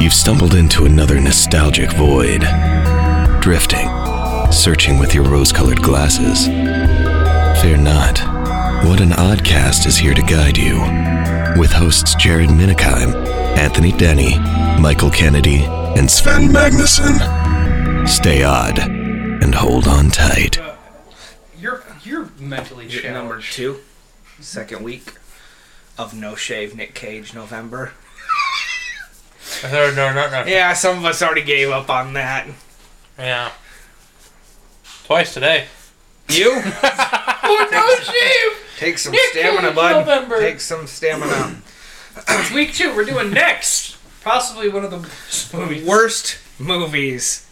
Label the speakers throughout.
Speaker 1: You've stumbled into another nostalgic void. Drifting, searching with your rose colored glasses. Fear not. What an Oddcast is here to guide you. With hosts Jared Minikheim, Anthony Denny, Michael Kennedy, and Sven Magnuson. Stay odd and hold on tight.
Speaker 2: You're you're mentally
Speaker 3: You're
Speaker 2: challenged.
Speaker 3: Number two, second week of No Shave Nick Cage November.
Speaker 4: No, no, no, no.
Speaker 3: Yeah, some of us already gave up on that.
Speaker 4: Yeah. Twice today.
Speaker 3: You
Speaker 4: Oh, no shave!
Speaker 3: take some
Speaker 4: Nick
Speaker 3: stamina,
Speaker 4: Cage
Speaker 3: bud.
Speaker 4: November.
Speaker 3: Take some stamina.
Speaker 2: It's week two. We're doing next. Possibly one of the worst movies.
Speaker 3: Worst movies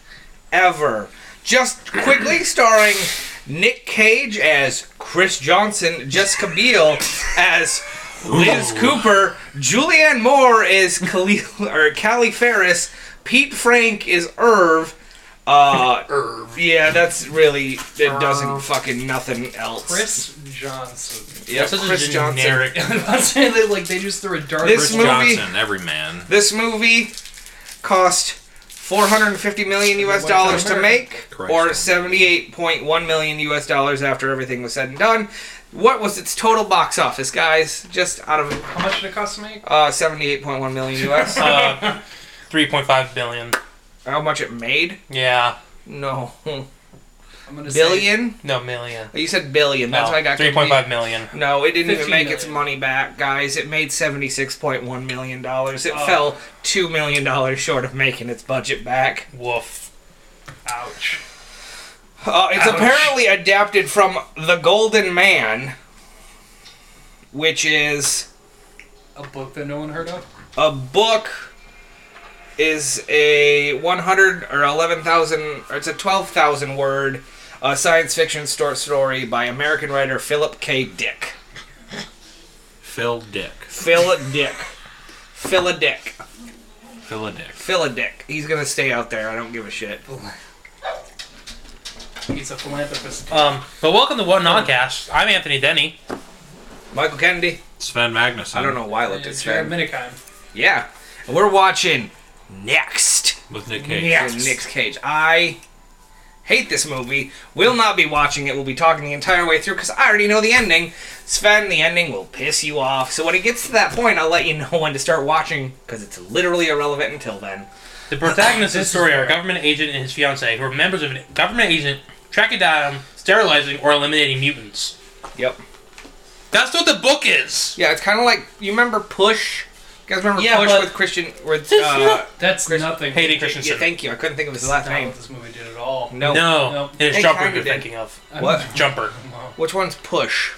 Speaker 3: ever. Just quickly starring Nick Cage as Chris Johnson, Jessica Biel as Liz Cooper, Julianne Moore is Khalil or Callie Ferris, Pete Frank is Irv. Uh,
Speaker 4: Irv.
Speaker 3: Yeah, that's really it. Doesn't fucking nothing else.
Speaker 2: Chris Johnson.
Speaker 3: yeah,
Speaker 4: Such
Speaker 3: Chris
Speaker 4: a
Speaker 3: Johnson.
Speaker 4: generic
Speaker 2: I'm not saying they like they just threw a dart.
Speaker 3: This
Speaker 2: versus-
Speaker 3: movie-
Speaker 4: Johnson, every man.
Speaker 3: This movie cost 450 million U.S. dollars to make,
Speaker 4: Christ.
Speaker 3: or 78.1 million U.S. dollars after everything was said and done. What was its total box office, guys? Just out of
Speaker 2: How much did it cost to make?
Speaker 3: uh, 78.1 million U.S.
Speaker 4: Uh, 3.5 billion.
Speaker 3: How much it made?
Speaker 4: Yeah.
Speaker 3: No,
Speaker 2: I'm gonna
Speaker 3: billion.
Speaker 4: No, million.
Speaker 3: You said billion. That's
Speaker 4: no,
Speaker 3: why I got confused.
Speaker 4: 3.5 million.
Speaker 3: No, it didn't even
Speaker 2: 15
Speaker 3: make its
Speaker 2: million.
Speaker 3: money back, guys. It made seventy-six point one million dollars. It
Speaker 4: Uh.
Speaker 2: Oh.
Speaker 3: fell two million dollars short of making its budget back.
Speaker 4: Woof.
Speaker 2: Say, ouch.
Speaker 3: Uh, it's
Speaker 2: Ouch.
Speaker 3: apparently adapted from The Golden Man, which is
Speaker 2: A book that no one heard of.
Speaker 3: a book. Is a one hundred or eleven thousand? Or it's a twelve thousand word uh, science fiction stor- story by American writer Philip K. Dick.
Speaker 4: Phil Dick.
Speaker 3: Phil Dick. Phil Dick.
Speaker 4: Phil Dick.
Speaker 3: Phil Dick. He's gonna stay out there. I don't give a shit.
Speaker 2: He's a philanthropist.
Speaker 3: Oh,
Speaker 4: Um, but welcome to What Nodcast. I'm Anthony Denny.
Speaker 3: Michael Kennedy.
Speaker 5: Sven Magnus.
Speaker 3: I don't know why I looked at
Speaker 2: It's Jared
Speaker 3: Sven.
Speaker 2: Minikheim.
Speaker 3: Yeah, and we're watching next.
Speaker 5: With Nick Cage.
Speaker 3: Yes. Nick Cage. I hate this movie. Will not be watching it. We'll be talking the entire way through because I already know the ending. Sven, the ending will piss you off. So when it gets to that point, I'll let you know when to start watching because it's literally irrelevant until then.
Speaker 4: The protagonists of this story are a government agent and his fiancee, who are members of a government agent tracking down, sterilizing, or eliminating mutants.
Speaker 3: Yep.
Speaker 4: That's what the book is!
Speaker 3: Yeah, it's kind of like you remember Push. You guys remember
Speaker 4: Yeah,
Speaker 3: Push
Speaker 4: but-
Speaker 3: with Christian with uh,
Speaker 2: That's
Speaker 3: Chris-
Speaker 2: nothing.
Speaker 4: Hayden
Speaker 2: It's
Speaker 4: Christensen.
Speaker 3: yeah, thank you. I couldn't think of his
Speaker 2: not
Speaker 3: last name.
Speaker 2: what this movie did at all.
Speaker 3: No.
Speaker 4: No,
Speaker 2: Nope.
Speaker 4: it is
Speaker 3: They
Speaker 4: Jumper
Speaker 3: kinda
Speaker 4: you're
Speaker 3: did.
Speaker 4: thinking of.
Speaker 2: I'm-
Speaker 3: What?
Speaker 4: Jumper.
Speaker 2: Well,
Speaker 3: Which one's Push?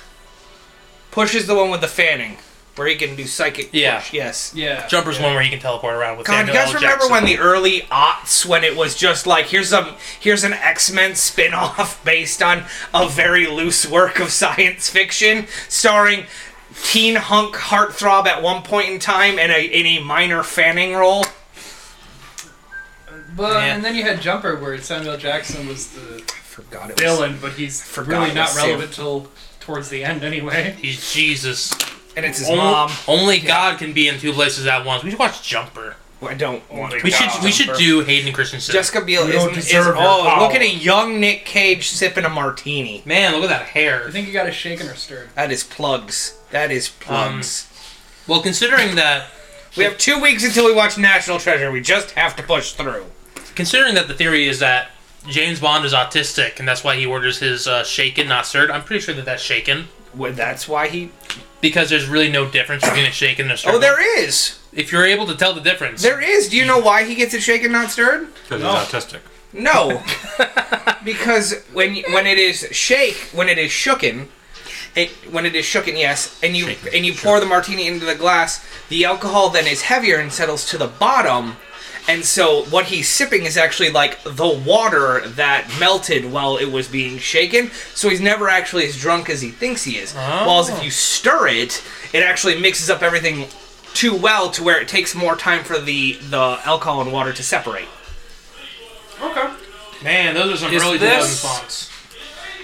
Speaker 3: Push is the one with the fanning, where he can do psychic.
Speaker 4: Yeah.
Speaker 3: Push. Yes.
Speaker 2: Yeah.
Speaker 4: Jumper's
Speaker 2: yeah.
Speaker 4: one where he can teleport around with
Speaker 3: God, you
Speaker 4: Samuel
Speaker 3: guys
Speaker 4: L.
Speaker 3: remember
Speaker 4: Jackson.
Speaker 3: when the early aughts, when it was just like here's a here's an X Men spin off based on a very loose work of science fiction, starring teen hunk heartthrob at one point in time and a in a minor Fanning role.
Speaker 2: But
Speaker 4: Yeah.
Speaker 2: and then you had Jumper, where Samuel Jackson was the
Speaker 3: I forgot it. Was,
Speaker 2: villain, but he's
Speaker 3: Forgot
Speaker 2: really
Speaker 3: it
Speaker 2: not
Speaker 3: was him.
Speaker 2: relevant till towards the end anyway.
Speaker 4: He's Jesus.
Speaker 3: and it's his
Speaker 4: Only,
Speaker 3: mom.
Speaker 4: only God can be in two places at once. We should watch Jumper.
Speaker 3: Well, I don't want to.
Speaker 4: We should we should
Speaker 3: Jumper.
Speaker 4: do Hayden Christensen.
Speaker 3: Jessica Biel
Speaker 2: You don't
Speaker 3: is, is
Speaker 2: deserve your
Speaker 3: oh
Speaker 2: power.
Speaker 3: look at a young Nick Cage sipping a martini.
Speaker 4: Man, look at that hair.
Speaker 2: I think you got a shaken or stirred.
Speaker 3: That is plugs. That is
Speaker 2: Um,
Speaker 3: plugs.
Speaker 4: Well, considering that
Speaker 3: we have two weeks until we watch National Treasure. We just have to push through.
Speaker 4: considering that the theory is that James Bond is autistic and that's why he orders his uh, shaken, not stirred. I'm pretty sure that that's shaken
Speaker 3: Well, that's why he.
Speaker 4: because there's really no difference between a shaken and a stirred.
Speaker 3: Oh, there is.
Speaker 4: If you're able to tell the difference,
Speaker 3: There is. Do you know why he gets it shaken, not stirred?
Speaker 5: Because
Speaker 2: No.
Speaker 5: he's autistic.
Speaker 3: No, because when when it is shake, when it is shooken, it, when it is shooken, yes, and you
Speaker 4: Shaken,
Speaker 3: and you pour the martini into the glass, the alcohol then is heavier and settles to the bottom. And so what he's sipping is actually like the water that melted while it was being shaken. So he's never actually as drunk as he thinks he is. Whilst if you stir it, it actually mixes up everything too well to where it takes more time for the the alcohol and water to separate.
Speaker 2: Okay.
Speaker 4: man, those are some
Speaker 3: Is
Speaker 4: really
Speaker 3: this-
Speaker 4: good fonts.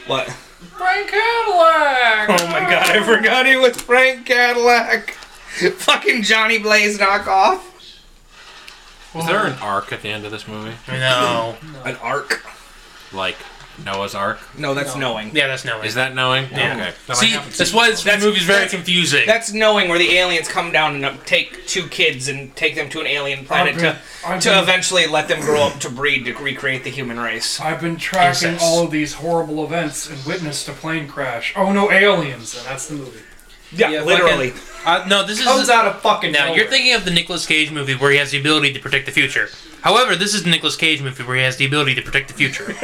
Speaker 3: What?
Speaker 2: Brian Cadillac!
Speaker 3: Oh my god, I forgot he was Frank Cadillac. Fucking Johnny Blaze knockoff.
Speaker 5: Is there an arc at the end of this movie?
Speaker 4: No.
Speaker 3: An arc?
Speaker 5: Like Noah's Ark?
Speaker 3: No, that's knowing.
Speaker 4: Yeah, that's no way.
Speaker 5: Is that knowing? Okay. No, I
Speaker 4: See,
Speaker 5: haven't
Speaker 4: that's
Speaker 5: seen
Speaker 4: why this
Speaker 3: That's-
Speaker 4: movie's very
Speaker 3: that's-
Speaker 4: confusing.
Speaker 3: That's knowing where the aliens come down and uh, take two kids and take them to an alien planet
Speaker 6: I've been-
Speaker 3: to,
Speaker 6: I've
Speaker 3: to
Speaker 6: been-
Speaker 3: eventually let them grow up to breed to recreate the human race.
Speaker 6: I've been tracking
Speaker 3: Incest.
Speaker 6: all of these horrible events and witnessed a plane crash. Oh no, aliens! And that's the movie.
Speaker 3: Yeah,
Speaker 4: Yeah,
Speaker 3: literally.
Speaker 4: Uh, no, this is
Speaker 6: Comes out of fucking
Speaker 4: now.
Speaker 6: nowhere.
Speaker 4: You're thinking of the Nicolas Cage movie where he has the ability to predict the future. However, this is the Nicolas Cage movie where he has the ability to predict the future.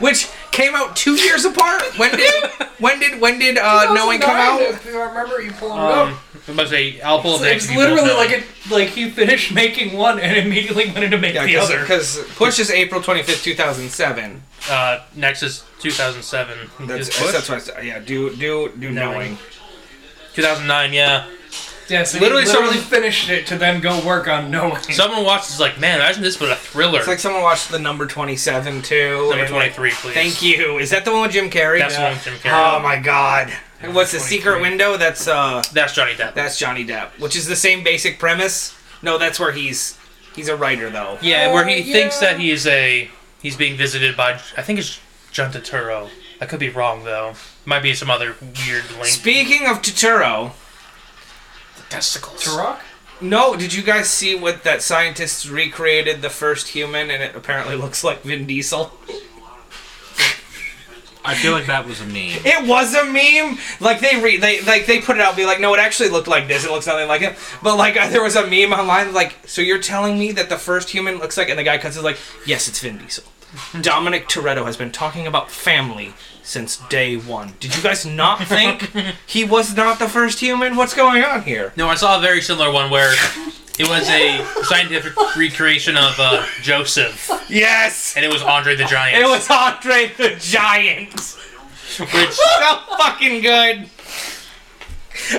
Speaker 3: Which came out two years apart. When did when did when did uh, knowing come out?
Speaker 6: If I remember you pulling
Speaker 4: Um, I must say, I'll
Speaker 6: it
Speaker 4: pull up
Speaker 6: up.
Speaker 4: the
Speaker 6: It's
Speaker 4: IMDb poll
Speaker 6: literally
Speaker 4: now.
Speaker 6: like it. Like he finished making one and immediately went into making the
Speaker 3: Yeah,
Speaker 6: other.
Speaker 3: because Push is April twenty fifth, two thousand seven.
Speaker 4: uh, next is 2007.
Speaker 3: That's
Speaker 4: Is Bush?
Speaker 3: that's what I said. Yeah, do do do knowing.
Speaker 4: Knowing. 2009, yeah.
Speaker 6: Yes, and
Speaker 3: Literally
Speaker 6: he
Speaker 3: someone-
Speaker 6: literally finished it to then go work on knowing.
Speaker 4: Someone watched this like, man, imagine this was a thriller.
Speaker 3: It's like someone watched the number twenty seven too.
Speaker 4: Number
Speaker 3: and,
Speaker 4: 23, please.
Speaker 3: Thank you. Is that the one with Jim Carrey?
Speaker 4: That's the one with Jim Carrey.
Speaker 3: Oh my God! What's the secret window? That's uh,
Speaker 4: That's Johnny Depp.
Speaker 3: that's Johnny Depp, which is the same basic premise. No, that's where he's he's a writer though.
Speaker 4: yeah, where he
Speaker 6: Oh,
Speaker 4: thinks
Speaker 6: yeah.
Speaker 4: that he is a he's being visited by I think it's John Turturro. I could be wrong though. Might be some other weird link.
Speaker 3: Speaking of Totoro,
Speaker 4: testicles.
Speaker 6: Turok?
Speaker 3: no, did you guys see what that scientists recreated the first human and it apparently looks like Vin Diesel?
Speaker 5: it. I feel like that was a meme.
Speaker 3: It was a meme. Like they re- they like they put it out, be like, no, it actually looked like this. It looks nothing like it. But like there was a meme online, like, so you're telling me that the first human looks like, and the guy cuts is like, yes, it's Vin Diesel. Dominic Toretto has been talking about family since day one. Did you guys not think he was not the first human? What's going on here?
Speaker 4: No, I saw a very similar one where it was a scientific recreation of uh, Joseph,
Speaker 3: Yes,
Speaker 4: and it was Andre the Giant.
Speaker 3: it was Andre the Giant.
Speaker 4: which
Speaker 3: so fucking good.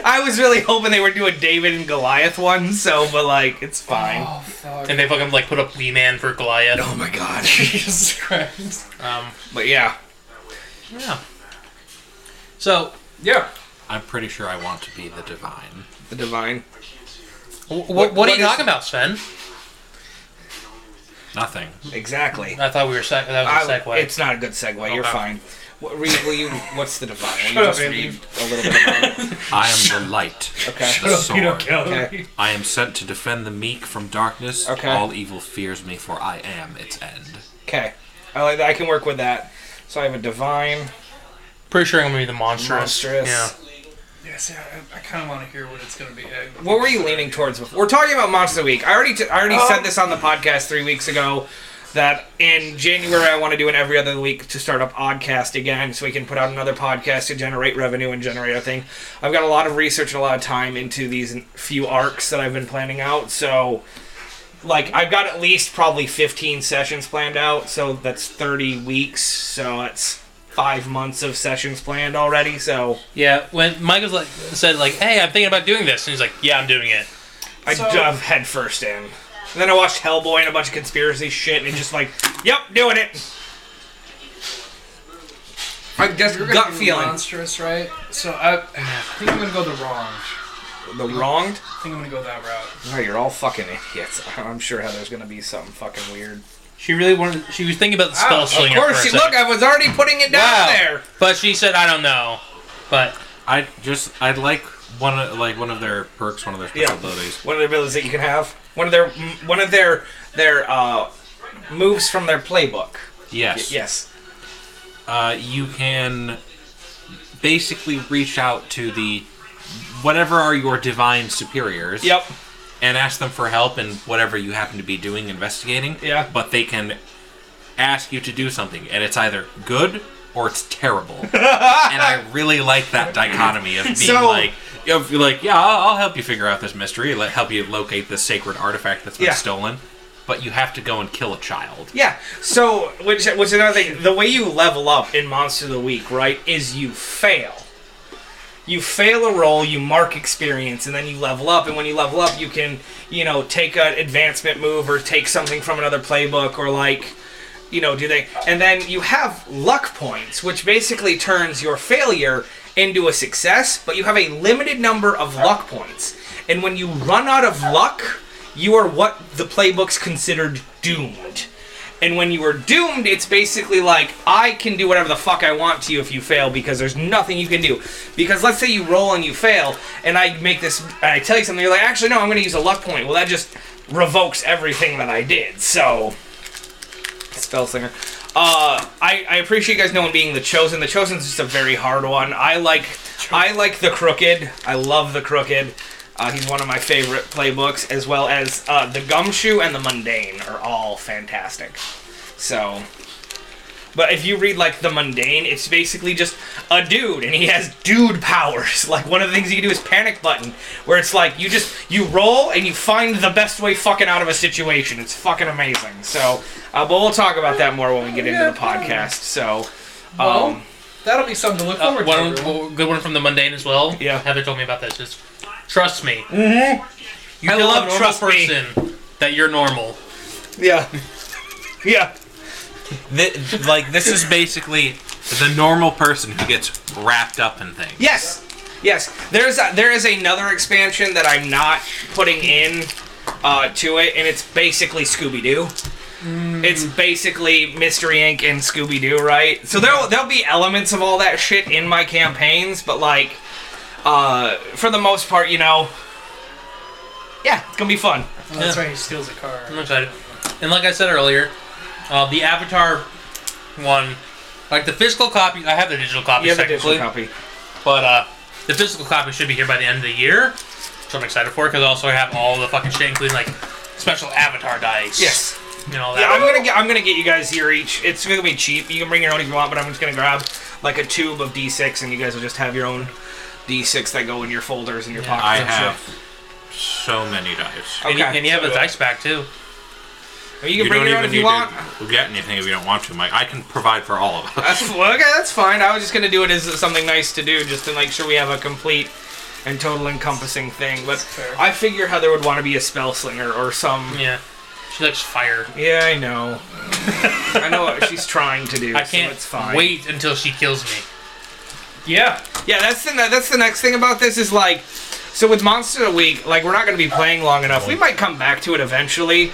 Speaker 3: I was really hoping they were doing David and Goliath one, so but like it's fine.
Speaker 6: Oh fuck!
Speaker 4: and they fucking like put up Lee Man for Goliath.
Speaker 3: Oh my god.
Speaker 6: Jesus Christ!
Speaker 4: Um,
Speaker 3: but yeah.
Speaker 4: yeah. So
Speaker 6: Yeah.
Speaker 5: I'm pretty sure I want to be the divine.
Speaker 3: The divine.
Speaker 4: What,
Speaker 3: What-
Speaker 4: what,
Speaker 3: what
Speaker 4: are you
Speaker 3: is-
Speaker 4: talking about, Sven?
Speaker 5: Nothing.
Speaker 3: Exactly.
Speaker 4: I thought we were seg- that was a
Speaker 3: I-
Speaker 4: segue.
Speaker 3: it's not a good segue. You're
Speaker 4: Okay.
Speaker 3: fine. What, read, will you, what's the divine?
Speaker 6: Shut
Speaker 3: Will you
Speaker 6: up,
Speaker 3: just
Speaker 6: Andy.
Speaker 3: read a little bit about it?
Speaker 5: I am the light.
Speaker 3: Okay.
Speaker 5: The
Speaker 6: Peter
Speaker 5: sword.
Speaker 6: Kelly.
Speaker 3: Okay.
Speaker 5: I am sent to defend the meek from darkness.
Speaker 3: Okay.
Speaker 5: All evil fears me, for I am its end.
Speaker 3: Okay. I, like that. I can work with that. So I have a divine,
Speaker 4: Pretty sure I'm gonna be the monstrous.
Speaker 3: monstrous.
Speaker 4: Yeah.
Speaker 6: Yes, yeah, I, I kind of want to hear what it's gonna be. I-
Speaker 3: What were you leaning towards before? We're talking about Monster of the Week. I already, t- I already
Speaker 6: Um,
Speaker 3: said this on the podcast three weeks ago that in January I want to do an every other week to start up Oddcast again so we can put out another podcast to generate revenue and generate a thing. I've got a lot of research and a lot of time into these few arcs that I've been planning out, so like I've got at least probably 15 sessions planned out, so that's 30 weeks, so it's five months of sessions planned already, so
Speaker 4: Yeah. When Michael's like said like, "Hey, I'm thinking about doing this," and he's like, "Yeah, I'm doing it."
Speaker 3: I
Speaker 6: So-
Speaker 3: dove head first in. And then I watched Hellboy and a bunch of conspiracy shit, and it's just like, yep, doing it. I just
Speaker 6: You're gonna
Speaker 3: gut
Speaker 6: do
Speaker 3: feeling.
Speaker 6: Monstrous, right? So I, I think I'm gonna go the wrong.
Speaker 3: The wronged?
Speaker 6: I think I'm gonna go that route.
Speaker 3: No, you're all fucking idiots. I'm sure Heather's gonna be something fucking weird.
Speaker 4: She really wanted. She was thinking about the spell
Speaker 3: Oh, of
Speaker 4: slinger.
Speaker 3: course,
Speaker 4: for a
Speaker 3: you,
Speaker 4: second.
Speaker 3: look, I was already putting it down
Speaker 4: Wow.
Speaker 3: there.
Speaker 4: But she said, "I don't know." But
Speaker 5: I just I like one of like one of their perks, one of their special
Speaker 3: Yeah.
Speaker 5: abilities.
Speaker 3: One of their abilities that you can have. One of their, m- one of their, their uh, moves from their playbook.
Speaker 5: Yes.
Speaker 3: Yes.
Speaker 5: Uh, you can basically reach out to the whatever are your divine superiors.
Speaker 3: Yep.
Speaker 5: and ask them for help in whatever you happen to be doing investigating.
Speaker 3: Yeah.
Speaker 5: But they can ask you to do something, and it's either good or it's terrible. and I really like that dichotomy of being
Speaker 3: So-
Speaker 5: like, of like, yeah, I'll, I'll help you figure out this mystery, let, help you locate this sacred artifact that's been
Speaker 3: Yeah.
Speaker 5: stolen, but you have to go and kill a child.
Speaker 3: Yeah. So, which which is another thing, the way you level up in Monster of the Week, right, is you fail. You fail a roll, you mark experience, and then you level up. And when you level up, you can, you know, take an advancement move or take something from another playbook or like, you know, do they? And then you have luck points, which basically turns your failure into a success, but you have a limited number of luck points. And when you run out of luck, you are what the playbooks considered doomed. And when you are doomed, it's basically like I can do whatever the fuck I want to you if you fail because there's nothing you can do. Because let's say you roll and you fail, and I make this, and I tell you something, you're like, actually no, I'm going to use a luck point. Well, that just revokes everything that I did. So spell slinger. Uh, I, I appreciate you guys knowing being the chosen. The chosen's just a very hard one. I like I like the crooked. I love the crooked. Uh, he's one of my favorite playbooks, as well as uh, the gumshoe and the mundane are all fantastic. So, but if you read like the mundane, it's basically just a dude, and he has dude powers. Like one of the things you can do is panic button, where it's like you just you roll and you find the best way fucking out of a situation. It's fucking amazing. So, uh, but we'll talk about that more when we get into the podcast. So, um,
Speaker 2: That'll be something to look
Speaker 4: Uh,
Speaker 2: forward to.
Speaker 4: one,
Speaker 2: everyone.
Speaker 4: w- good one from the mundane as well.
Speaker 3: Yeah. Mm-hmm.
Speaker 4: Heather told me about this. Is trust me. You
Speaker 3: I
Speaker 4: tell
Speaker 3: love
Speaker 4: a normal
Speaker 3: trust me.
Speaker 4: person that you're normal.
Speaker 3: yeah, yeah,
Speaker 5: Thi- like this is basically the normal person who gets wrapped up in things.
Speaker 3: yes, yes. There's a, there is another expansion that I'm not putting in uh, to it, and it's basically Scooby Doo. It's basically Mystery Inc. and Scooby Doo, right? So there'll there'll be elements of all that shit in my campaigns, but like, uh, for the most part, you know, yeah, it's gonna be fun.
Speaker 6: Oh, that's right. He steals a car.
Speaker 4: I'm excited. And like I said earlier, uh, the Avatar one, like the physical copy, I have the digital copy
Speaker 3: You have a
Speaker 4: technically,
Speaker 3: digital copy.
Speaker 4: but uh, the physical copy should be here by the end of the year, which I'm excited for because also I have all the fucking shit, including like special Avatar dice.
Speaker 3: Yes.
Speaker 4: You know that.
Speaker 3: Yeah, I'm gonna get I'm gonna get you guys here each. It's gonna be cheap. You can bring your own if you want, but I'm just gonna grab like a tube of D6, and you guys will just have your own D6 that go in your folders in your pockets.
Speaker 5: I
Speaker 3: and shit.
Speaker 5: have so many dice.
Speaker 4: and, you,
Speaker 3: okay.
Speaker 4: and you have the dice back too.
Speaker 3: Or you can bring your own if you want.
Speaker 5: to get anything if you don't want to, Mike. I can provide for all of us.
Speaker 3: That's, well, okay, that's fine. I was just gonna do it as something nice to do, just to make sure we have a complete and total encompassing thing. But
Speaker 6: fair.
Speaker 3: I figure Heather would want to be a spell slinger or some.
Speaker 4: Yeah. She likes fire.
Speaker 3: Yeah, I know. I know what she's trying to do.
Speaker 4: I
Speaker 3: so
Speaker 4: can't
Speaker 3: it's fine.
Speaker 4: wait until she kills me.
Speaker 6: Yeah.
Speaker 3: Yeah, that's the that's the next thing about this is like, so with Monster of the Week, like we're not going to be playing long enough. We might come back to it eventually.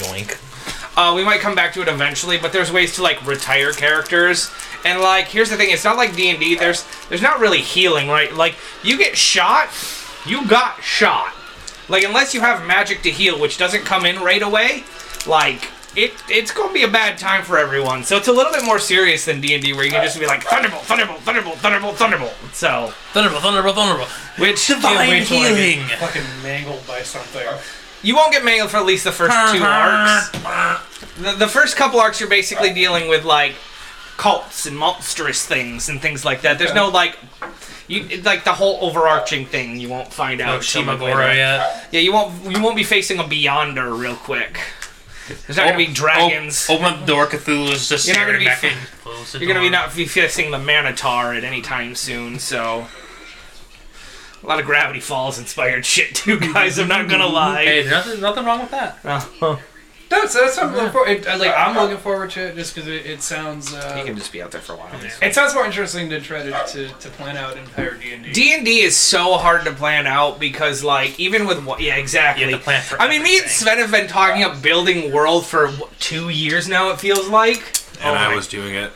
Speaker 5: Yoink.
Speaker 3: Uh, we might come back to it eventually, but there's ways to like retire characters. And like, here's the thing: it's not like D and D. There's there's not really healing, right? Like, you get shot, you got shot. Like, unless you have magic to heal, which doesn't come in right away, like it it's gonna be a bad time for everyone. So it's a little bit more serious than D and D, where you can just be like thunderbolt, thunderbolt, thunderbolt, thunderbolt, thunderbolt. So.
Speaker 4: Thunderbolt, Thunderbolt, Thunderbolt.
Speaker 3: Which
Speaker 4: Divine
Speaker 6: Wait till I
Speaker 4: healing.
Speaker 6: get fucking mangled by something.
Speaker 3: you won't get mangled for at least the first
Speaker 4: Uh-huh.
Speaker 3: two arcs. The, the first couple arcs, you're basically dealing with like cults and monstrous things and things like that. There's no like, you like the whole overarching thing. You won't find
Speaker 4: No
Speaker 3: out. till much
Speaker 4: Oh, Shimagora
Speaker 3: later.
Speaker 4: yet.
Speaker 3: Yeah, you won't. You won't be facing a Beyonder real quick. There's not gonna be dragons.
Speaker 4: Oh, Open up the door, Cthulhu's just
Speaker 3: You're not gonna
Speaker 4: staring
Speaker 3: be
Speaker 4: back
Speaker 3: fu-
Speaker 4: in. Close the
Speaker 3: You're gonna be
Speaker 4: door.
Speaker 3: not be facing the Manitar at any time soon. So. A lot of Gravity Falls inspired shit too, guys. I'm not gonna lie. Uh-huh.
Speaker 4: Hey, there's nothing, nothing wrong with that.
Speaker 6: No, so that's what I'm looking forward. It, like I'm looking forward to it just because it, it sounds.
Speaker 3: You
Speaker 6: Uh,
Speaker 3: can just be out there for a while.
Speaker 6: it sounds more interesting to try to to, to plan out entire D and D.
Speaker 3: D and D is so hard to plan out because, like, even with what, yeah, exactly.
Speaker 4: You have to plan for
Speaker 3: I mean, me and
Speaker 4: everything.
Speaker 3: Sven have been talking about building world for what, two years now. It feels like.
Speaker 5: And
Speaker 3: Oh
Speaker 5: I
Speaker 3: my-
Speaker 5: was doing it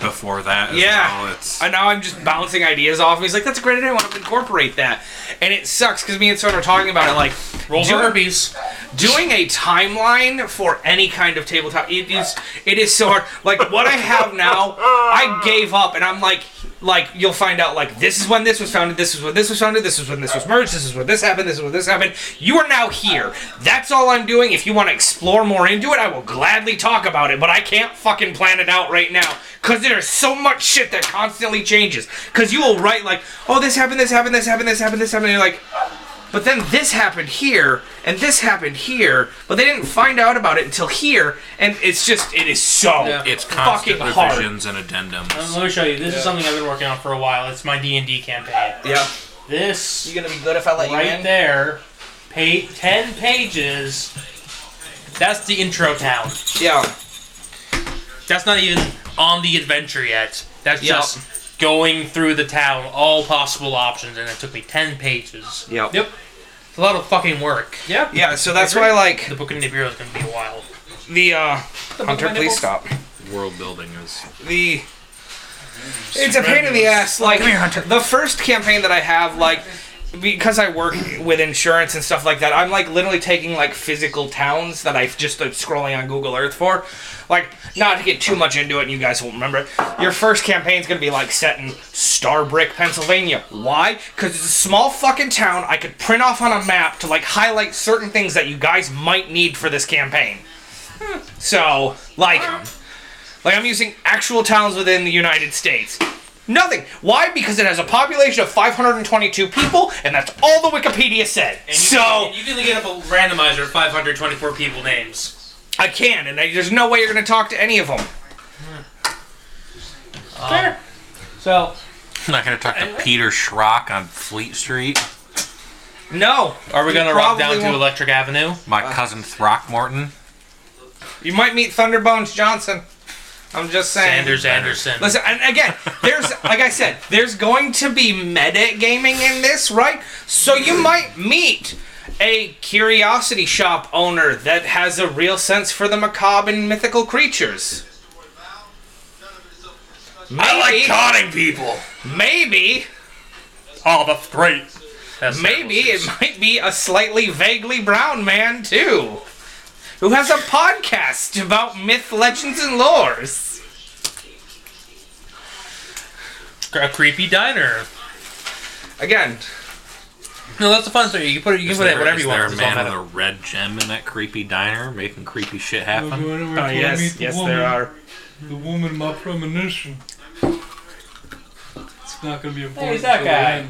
Speaker 5: before that as
Speaker 3: Yeah.
Speaker 5: well. It's
Speaker 3: And now I'm just bouncing ideas off. And he's like, "That's a great idea. I want to incorporate that." And it sucks because me and Sven are talking about it. Like,
Speaker 4: Rolls
Speaker 3: do-
Speaker 4: are herpes.
Speaker 3: doing a timeline for any kind of tabletop it is it is so hard like what i have now i gave up and i'm like like you'll find out like this is when this was founded this is when this was founded this is when this was merged this is when this happened this is when this happened you are now here that's all i'm doing if you want to explore more into it i will gladly talk about it but i can't fucking plan it out right now because there's so much shit that constantly changes because you will write like oh this happened this happened this happened this happened this happened and you're like but then this happened here, and this happened here, but they didn't find out about it until here, and it's just it is so
Speaker 5: it's
Speaker 3: fucking
Speaker 5: constant
Speaker 3: hard.
Speaker 5: revisions and addendums.
Speaker 4: Um, Let me show you. This is something I've been working on for a while. It's my D and D campaign.
Speaker 3: Yeah.
Speaker 4: This
Speaker 3: gonna be good if I let
Speaker 4: right there, pa- ten pages. That's the intro town.
Speaker 3: Yeah.
Speaker 4: That's not even on the adventure yet. That's
Speaker 3: Yeah.
Speaker 4: just going through the town, all possible options, and it took me ten pages.
Speaker 3: Yep.
Speaker 6: Yep.
Speaker 4: It's a lot of fucking work.
Speaker 2: Yep.
Speaker 3: Yeah, so that's why like
Speaker 4: The Book of Nibiru is going to be a while.
Speaker 3: the uh, Hunter,
Speaker 2: Nibiru.
Speaker 3: please stop.
Speaker 5: World building is.
Speaker 3: the it's a pain in the ass like the first campaign that i have like because i work with insurance and stuff like that i'm like literally taking like physical towns that i've just like scrolling on google earth for like not to get too much into it and you guys will remember it. your first campaign's gonna be like set in starbrick pennsylvania why because it's a small fucking town i could print off on a map to like highlight certain things that you guys might need for this campaign so like like I'm using actual towns within the United States. Nothing. Why? Because it has a population of 522 people, and that's all the Wikipedia said. so
Speaker 4: and you can get up a randomizer of 524 people names.
Speaker 3: I can, and I, there's no way you're going to talk to any of them.
Speaker 4: So
Speaker 5: I'm not gonna talk
Speaker 3: Uh,
Speaker 5: to Peter Schrock on Fleet Street.
Speaker 3: No.
Speaker 4: are we going to
Speaker 3: You
Speaker 4: rock
Speaker 3: probably
Speaker 4: down to
Speaker 3: won't-
Speaker 4: Electric Avenue?
Speaker 5: My
Speaker 3: Uh.
Speaker 5: cousin Throckmorton.
Speaker 3: You might meet Thunderbones Johnson. I'm just saying.
Speaker 4: Sanders Anderson.
Speaker 3: Listen, and again, there's like I said, there's going to be meta gaming in this, right? So you might meet a curiosity shop owner that has a real sense for the macabre and mythical creatures. Maybe,
Speaker 4: conning people.
Speaker 3: maybe,
Speaker 4: Oh, that's great. That's
Speaker 3: maybe it might be a slightly vaguely brown man too, who has a podcast about myth, legends, and lores.
Speaker 4: a creepy diner.
Speaker 3: Again,
Speaker 4: No, that's a fun story. You can put it. You can
Speaker 5: Is
Speaker 4: put it
Speaker 5: there,
Speaker 4: whatever
Speaker 5: is
Speaker 4: you
Speaker 5: there
Speaker 4: want.
Speaker 5: a
Speaker 4: It's all
Speaker 5: man with
Speaker 4: matter.
Speaker 5: a red gem in that creepy diner making creepy shit happen?
Speaker 6: Oh,
Speaker 3: yes, yes, there are.
Speaker 6: The woman, my premonition. It's not gonna be important.
Speaker 4: There's that
Speaker 6: till the
Speaker 4: guy.
Speaker 6: end.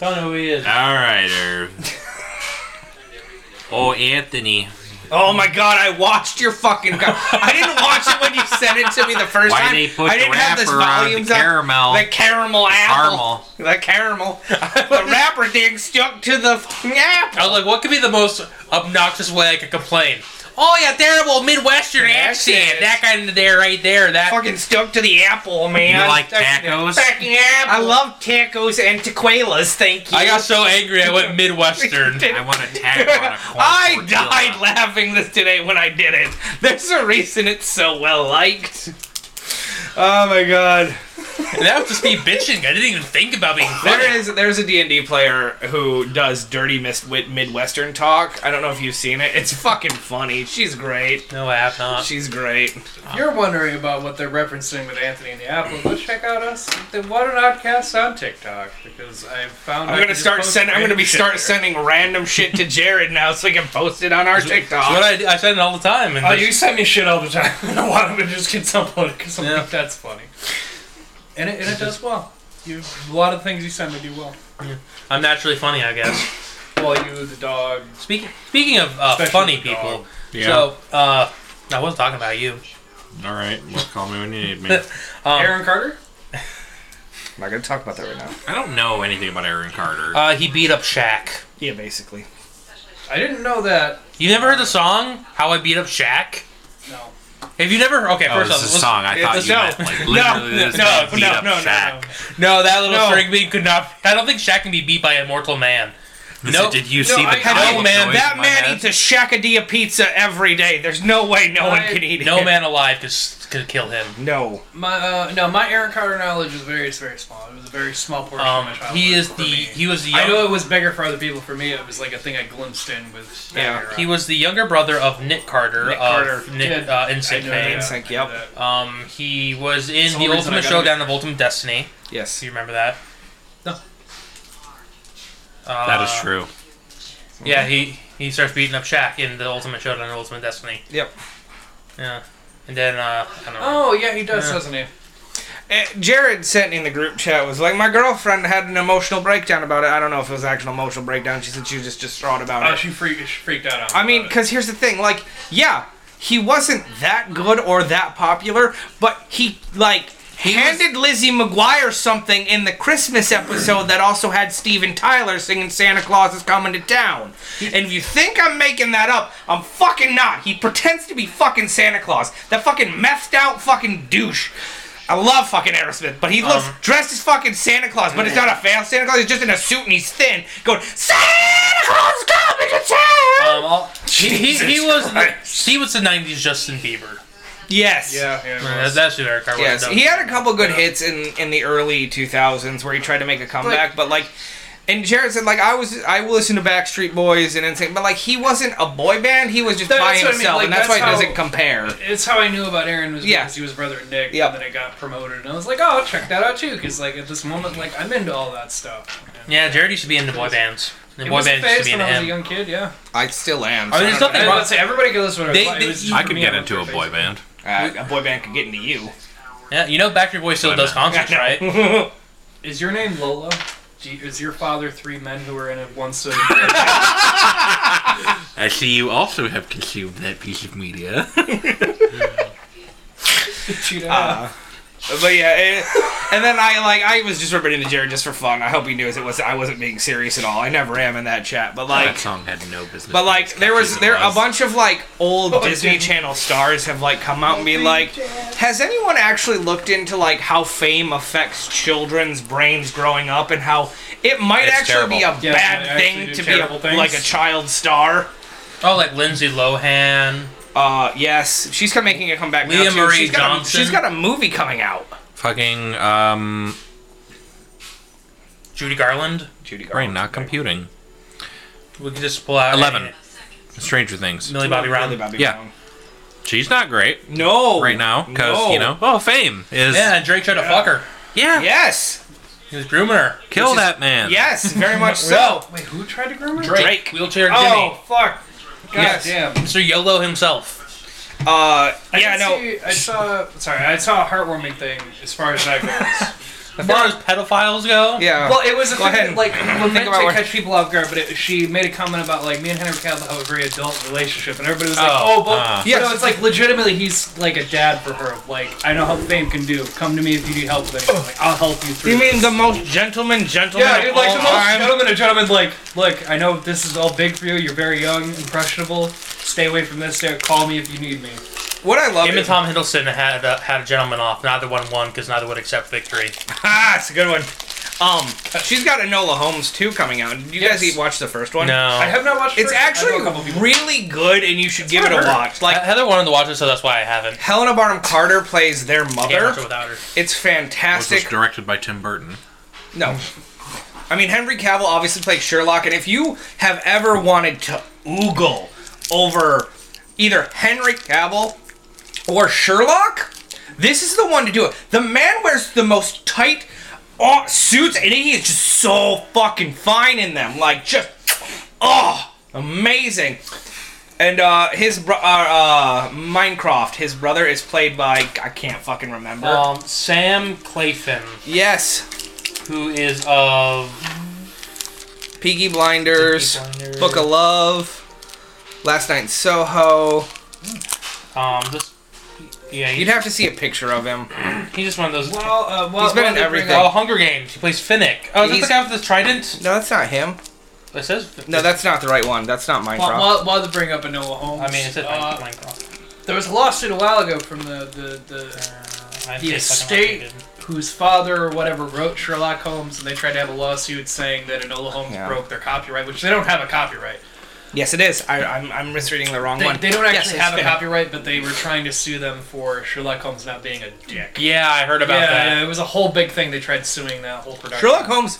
Speaker 4: Don't know who he is.
Speaker 5: All right, er. Irv. oh, Anthony.
Speaker 3: Oh my god, I watched your fucking. Co- I didn't watch it when you sent it to me the first
Speaker 5: Why
Speaker 3: time.
Speaker 5: they put
Speaker 3: I
Speaker 5: the
Speaker 3: didn't have this
Speaker 5: wrapper on the
Speaker 3: volumes up.
Speaker 5: caramel?
Speaker 3: The caramel apple.
Speaker 5: caramel.
Speaker 3: The caramel. the wrapper thing stuck to the fucking
Speaker 4: I
Speaker 3: apple.
Speaker 4: was like, what could be the most obnoxious way I could complain? Oh, yeah, terrible Midwestern
Speaker 3: Yes,
Speaker 4: accent.
Speaker 3: yes.
Speaker 4: That guy in there, right there. That
Speaker 3: Fucking stuck to the apple, man.
Speaker 5: You like
Speaker 3: Stuck to the
Speaker 5: tacos?
Speaker 3: Fucking apple. I love tacos and tequilas. Thank you.
Speaker 4: I got so angry I went Midwestern.
Speaker 5: I want to tag on a corn
Speaker 3: I
Speaker 5: tortilla.
Speaker 3: died laughing this today when I did it. There's a reason it's so well liked. Oh my god.
Speaker 4: And that was just me bitching. I didn't even think about being
Speaker 3: There
Speaker 4: funny.
Speaker 3: is there's a D and D player who does dirty mis- wit Midwestern talk. I don't know if you've seen it. It's fucking funny. She's great.
Speaker 4: No, I have not.
Speaker 3: She's great.
Speaker 6: If You're wondering about what they're referencing with Anthony and the Apple. Go check out us, the What an Oddcast on TikTok, because I found.
Speaker 3: I'm gonna start sending. I'm gonna be start sending random shit to Jared now, so he can post it on our
Speaker 4: So what
Speaker 3: TikTok.
Speaker 4: I, do- I send it all the time. And
Speaker 6: Oh,
Speaker 4: just-
Speaker 6: you send me shit all the time. I want them to just get uploaded because
Speaker 4: Yeah.
Speaker 6: think that's funny. And it, and it does well. You a lot of things you send me do well.
Speaker 4: I'm naturally funny, I guess.
Speaker 6: Well, you the dog.
Speaker 4: Speaking speaking of uh,
Speaker 6: Especially
Speaker 4: funny
Speaker 6: dog.
Speaker 4: people,
Speaker 5: Yeah.
Speaker 4: so uh, I wasn't talking about you.
Speaker 5: All right. Well, call me when you need me.
Speaker 6: Aaron Carter.
Speaker 3: I'm not gonna talk about that right now.
Speaker 5: I don't know anything about Aaron Carter.
Speaker 4: Uh, he beat up Shaq.
Speaker 3: Yeah, basically.
Speaker 6: I didn't know that.
Speaker 4: You never heard the song "How I Beat Up Shaq"?
Speaker 6: No.
Speaker 4: Have you never? Okay,
Speaker 5: oh,
Speaker 4: first
Speaker 5: this
Speaker 4: off,
Speaker 5: is a
Speaker 4: let's-
Speaker 5: song. I thought
Speaker 3: let's
Speaker 5: you
Speaker 3: go.
Speaker 5: meant like literally this
Speaker 3: no,
Speaker 5: guy beat
Speaker 3: no,
Speaker 5: up
Speaker 3: no, no,
Speaker 5: Shaq.
Speaker 4: No, that little
Speaker 3: No.
Speaker 4: string bean could not. I don't think Shaq can be beat by a mortal man. No,
Speaker 5: Did you see
Speaker 3: I-
Speaker 5: the
Speaker 3: I-
Speaker 5: no,
Speaker 4: man,
Speaker 3: That man eats a shackadilla pizza every day. There's no way no one can eat it.
Speaker 4: no man alive could s- could kill him.
Speaker 3: No.
Speaker 6: My uh, no, my Aaron Carter knowledge is very, it's very small. It was a very small portion of
Speaker 4: Um,
Speaker 6: my childhood.
Speaker 4: he is
Speaker 6: for
Speaker 4: the
Speaker 6: me.
Speaker 4: he was the
Speaker 6: I know
Speaker 4: young,
Speaker 6: it was bigger for other people. For me, it was like a thing I glimpsed in with. that
Speaker 3: Yeah,
Speaker 6: era.
Speaker 4: he was the younger brother of Nick Carter
Speaker 6: Nick
Speaker 4: of
Speaker 6: Carter.
Speaker 4: Nick
Speaker 6: Kid.
Speaker 4: uh,
Speaker 6: I
Speaker 4: Insect
Speaker 6: know
Speaker 4: Fame.
Speaker 6: that, I
Speaker 3: Insect,
Speaker 6: know
Speaker 3: yep.
Speaker 6: that.
Speaker 4: Um, he was in
Speaker 6: the
Speaker 4: the
Speaker 6: reason I
Speaker 4: Ultimate
Speaker 6: gotta
Speaker 4: Showdown of Ultimate Destiny.
Speaker 3: Yes.
Speaker 4: Do you remember that?
Speaker 6: No.
Speaker 4: Uh,
Speaker 5: That is true.
Speaker 4: Yeah, he he starts beating up Shaq in the Ultimate Showdown of Ultimate Destiny.
Speaker 3: Yep.
Speaker 4: Yeah, and then uh, I don't know.
Speaker 6: Oh yeah, he does,
Speaker 4: Yeah.
Speaker 6: doesn't he?
Speaker 3: Uh, Jared sent in the group chat was like, my girlfriend had an emotional breakdown about it. I don't know if it was an actual emotional breakdown. She said she was just distraught about
Speaker 6: Oh,
Speaker 3: it.
Speaker 6: she freaked, she freaked out. on
Speaker 3: I mean,
Speaker 6: about it.
Speaker 3: because here's the thing, like, yeah, he wasn't that good or that popular, but he like handed Lizzie McGuire something in the Christmas episode that also had Steven Tyler singing Santa Claus is coming to town. And if you think I'm making that up, I'm fucking not. He pretends to be fucking Santa Claus. That fucking methed out fucking douche. I love fucking Aerosmith, but he looks dressed as fucking Santa Claus, but it's not a fail Santa Claus. He's just in a suit and he's thin, going Santa Claus coming to town.
Speaker 4: Um, I'll- he, he, he
Speaker 3: Jesus
Speaker 4: was
Speaker 3: Christ.
Speaker 4: he was the '90s Justin Bieber.
Speaker 3: yes.
Speaker 6: Yeah, yeah. it
Speaker 4: That's,
Speaker 6: was.
Speaker 4: that's who Eric Carr
Speaker 3: Yes,
Speaker 4: was.
Speaker 3: he had a couple good hits in in the early 2000s where he tried to make a comeback, but like, and Jared said like I was I listened to Backstreet Boys and Insane, but like he wasn't a boy band, he was just
Speaker 6: That's
Speaker 3: by
Speaker 6: what I mean,
Speaker 3: himself,
Speaker 6: like,
Speaker 3: and that's,
Speaker 6: that's
Speaker 3: why it
Speaker 6: how-
Speaker 3: doesn't compare.
Speaker 6: It's how I knew about Aaron was
Speaker 3: Yeah.
Speaker 6: because he was brother of Nick,
Speaker 3: Yep.
Speaker 6: and then I got promoted, and I was like, oh, I'll check that out too, because like at this moment, like I'm into all that stuff. And
Speaker 4: Yeah, Jared used to be in the boy bands. The
Speaker 6: it
Speaker 4: boy
Speaker 6: was a
Speaker 4: bands used to
Speaker 6: phase
Speaker 4: be
Speaker 6: when
Speaker 4: in
Speaker 6: I was a
Speaker 4: him.
Speaker 6: young kid, yeah.
Speaker 3: I still am.
Speaker 4: I mean,
Speaker 3: so
Speaker 4: there's
Speaker 3: don't
Speaker 4: nothing
Speaker 6: I was
Speaker 3: know.
Speaker 4: wrong.
Speaker 6: about to say everybody can listen to
Speaker 4: They-
Speaker 6: it. but
Speaker 4: they-
Speaker 6: it was just
Speaker 5: I
Speaker 6: for
Speaker 5: could
Speaker 6: me,
Speaker 5: get
Speaker 6: I'm
Speaker 5: into a
Speaker 6: phase.
Speaker 5: boy band.
Speaker 3: Uh, a boy band could get into you.
Speaker 4: Yeah, you know, Backstreet Boys still does concerts, right?
Speaker 6: Is your name Lola? Do you- Is your father three men who were in a one suit?
Speaker 5: I see you also have consumed that piece of media.
Speaker 3: But yeah, it, and then I like I was just ripping into Jared just for fun. I hope he knew it was I wasn't being serious at all. I never am in that chat, but like.
Speaker 5: that song had no business.
Speaker 3: But like there was there a bunch of like old
Speaker 6: Oh,
Speaker 3: Disney Channel stars have like come out and be like, has anyone actually looked into like how fame affects children's brains growing up and how it might
Speaker 5: It's
Speaker 3: actually
Speaker 5: terrible.
Speaker 3: be
Speaker 6: Yeah, they
Speaker 3: a bad
Speaker 6: actually
Speaker 3: thing
Speaker 6: do
Speaker 3: to be
Speaker 6: terrible
Speaker 3: a, like a
Speaker 6: things.
Speaker 3: child star?
Speaker 4: Oh, like Lindsay Lohan.
Speaker 3: Uh, yes, she's kind of making a comeback.
Speaker 4: Leah
Speaker 3: now, too.
Speaker 4: Marie
Speaker 3: she's got a-
Speaker 4: Johnson.
Speaker 3: she's got a movie coming out.
Speaker 5: fucking um
Speaker 4: Judy Garland.
Speaker 3: Judy
Speaker 5: brain
Speaker 3: Garland.
Speaker 5: not computing.
Speaker 4: We could just pull out
Speaker 5: Eleven. Stranger Things.
Speaker 4: Millie Bobby Brown.
Speaker 3: Really Bobby
Speaker 5: Yeah.
Speaker 3: Brown.
Speaker 5: She's not great
Speaker 3: No.
Speaker 5: right now because you know oh fame is
Speaker 4: Yeah, and Drake tried to fuck her.
Speaker 5: yeah,
Speaker 3: Yes.
Speaker 4: He was grooming her.
Speaker 5: kill that man
Speaker 3: Yes. Very much
Speaker 4: Uh,
Speaker 3: so.
Speaker 6: Wait, who tried to groom her?
Speaker 3: Drake.
Speaker 4: Wheelchair
Speaker 3: Oh fuck.
Speaker 6: God
Speaker 3: Yes.
Speaker 6: damn.
Speaker 4: Jimmy. Mr. YOLO himself.
Speaker 3: Uh.
Speaker 6: I
Speaker 3: Yeah.
Speaker 6: did
Speaker 3: No.
Speaker 6: See, I saw. Sorry, I saw a heartwarming thing as far as that goes.
Speaker 4: As far as pedophiles go,
Speaker 3: Yeah.
Speaker 6: well, it was a
Speaker 3: Go
Speaker 6: thing
Speaker 3: ahead.
Speaker 6: that, like was meant
Speaker 3: about
Speaker 6: to
Speaker 3: where-
Speaker 6: catch people off guard, but it, she made a comment about like me and Henry Cavill have a very adult relationship, and everybody was like,
Speaker 4: Oh,
Speaker 6: "Oh, but
Speaker 5: uh.
Speaker 6: you know, it's like legitimately he's like a dad for her. Like I know how fame can do. Come to me if you need help with anything. Like I'll help you through."
Speaker 3: You
Speaker 6: this."
Speaker 3: mean the most gentleman gentleman
Speaker 6: Yeah,
Speaker 3: of
Speaker 6: dude, like
Speaker 3: all
Speaker 6: the most
Speaker 3: time?
Speaker 6: gentleman of gentlemen. Like, look, I know this is all big for you. You're very young, impressionable. Stay away from this. Stay. Call me if you need me.
Speaker 3: What I love
Speaker 4: him and
Speaker 3: is
Speaker 4: Tom Hiddleston had a, had a gentleman off. Neither one won because neither would accept victory.
Speaker 3: ah, it's a good one. Um, she's got Enola Holmes two coming out. Did you guys
Speaker 6: Yes.
Speaker 3: guys watch the first one?
Speaker 4: No.
Speaker 6: I have not watched.
Speaker 3: It's
Speaker 6: first- I know
Speaker 3: actually
Speaker 6: a couple people.
Speaker 3: really good, and you should give it
Speaker 6: what I heard.
Speaker 3: a watch. Like
Speaker 4: Heather wanted to watch it, so that's why I haven't.
Speaker 3: Helena Bonham Carter plays their
Speaker 4: Can't watch it
Speaker 3: mother.
Speaker 4: without her.
Speaker 3: It's
Speaker 5: which was
Speaker 3: fantastic.
Speaker 5: directed by Tim Burton.
Speaker 3: No. I mean, Henry Cavill obviously played Sherlock, and if you have ever wanted to oogle over either Henry Cavill or Sherlock, this is the one to do it. The man wears the most tight uh, suits, and he is just so fucking fine in them. Like, just, oh, amazing. And uh, his bro- uh, uh, Minecraft, his brother is played by I can't fucking remember.
Speaker 4: Um, Sam Clayfin,
Speaker 3: yes,
Speaker 4: who is of
Speaker 3: Peaky Blinders,
Speaker 4: Peaky Blinders.
Speaker 3: Book of Love, Last Night in Soho.
Speaker 4: um, this, yeah, he,
Speaker 3: You'd have to see a picture of him.
Speaker 4: he's just one of those.
Speaker 6: Well, uh, well,
Speaker 3: He's been
Speaker 6: well,
Speaker 3: in
Speaker 6: they bring
Speaker 3: everything.
Speaker 4: Oh, Hunger Games. He plays Finnick. Oh, is that the
Speaker 3: He's-
Speaker 4: guy with the trident?
Speaker 3: No, that's not him.
Speaker 4: It says
Speaker 3: No, that's not the right one. That's not Minecraft.
Speaker 6: While, while, while they bring up Enola Holmes,
Speaker 4: I mean, it says
Speaker 6: uh,
Speaker 4: Minecraft.
Speaker 6: there was a lawsuit a while ago from the, the, the
Speaker 4: I
Speaker 6: the
Speaker 4: did fucking
Speaker 6: estate-
Speaker 4: watch it, dude.
Speaker 6: whose father or whatever wrote Sherlock Holmes, and they tried to have a lawsuit saying that Enola Holmes
Speaker 3: Yeah.
Speaker 6: broke their copyright, which they don't have a copyright.
Speaker 3: yes, it is. I, I'm, I'm misreading the wrong
Speaker 6: They,
Speaker 3: one.
Speaker 6: they don't
Speaker 3: Yes,
Speaker 6: actually
Speaker 3: it's
Speaker 6: have a
Speaker 3: him.
Speaker 6: copyright, but they were trying to sue them for Sherlock Holmes not being a dick.
Speaker 4: Yeah, I heard about
Speaker 6: yeah,
Speaker 4: that.
Speaker 6: yeah, it was a whole big thing. They tried suing that whole production.
Speaker 3: Sherlock Holmes,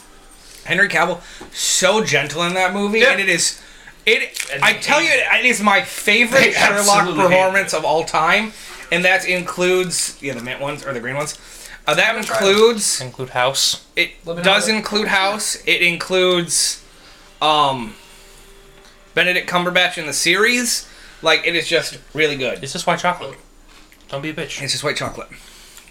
Speaker 3: Henry Cavill, so gentle in that movie,
Speaker 6: Yeah.
Speaker 3: and it is. It,
Speaker 6: And
Speaker 3: I
Speaker 6: they
Speaker 3: tell you,
Speaker 6: hate
Speaker 3: it is my favorite
Speaker 6: They
Speaker 3: Sherlock
Speaker 6: absolutely hate
Speaker 3: performance of all time, and that includes yeah the mint ones or the green ones. Uh, that includes
Speaker 4: Include House.
Speaker 3: It
Speaker 6: Living
Speaker 3: does
Speaker 6: Hollywood.
Speaker 3: include House. It includes um Benedict Cumberbatch in the series. Like it is just really good.
Speaker 4: It's just white chocolate. Don't be a bitch.
Speaker 3: It's just white chocolate.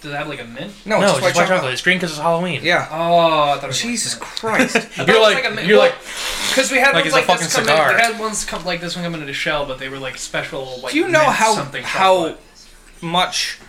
Speaker 6: Does it have like a mint?
Speaker 3: No,
Speaker 4: no,
Speaker 3: it's
Speaker 4: it's
Speaker 3: just white, chocolate.
Speaker 4: It's green because it's Halloween.
Speaker 3: Yeah.
Speaker 6: Oh, I thought it was
Speaker 3: Jesus Christ.
Speaker 4: You're like, you're like,
Speaker 6: because we had
Speaker 4: Like
Speaker 6: ones
Speaker 4: it's a
Speaker 6: like
Speaker 4: fucking
Speaker 6: this come
Speaker 4: cigar.
Speaker 6: in, we had ones come like this one coming in a shell, but they were like special. Like,
Speaker 3: Do you know
Speaker 6: mint
Speaker 3: how
Speaker 6: something
Speaker 3: how
Speaker 6: chocolate.
Speaker 3: much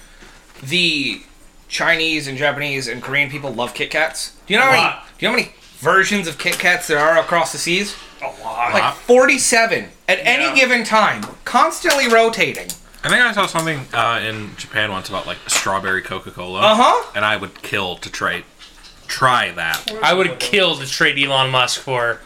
Speaker 3: the Chinese and Japanese and Korean people love Kit Kats? Do you know
Speaker 6: A
Speaker 3: how many,
Speaker 6: lot.
Speaker 3: do you know how many versions of Kit Kats there are across the seas?
Speaker 6: a lot?
Speaker 3: Like 47 at any
Speaker 6: Yeah.
Speaker 3: given time, constantly rotating.
Speaker 5: I think I saw something uh, in Japan once about like strawberry Coca Cola.
Speaker 3: Uh-huh.
Speaker 5: And I would kill to try try that.
Speaker 4: I would kill to trade Elon Musk for.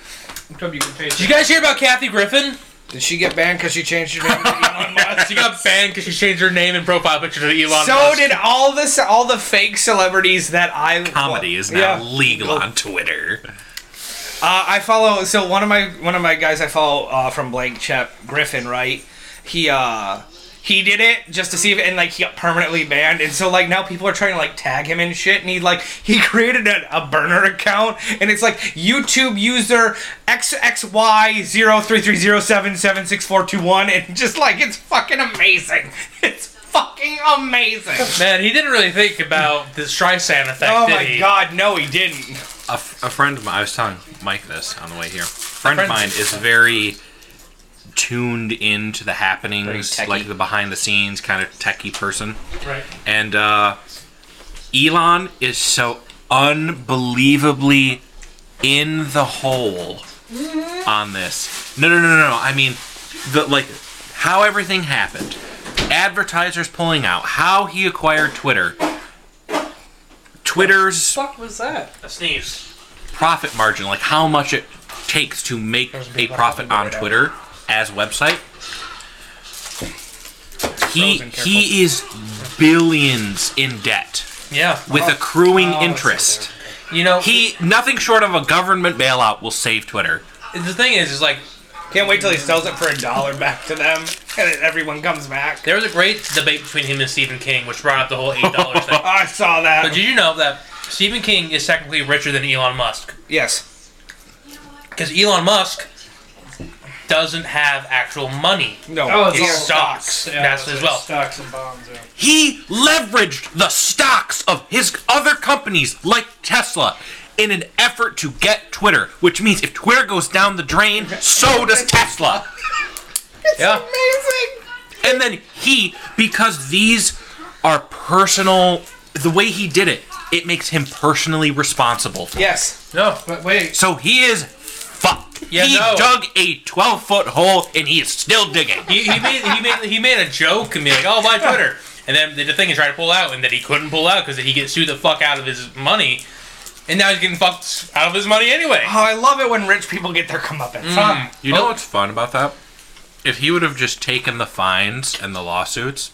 Speaker 6: I'm told you can pay.
Speaker 4: Did you guys hear about Kathy Griffin?
Speaker 3: Did she get banned because she changed her name? to Elon Musk?
Speaker 4: She got banned because she changed her name and profile picture to Elon
Speaker 3: so
Speaker 4: Musk.
Speaker 3: did all the ce- all the fake celebrities that I
Speaker 5: Comedy is now
Speaker 3: Yeah.
Speaker 5: legal on Twitter.
Speaker 3: Uh, I follow. So one of my one of my guys I follow uh, from Blank Chep Griffin, right? He uh he did it just to see if and like he got permanently banned, and so like now people are trying to like tag him and shit, and he like he created a, a burner account, and it's like YouTube user xxy zero three three zero seven seven six four two one, and just like it's fucking amazing. It's fucking amazing.
Speaker 4: Man, he didn't really think about this Streisand effect,
Speaker 3: Oh
Speaker 4: did
Speaker 3: my
Speaker 4: he?
Speaker 3: god, no, he didn't.
Speaker 5: a, f- a friend of mine, I was telling Mike this on the way here. A friend of mine is very tuned into the happenings,
Speaker 3: Very techie.
Speaker 5: like the behind the scenes kind of techie person.
Speaker 4: Right.
Speaker 5: And uh, Elon is so unbelievably in the hole on this. No, no, no, no, no. I mean, the like how everything happened, advertisers pulling out, how he acquired Twitter, Twitter's
Speaker 6: What the fuck was that?
Speaker 4: A sneeze.
Speaker 5: profit margin, like how much it takes to make a profit on Twitter as website. He he is billions in debt
Speaker 4: Yeah.
Speaker 5: with
Speaker 4: Oh,
Speaker 5: accruing interest.
Speaker 4: You know, he,
Speaker 5: He nothing short of a government bailout will save Twitter.
Speaker 4: the thing is, is like,
Speaker 3: Can't wait till he sells it for a dollar back to them, and then everyone comes back.
Speaker 4: there was a great debate between him and Stephen King, which brought up the whole $8 thing.
Speaker 3: I saw that.
Speaker 4: But did you know that Stephen King is technically richer than Elon Musk?
Speaker 3: yes.
Speaker 4: Because Elon Musk doesn't have actual money.
Speaker 3: No.
Speaker 6: Oh, it's
Speaker 4: It's
Speaker 6: all
Speaker 4: stocks.
Speaker 6: Yeah,
Speaker 4: That's
Speaker 6: those
Speaker 4: as
Speaker 6: are
Speaker 4: well.
Speaker 6: Stocks and bonds. Yeah.
Speaker 5: He leveraged the stocks of his other companies like Tesla in an effort to get Twitter, which means if Twitter goes down the drain, so does Tesla.
Speaker 4: yeah.
Speaker 5: And then he, because these are personal, the way he did it, it makes him personally responsible. For it.
Speaker 3: Yes.
Speaker 4: No.
Speaker 6: But wait,
Speaker 5: So he is fucked.
Speaker 4: Yeah,
Speaker 5: he
Speaker 4: no.
Speaker 5: dug a 12 foot hole and he is still digging.
Speaker 4: He, he made he made he made a joke and be like, "Oh, buy Twitter," and then the thing is trying to pull out, and that he couldn't pull out because he gets sued the fuck out of his money, and now he's getting fucked out of his money anyway.
Speaker 3: Oh, I love it when rich people get their comeuppance. Huh?
Speaker 5: You know what's fun about that? If he would have just taken the fines and the lawsuits,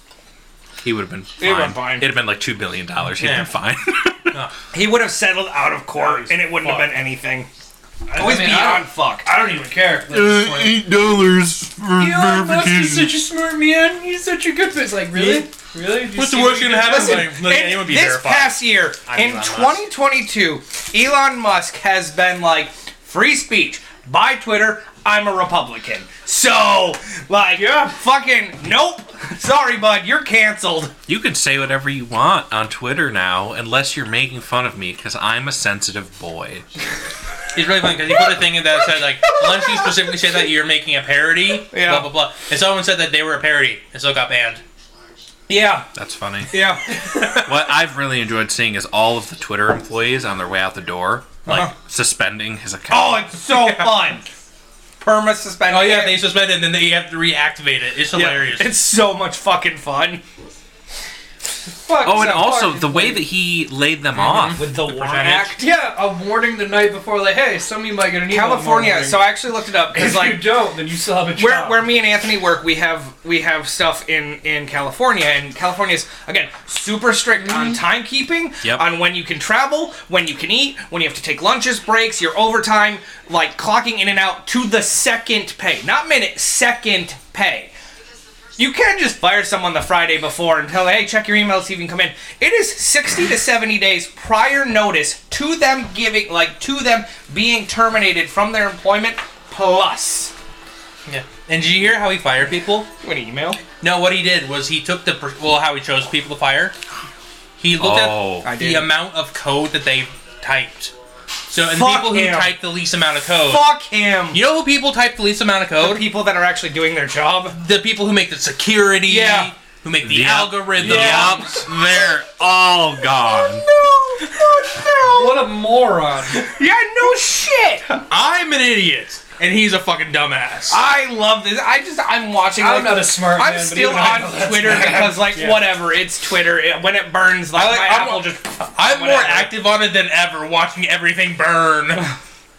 Speaker 5: he would have been fine.
Speaker 3: He would've been fine.
Speaker 5: It'd have been like $2 billion. He'd
Speaker 4: Yeah.
Speaker 5: have been fine.
Speaker 3: He would have settled out of court,
Speaker 6: he's
Speaker 3: and it wouldn't have been anything.
Speaker 6: I,
Speaker 3: Always
Speaker 6: I mean,
Speaker 3: be
Speaker 6: I
Speaker 3: on
Speaker 6: don't,
Speaker 3: fuck.
Speaker 6: I don't even care.
Speaker 4: Uh,
Speaker 6: At this point.
Speaker 5: $8 for
Speaker 6: Elon Musk is such a smart man. He's such a good. It's like really, really. Did you
Speaker 4: What's
Speaker 6: see
Speaker 4: the worst
Speaker 6: what
Speaker 4: gonna
Speaker 6: he
Speaker 4: happen?
Speaker 3: Listen,
Speaker 4: Like, let
Speaker 3: in
Speaker 4: anyone be
Speaker 3: this
Speaker 4: verified.
Speaker 3: past year,
Speaker 4: I'm
Speaker 3: in
Speaker 4: Elon Musk.
Speaker 3: 2022, Elon Musk has been like, free speech, buy Twitter, I'm a Republican. So, like, fucking, nope. Sorry, bud, you're canceled.
Speaker 5: You can say whatever you want on Twitter now, unless you're making fun of me because I'm a sensitive boy.
Speaker 4: It's really funny because he put a thing in that said like, unless you specifically say that you're making a parody,
Speaker 3: Yeah.
Speaker 4: blah blah blah, and someone said that they were a parody, and so it got banned.
Speaker 3: Yeah,
Speaker 5: That's funny.
Speaker 3: yeah.
Speaker 5: what I've really enjoyed seeing is all of the Twitter employees on their way out the door, like suspending his
Speaker 3: Uh-huh. Oh,
Speaker 5: account.
Speaker 3: it's so fun. Perma suspended.
Speaker 4: Oh yeah, they suspended, and then they have to reactivate it. It's
Speaker 3: Yeah,
Speaker 4: hilarious.
Speaker 3: It's so much fucking fun. Fuck
Speaker 5: Oh, and
Speaker 3: that
Speaker 5: also
Speaker 3: fucking
Speaker 5: the way that he laid them
Speaker 3: Mm-hmm.
Speaker 5: off.
Speaker 3: with the, Warren
Speaker 4: percentage.
Speaker 3: Act,
Speaker 6: Yeah, a warning the night before, like, hey, some of you might get an email.
Speaker 3: California.
Speaker 6: warning.
Speaker 3: So I actually looked it up because
Speaker 6: if you
Speaker 3: like
Speaker 6: don't, then you still have a job.
Speaker 3: where, where me and Anthony work, we have we have stuff in in California, and California's again super strict on timekeeping,
Speaker 5: Yep.
Speaker 3: on when you can travel, when you can eat, when you have to take lunches, breaks, your overtime, like clocking in and out to the second pay, not minute, second pay. You can't just fire someone the Friday before and tell, them, hey, check your emails, see if you can come in. It is 60 to 70 days prior notice to them giving, like, to them being terminated from their employment plus.
Speaker 4: yeah. And did you hear how he fired people?
Speaker 3: What email?
Speaker 4: No, what he did was he took the per- well, how he chose people to fire. He looked
Speaker 5: Oh.
Speaker 3: I
Speaker 4: at the
Speaker 3: didn't.
Speaker 4: amount of code that they typed. So, and the
Speaker 3: Fuck
Speaker 4: people who
Speaker 3: him.
Speaker 4: typed the least amount of code.
Speaker 3: Fuck him.
Speaker 4: You know who people type the least amount of
Speaker 3: the
Speaker 4: code?
Speaker 3: people that are actually doing their job.
Speaker 4: The people who make the security.
Speaker 3: Yeah.
Speaker 4: Who make the
Speaker 5: Yep.
Speaker 4: algorithm.
Speaker 5: Yup, they're all gone.
Speaker 3: No, no,
Speaker 6: What a moron!
Speaker 3: no. Yeah, no shit.
Speaker 4: I'm an idiot. and he's a fucking dumbass.
Speaker 3: I love this. I just I'm watching.
Speaker 2: I'm
Speaker 3: like,
Speaker 2: not a smart
Speaker 3: I'm
Speaker 2: man, but
Speaker 3: still
Speaker 2: even I
Speaker 3: on
Speaker 2: know that's
Speaker 3: Twitter because like whatever, it's Twitter. It, when it burns, like,
Speaker 4: I like-
Speaker 3: my
Speaker 4: I'm-
Speaker 3: apple just.
Speaker 4: I'm more
Speaker 3: whatever.
Speaker 4: active on it than ever, watching everything burn.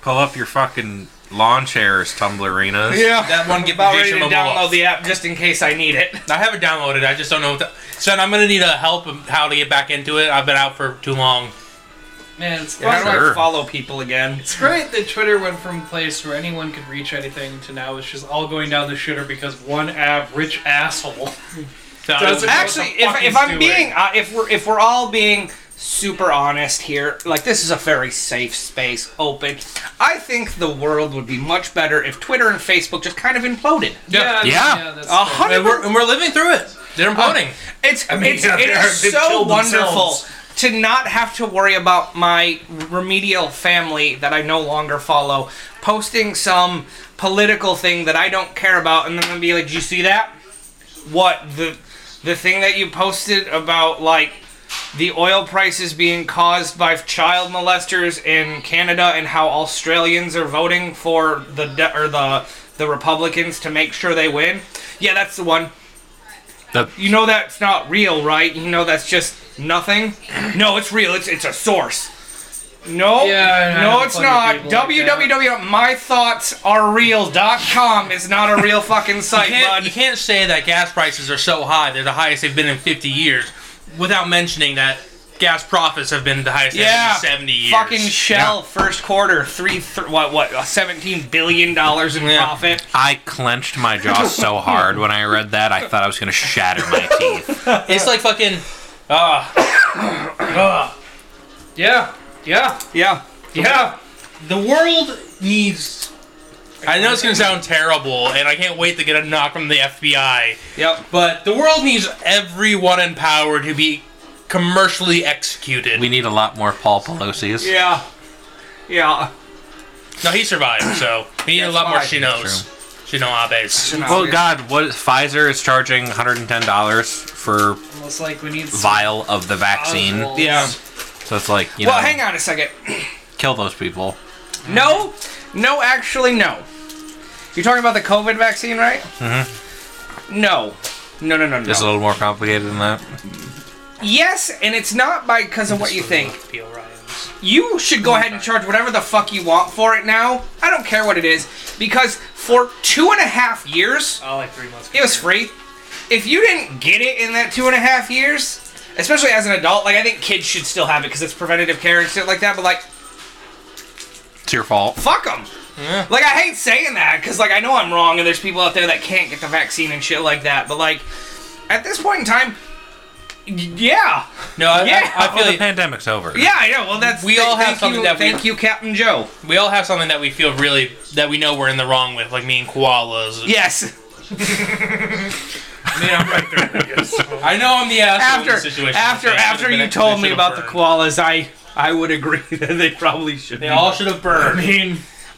Speaker 5: Pull up your fucking lawn chairs, Tumblerinas.
Speaker 4: that one get
Speaker 3: About ready to
Speaker 4: Jason Momoa.
Speaker 3: download the app just in case I need it.
Speaker 4: I have it downloaded. I just don't know what. To, Son, I'm gonna need a help of how to get back into it. I've been out for too long.
Speaker 6: Man, it's
Speaker 3: How
Speaker 6: fun.
Speaker 3: do I
Speaker 5: Sure.
Speaker 3: follow people again?
Speaker 6: It's great that Twitter went from a place where anyone could reach anything to now it's just all going down the shitter because one ab rich asshole.
Speaker 4: So I
Speaker 6: Does
Speaker 4: was-
Speaker 6: it-
Speaker 3: Actually,
Speaker 6: What the
Speaker 3: if,
Speaker 6: fuck
Speaker 3: if
Speaker 6: he's
Speaker 3: I'm
Speaker 6: doing?
Speaker 3: being uh, if we're if we're all being super honest here, like this is a very safe space, open. I think the world would be much better if Twitter and Facebook just kind of imploded.
Speaker 4: yeah.
Speaker 6: I mean,
Speaker 5: Yeah.
Speaker 6: that's
Speaker 3: A
Speaker 6: fair.
Speaker 3: hundred.
Speaker 4: And we're, and we're living through it. They're imploding.
Speaker 3: Oh, It's, it's
Speaker 2: yeah,
Speaker 3: it
Speaker 2: they are-
Speaker 3: is
Speaker 2: they've
Speaker 3: so
Speaker 2: killed
Speaker 3: wonderful
Speaker 2: themselves.
Speaker 3: to not have to worry about my remedial family that I no longer follow posting some political thing that I don't care about, and then they'll be like, "Did you see that? What the the thing that you posted about like." The oil prices being caused by child molesters in Canada, and how Australians are voting for the de- or the the Republicans to make sure they win. Yeah, that's the one you know that's not real, right? You know that's just nothing. No, it's real. It's it's a source. No,
Speaker 6: Yeah, I know
Speaker 3: no, it's
Speaker 6: plenty of
Speaker 3: not.
Speaker 6: people like
Speaker 3: www.mythoughtsarereal.com is not a real fucking site,
Speaker 4: You can't, you
Speaker 3: bud.
Speaker 4: can't say that gas prices are so high. They're the highest they've been in 50 years without mentioning that gas profits have been the highest they've been
Speaker 3: Yeah,
Speaker 4: in 70 years.
Speaker 3: Fucking Shell first quarter three th- what what uh, seventeen billion dollars in
Speaker 4: Yeah.
Speaker 3: profit.
Speaker 5: I clenched my jaw so hard when I read that, I thought I was going to shatter my teeth.
Speaker 4: It's like fucking.
Speaker 6: Yeah, yeah,
Speaker 3: Yeah,
Speaker 6: yeah.
Speaker 4: The world needs. I know it's gonna sound terrible, and I can't wait to get a knock from the FBI.
Speaker 3: yep.
Speaker 4: But the world needs everyone in power to be commercially executed.
Speaker 5: We need a lot more Paul Pelosi's.
Speaker 3: Yeah, yeah.
Speaker 4: no, he survived, so we need a
Speaker 3: That's
Speaker 4: lot more
Speaker 3: why.
Speaker 4: Shinos. Shinoabes.
Speaker 5: Well, God, what Pfizer is charging $110 for
Speaker 6: Most likely needs some
Speaker 5: vial of the vaccine.
Speaker 6: assholes.
Speaker 3: Yeah.
Speaker 5: So it's like, you know,
Speaker 3: Well, hang on a second.
Speaker 5: kill those people.
Speaker 3: No, no, actually, no. You're talking about the COVID vaccine, right? Mm-hmm. No, no, no, no, no.
Speaker 5: It's a little more complicated than that.
Speaker 3: Yes, and it's not by because of what you think. You should go ahead and charge whatever the fuck you want for it now. I don't care what it is because for two and a half years,
Speaker 6: Oh, like three months.
Speaker 3: it was free. If you didn't get it in that two and a half years, especially as an adult, like I think kids should still have it because it's preventative care and shit like that. But like,
Speaker 5: It's your fault.
Speaker 3: fuck them. Like I hate saying that because like I know I'm wrong and there's people out there that can't get the vaccine and shit like that. But like at this point in time, y- yeah,
Speaker 4: No, I,
Speaker 3: Yeah.
Speaker 4: I, I feel
Speaker 5: Oh, the
Speaker 4: like
Speaker 5: pandemic's over.
Speaker 3: yeah, I know. Well, that's
Speaker 4: We all have
Speaker 3: thank
Speaker 4: something
Speaker 3: you,
Speaker 4: that we-
Speaker 3: thank you, Captain Joe.
Speaker 4: we all have something that we feel really that we know we're in the wrong with, like me and koalas.
Speaker 3: Yes.
Speaker 4: I know I'm the asshole
Speaker 3: After
Speaker 4: in the situation.
Speaker 3: after
Speaker 4: They should've
Speaker 3: after
Speaker 4: been
Speaker 3: you
Speaker 4: ex-
Speaker 3: told
Speaker 4: they
Speaker 3: me
Speaker 4: should've
Speaker 3: about the
Speaker 4: burned.
Speaker 3: koalas, I I would agree that they probably should.
Speaker 4: They
Speaker 3: be.
Speaker 4: all should have burned.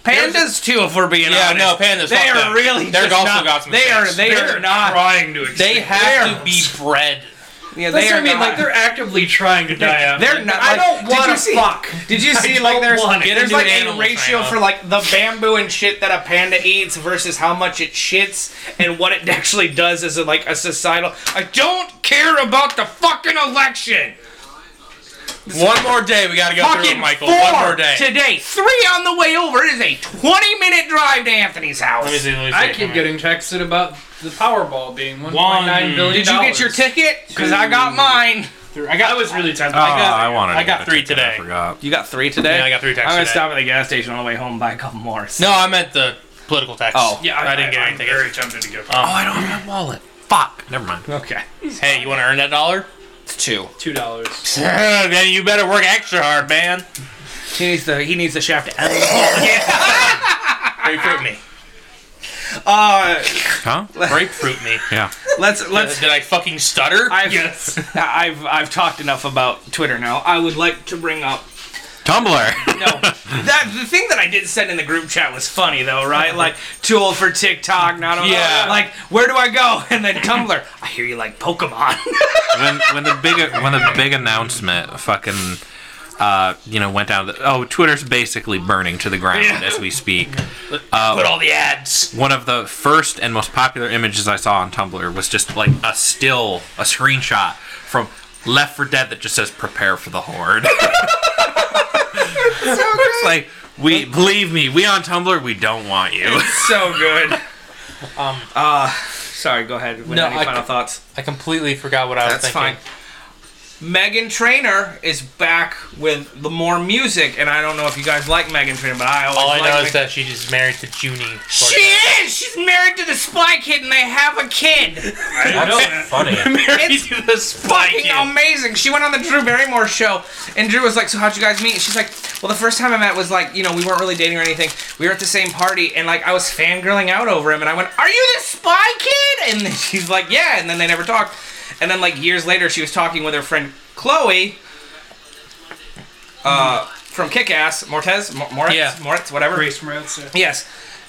Speaker 3: pandas too, if we're being
Speaker 4: Yeah, Oh, no,
Speaker 3: honest.
Speaker 4: pandas.
Speaker 3: They
Speaker 4: fuck
Speaker 3: are
Speaker 4: them.
Speaker 3: really
Speaker 4: They're
Speaker 3: just
Speaker 4: also
Speaker 3: not-
Speaker 4: got some.
Speaker 3: They are
Speaker 4: sense.
Speaker 3: they are not.
Speaker 6: trying to.
Speaker 4: They have to be bred.
Speaker 3: Yeah,
Speaker 6: That's
Speaker 3: they
Speaker 6: what
Speaker 3: are
Speaker 6: I mean.
Speaker 3: not.
Speaker 6: Like they're actively trying to die out.
Speaker 3: They're
Speaker 6: Like,
Speaker 3: not.
Speaker 6: I
Speaker 3: like-
Speaker 6: don't
Speaker 3: did you
Speaker 6: want
Speaker 3: see-
Speaker 6: to fuck.
Speaker 3: Did you see like
Speaker 6: don't
Speaker 3: there's
Speaker 6: want it.
Speaker 4: Get
Speaker 3: there's
Speaker 4: into
Speaker 3: like
Speaker 4: an
Speaker 3: a
Speaker 4: animal
Speaker 3: ratio
Speaker 4: trainer.
Speaker 3: for like the bamboo and shit that a panda eats versus how much it shits and what it actually does as a, like a societal. I don't care about the fucking election.
Speaker 4: One more day, we gotta go through
Speaker 3: Fucking
Speaker 4: it, Michael.
Speaker 3: four
Speaker 4: One more day.
Speaker 3: today. Three on the way over. It is a 20 minute drive to Anthony's house.
Speaker 4: Let me see. Let me see.
Speaker 6: I keep getting texted about the Powerball being 1.9 billion.
Speaker 3: Did you get your ticket? Because I got mine.
Speaker 6: I got. I was really tempted.
Speaker 5: Oh, I wanted.
Speaker 4: I
Speaker 5: to
Speaker 4: got
Speaker 5: get a
Speaker 4: three
Speaker 5: ticket,
Speaker 4: today.
Speaker 5: I forgot.
Speaker 3: You got three today.
Speaker 4: Yeah, I got three texts
Speaker 3: I'm gonna
Speaker 4: today.
Speaker 3: stop at the gas station on the way home and buy a couple more.
Speaker 4: No, Oh, I meant the political tax.
Speaker 3: Oh.
Speaker 4: yeah, I, didn't get
Speaker 6: I'm
Speaker 4: anything.
Speaker 6: Very tempted to get
Speaker 5: Oh, I don't have my wallet. Fuck. Never mind.
Speaker 3: Um, Okay.
Speaker 4: Hey, you want to earn that dollar?
Speaker 3: It's two.
Speaker 6: two dollars.
Speaker 4: then you better work extra hard, man.
Speaker 3: He needs the he needs the shaft.
Speaker 4: Grapefruit me.
Speaker 3: Uh,
Speaker 5: Huh?
Speaker 4: Grapefruit me.
Speaker 5: Yeah.
Speaker 3: let's let's
Speaker 4: Did I fucking stutter?
Speaker 3: I've, I've I've talked enough about Twitter now. I would like to bring up
Speaker 5: Tumblr.
Speaker 3: no that the thing that I did send in the group chat was funny though, right? Like too old for TikTok, not on
Speaker 4: Yeah.
Speaker 3: like where do I go? And then Tumblr. I hear you like Pokemon.
Speaker 5: when when the big when the big announcement fucking uh, you know, went down. The, oh, Twitter's basically burning to the ground as we speak.
Speaker 4: Put all the ads.
Speaker 5: One of the first and most popular images I saw on Tumblr was just like a still, a screenshot from Left for Dead that just says "Prepare for the Horde." it's like we believe me, we on Tumblr, we don't want you.
Speaker 3: so good. Um. Uh. Sorry. Go ahead. With
Speaker 4: No,
Speaker 3: any
Speaker 4: I
Speaker 3: final
Speaker 4: c-
Speaker 3: thoughts?
Speaker 4: I completely forgot what I was
Speaker 3: That's
Speaker 4: thinking.
Speaker 3: fine. Megan Trainer is back with the more music, and I don't know if you guys like Megan Trainer, but I always
Speaker 4: All I
Speaker 3: like
Speaker 4: know
Speaker 3: Meg-
Speaker 4: is that she's just married to Junie.
Speaker 3: She is. She's married to the Spy Kid, and they have a kid.
Speaker 7: That's funny.
Speaker 4: married
Speaker 3: It's
Speaker 4: to the Spy
Speaker 3: Fucking
Speaker 4: Kid.
Speaker 3: amazing. She went on the Drew Barrymore show, and Drew was like, "So how'd you guys meet?" And she's like, "Well, the first time I met was like, you know, we weren't really dating or anything. We were at the same party, and like, I was fangirling out over him, and I went, "Are you the Spy Kid?" And then she's like, "Yeah," and then they never talked. And then like years later, she was talking with her friend Chloe. Uh. From Kick Ass, Mortez, Mor- Moritz,
Speaker 4: Yeah.
Speaker 3: Moritz, whatever.
Speaker 6: Grace Moretz. yeah.
Speaker 3: Yes.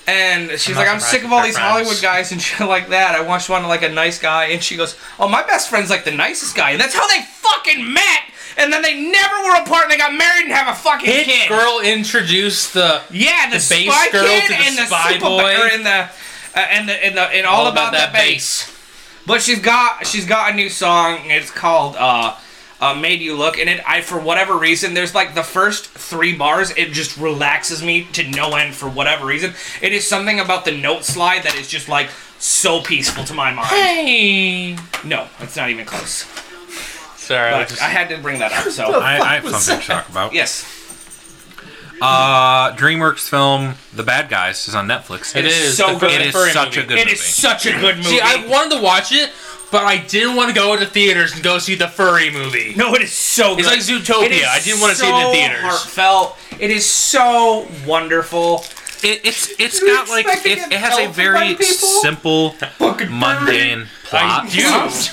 Speaker 3: And she's
Speaker 4: not
Speaker 3: like, I'm
Speaker 4: surprised
Speaker 3: sick
Speaker 4: if
Speaker 3: of all
Speaker 4: they're
Speaker 3: these
Speaker 4: friends."
Speaker 3: Hollywood guys and shit like that. I want you on like a nice guy. And she goes, Oh, my best friend's like the nicest guy. And that's how they fucking met. And then they never were apart and they got married and have a fucking
Speaker 4: Hit
Speaker 3: kid.
Speaker 4: girl introduced the.
Speaker 3: Yeah, the,
Speaker 4: the
Speaker 3: spy
Speaker 4: bass girl
Speaker 3: kid
Speaker 4: to the
Speaker 3: and the
Speaker 4: spy
Speaker 3: super
Speaker 4: boy.
Speaker 3: or and the. Uh, and the and the and all, about, that bass. but she's got she's got a new song. It's called uh, uh, "Made You Look," and it I for whatever reason there's like the first three bars. It just relaxes me to no end for whatever reason. It is something about the note slide that is just like so peaceful to my mind.
Speaker 4: Hey.
Speaker 3: No, it's not even close.
Speaker 4: Sorry, I
Speaker 3: But
Speaker 4: just-
Speaker 3: I had to bring that up. So
Speaker 5: I, I have something to talk about.
Speaker 3: yes,
Speaker 5: Uh, DreamWorks film "The Bad Guys" is on Netflix.
Speaker 4: it is.
Speaker 3: so good.
Speaker 4: the first
Speaker 5: It is
Speaker 4: furry
Speaker 5: such
Speaker 4: movie.
Speaker 5: a good
Speaker 3: it
Speaker 5: movie.
Speaker 3: is such a good movie.
Speaker 4: See, I wanted to watch it, but I didn't want to go to theaters and go see the furry movie.
Speaker 3: No, it is so good.
Speaker 4: It's like Zootopia.
Speaker 3: It is
Speaker 4: I didn't wanna see it in
Speaker 3: so
Speaker 4: theaters.
Speaker 3: Heartfelt. It is so wonderful.
Speaker 5: It, it's it's got like it,
Speaker 3: expecting
Speaker 5: it
Speaker 3: it
Speaker 5: has a
Speaker 3: helped by
Speaker 5: very
Speaker 3: people?
Speaker 5: simple, mundane plot.
Speaker 4: do.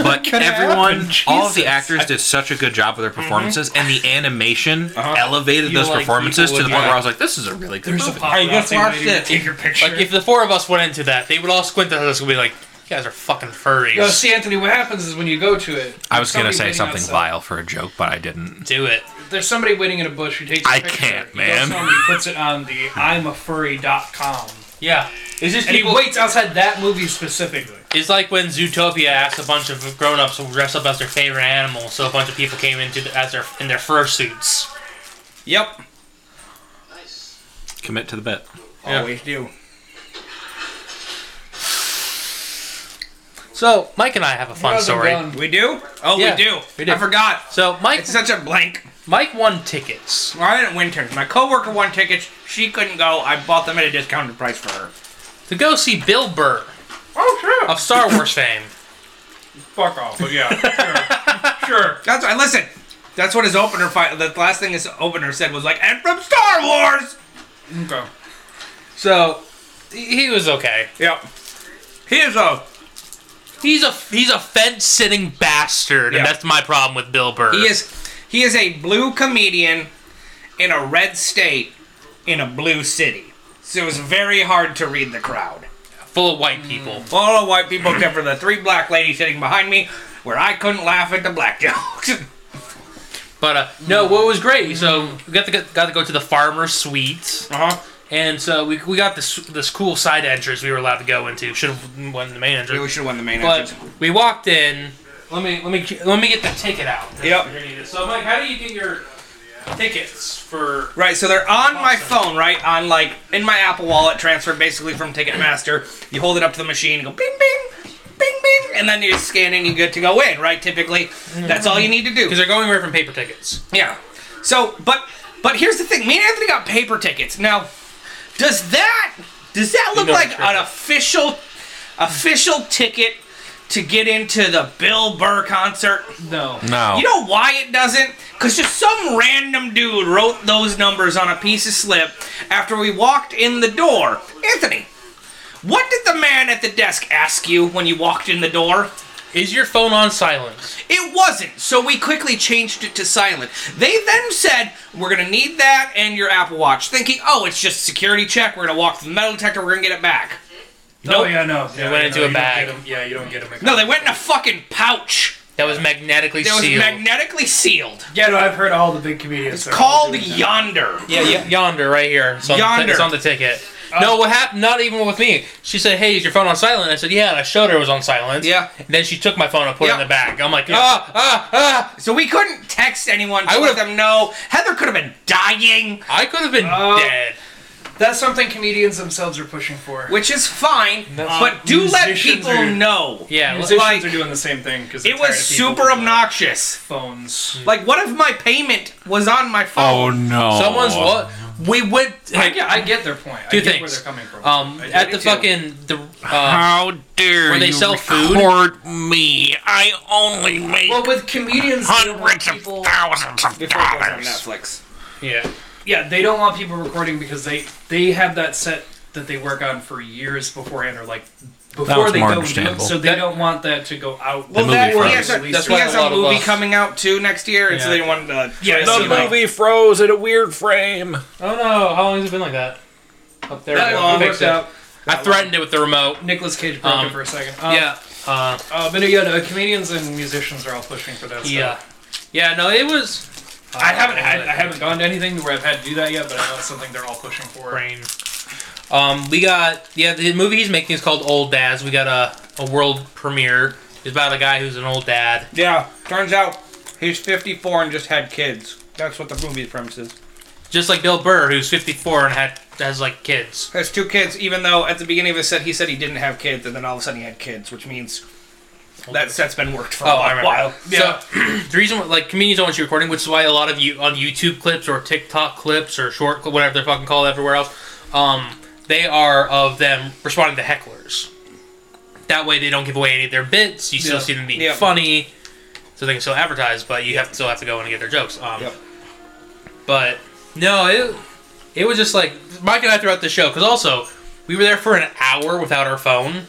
Speaker 5: But everyone,
Speaker 6: happen,
Speaker 5: all of the actors did such a good job with their performances, and the animation elevated
Speaker 4: You
Speaker 5: those
Speaker 4: like
Speaker 5: performances to
Speaker 4: people
Speaker 5: the
Speaker 4: with
Speaker 5: point
Speaker 4: your-
Speaker 5: where I was like, "This is Uh-huh. a really good movie."
Speaker 6: Hey,
Speaker 3: let's watch this.
Speaker 6: Take your picture.
Speaker 4: Like if the four of us went into that, they would all squint at us and be like, "You guys are fucking furries.
Speaker 6: Yo, see, Anthony, what happens is when you go to it.
Speaker 5: I was gonna
Speaker 6: somebody
Speaker 5: say
Speaker 6: waiting
Speaker 5: something
Speaker 6: outside.
Speaker 5: vile for a joke, but I didn't.
Speaker 4: do it."
Speaker 6: There's somebody waiting in a bush who takes.
Speaker 5: I
Speaker 6: a picture.
Speaker 5: can't,
Speaker 6: He goes
Speaker 5: man.
Speaker 6: home and he puts it on the I'mAFurry.com,
Speaker 4: Yeah, it's just
Speaker 6: and he
Speaker 4: people.
Speaker 6: waits outside that movie specifically.
Speaker 4: It's like when Zootopia asked a bunch of grown-ups to dress up as their favorite animal, so a bunch of people came into the, as their in their fur suits.
Speaker 3: Yep.
Speaker 5: Commit to the bit.
Speaker 3: Always Oh, do.
Speaker 4: So Mike and I have a fun
Speaker 6: How's it
Speaker 4: story.
Speaker 6: going?
Speaker 3: We do? Oh,
Speaker 4: Yeah,
Speaker 3: we do.
Speaker 4: we do.
Speaker 3: I forgot.
Speaker 4: So Mike,
Speaker 3: It's such a blank.
Speaker 4: Mike won tickets.
Speaker 3: Well, I didn't win tickets. My coworker won tickets. She couldn't go. I bought them at a discounted price for her.
Speaker 4: to go see Bill Burr
Speaker 6: Oh sure.
Speaker 4: of Star Wars fame.
Speaker 6: Fuck off. But yeah. Sure. sure.
Speaker 3: That's I listen. That's what his opener fight. The last thing his opener said was like, "And from Star Wars."
Speaker 6: Okay.
Speaker 3: So,
Speaker 4: He he was okay.
Speaker 3: yep. Here's a
Speaker 4: He's a he's a fence sitting bastard, and
Speaker 3: Yeah.
Speaker 4: that's my problem with Bill Burr.
Speaker 3: He is he is a blue comedian in a red state in a blue city. So it was very hard to read the crowd.
Speaker 4: full of white people.
Speaker 3: All the white people except for the three black ladies sitting behind me, where I couldn't laugh at the black jokes.
Speaker 4: But uh, no, what was great? So we got to go, got to go to the farmer suite,
Speaker 3: uh-huh.
Speaker 4: and so we, we got this this cool side entrance we were allowed to go into. Should have won the main
Speaker 3: We
Speaker 4: entrance,
Speaker 3: should have won the main
Speaker 4: but
Speaker 3: entrance.
Speaker 4: we walked in. Let me let me let me get the ticket out.
Speaker 3: Yep.
Speaker 4: So Mike, how do you get your tickets for?
Speaker 3: Right, so they're on my phone, right? On like in my Apple Wallet, transferred basically from Ticketmaster. You hold it up to the machine, go bing bing, bing bing, and then you scan and you're good to go in, right? Typically, that's all you need to do.
Speaker 4: Because they're going away from paper tickets.
Speaker 3: Yeah. So, but but here's the thing. Me and Anthony got paper tickets. Now, does that does that look
Speaker 4: know
Speaker 3: like
Speaker 4: the trick.
Speaker 3: an official official ticket to get into the Bill Burr concert?
Speaker 6: No.
Speaker 5: No,
Speaker 3: You know why it doesn't? Cause just some random dude wrote those numbers on a piece of slip after we walked in the door. Anthony, what did the man at the desk ask you when you walked in the door?
Speaker 4: Is your phone on silent?
Speaker 3: It wasn't, so we quickly changed it to silent. They then said, We're gonna need that and your Apple Watch, thinking, Oh, it's just a security check, we're gonna walk to the metal detector, we're gonna get it back.
Speaker 6: Oh yeah, no. Yeah,
Speaker 4: went
Speaker 6: you know,
Speaker 4: into a
Speaker 6: you don't
Speaker 4: bag.
Speaker 6: get 'em- Yeah, you don't get them.
Speaker 3: No, they went in a fucking pouch.
Speaker 4: that was magnetically
Speaker 3: It was
Speaker 4: sealed.
Speaker 3: magnetically sealed.
Speaker 6: Yeah, no, I've heard all the big comedians. are all
Speaker 3: Called
Speaker 6: doing that.
Speaker 3: Yonder.
Speaker 4: yeah, y- yonder, right here. It's on The
Speaker 3: Yonder.
Speaker 4: it's on the ticket.
Speaker 6: Uh,
Speaker 4: no, what happened? Not even with me. She said, "Hey, is your phone on silent?" I said, "Yeah." And I showed her it was on silent.
Speaker 3: Yeah.
Speaker 4: And then she took my phone and put
Speaker 3: Yeah.
Speaker 4: it in the bag. I'm like, ah, ah, ah!
Speaker 3: So we couldn't text anyone to
Speaker 4: I
Speaker 3: let
Speaker 4: would've-
Speaker 3: them know. Heather could have been dying,
Speaker 4: I could have been
Speaker 6: Oh.
Speaker 4: dead.
Speaker 6: That's something comedians themselves are pushing for.
Speaker 3: which is fine,
Speaker 6: That's-
Speaker 3: but do let
Speaker 6: Musicians
Speaker 3: people
Speaker 6: are-
Speaker 3: know.
Speaker 4: Yeah.
Speaker 6: Musicians
Speaker 3: like-
Speaker 6: are doing the same thing because
Speaker 3: It was super obnoxious.
Speaker 6: Phones.
Speaker 3: Like, what if my payment was on my
Speaker 5: Oh
Speaker 3: phone?
Speaker 5: no!
Speaker 4: Someone's what? We went.
Speaker 6: I get, I get their point. I
Speaker 4: Two
Speaker 6: get where
Speaker 4: things.
Speaker 6: they're coming from.
Speaker 4: um,
Speaker 6: I do
Speaker 4: at the
Speaker 6: too. Uh-huh.
Speaker 4: fucking the uh,
Speaker 5: How dare
Speaker 4: Where they
Speaker 5: you
Speaker 4: sell food?
Speaker 5: record me? I only make
Speaker 2: Well, with comedians, they don't want
Speaker 5: hundreds of
Speaker 2: people.
Speaker 5: thousands of
Speaker 3: Before it goes on
Speaker 5: dollars.
Speaker 3: Netflix.
Speaker 4: yeah.
Speaker 6: Yeah, they don't want people recording because they they have that set that they work on for years beforehand, or like before
Speaker 5: was
Speaker 6: they
Speaker 5: more
Speaker 6: go do it.
Speaker 5: understandable.
Speaker 6: So they don't want that to go out.
Speaker 5: Well, The movie
Speaker 3: that,
Speaker 5: Frozen.
Speaker 3: he has a,
Speaker 6: That's
Speaker 3: he
Speaker 4: why
Speaker 3: has
Speaker 4: a
Speaker 3: a
Speaker 4: lot of
Speaker 3: movie
Speaker 4: us-
Speaker 3: coming out too next year, and so
Speaker 6: Yeah.
Speaker 3: they wanted to.
Speaker 6: Yeah,
Speaker 3: try to
Speaker 6: the
Speaker 3: see, like-
Speaker 5: froze at a weird frame.
Speaker 4: Oh no! How long has it been like that? Up there.
Speaker 6: That
Speaker 4: we
Speaker 6: one worked
Speaker 4: fixed it.
Speaker 6: out.
Speaker 4: I threatened it with the remote.
Speaker 6: Nicolas Cage broke
Speaker 4: Um,
Speaker 6: it for a second. Um,
Speaker 4: yeah. Uh,
Speaker 6: Uh, but yeah, no, comedians and musicians are all pushing for that. uh,
Speaker 4: yeah.
Speaker 6: Stuff.
Speaker 4: Yeah. No, it was.
Speaker 6: I haven't had, I haven't gone to anything where I've had to do that yet, but I know it's something they're all pushing for.
Speaker 4: brain. Um, we got yeah. The movie he's making is called Old Dads. We got a, a world premiere. It's about a guy who's an old dad.
Speaker 3: Yeah, turns out he's 54 and just had kids. That's what the movie premise is.
Speaker 4: just like Bill Burr, who's 54 and had has like kids.
Speaker 3: Has two kids, even though at the beginning of his set he said he didn't have kids, and then all of a sudden he had kids, which means that set's been worked for a
Speaker 4: Oh, I remember.
Speaker 3: while.
Speaker 4: Yeah. the reason, why- like, comedians don't want you recording, which is why a lot of you on YouTube clips or TikTok clips or short, cl- whatever they're fucking called everywhere else, um, they are of them responding to hecklers. That way, they don't give away any of their bits. You still
Speaker 6: Yeah.
Speaker 4: see them being
Speaker 3: Yeah.
Speaker 4: funny, so they can still advertise, but you have still have to go in and get their jokes. Um,
Speaker 3: Yep.
Speaker 4: But no, it it was just like Mike and I throughout the show because also we were there for an hour without our phone.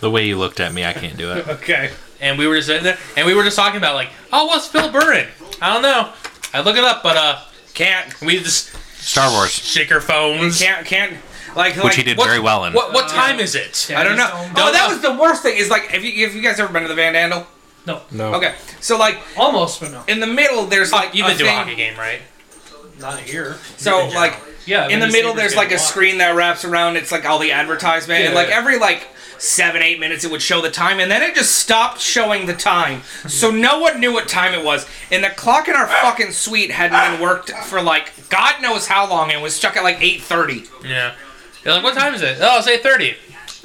Speaker 5: The way you looked at me, I can't do it.
Speaker 3: Okay.
Speaker 4: and we were just sitting there, and we were just talking about like, oh, what's Phil Burrin? I don't know. I look it up, but uh,
Speaker 3: Can't.
Speaker 4: we just
Speaker 5: Star Wars,
Speaker 4: shake our phones.
Speaker 3: Can't. Can't. Like,
Speaker 5: which he did
Speaker 4: what-
Speaker 5: very well in.
Speaker 4: What what time is it?
Speaker 3: I don't know.
Speaker 6: Don't
Speaker 3: Oh, that
Speaker 4: know.
Speaker 3: was the worst thing. Is like, have you, have you guys ever been to the Van Andel?
Speaker 6: No,
Speaker 5: No.
Speaker 3: Okay. So, like,
Speaker 6: almost, but no,
Speaker 3: in the middle, there's like.
Speaker 4: You've been
Speaker 3: a
Speaker 4: to a
Speaker 3: thing-
Speaker 4: hockey game, right?
Speaker 6: not here.
Speaker 3: So, like,
Speaker 6: Yeah,
Speaker 3: in the middle there's like a screen that wraps around it's like all the advertisement and
Speaker 6: Yeah.
Speaker 3: like every like seven eight minutes it would show the time and then it just stopped showing the time so no one knew what time it was and the clock in our fucking suite hadn't been worked for like god knows how long and was stuck at like 8.30
Speaker 4: Yeah. They're like, what time is it? Oh, it's eight thirty.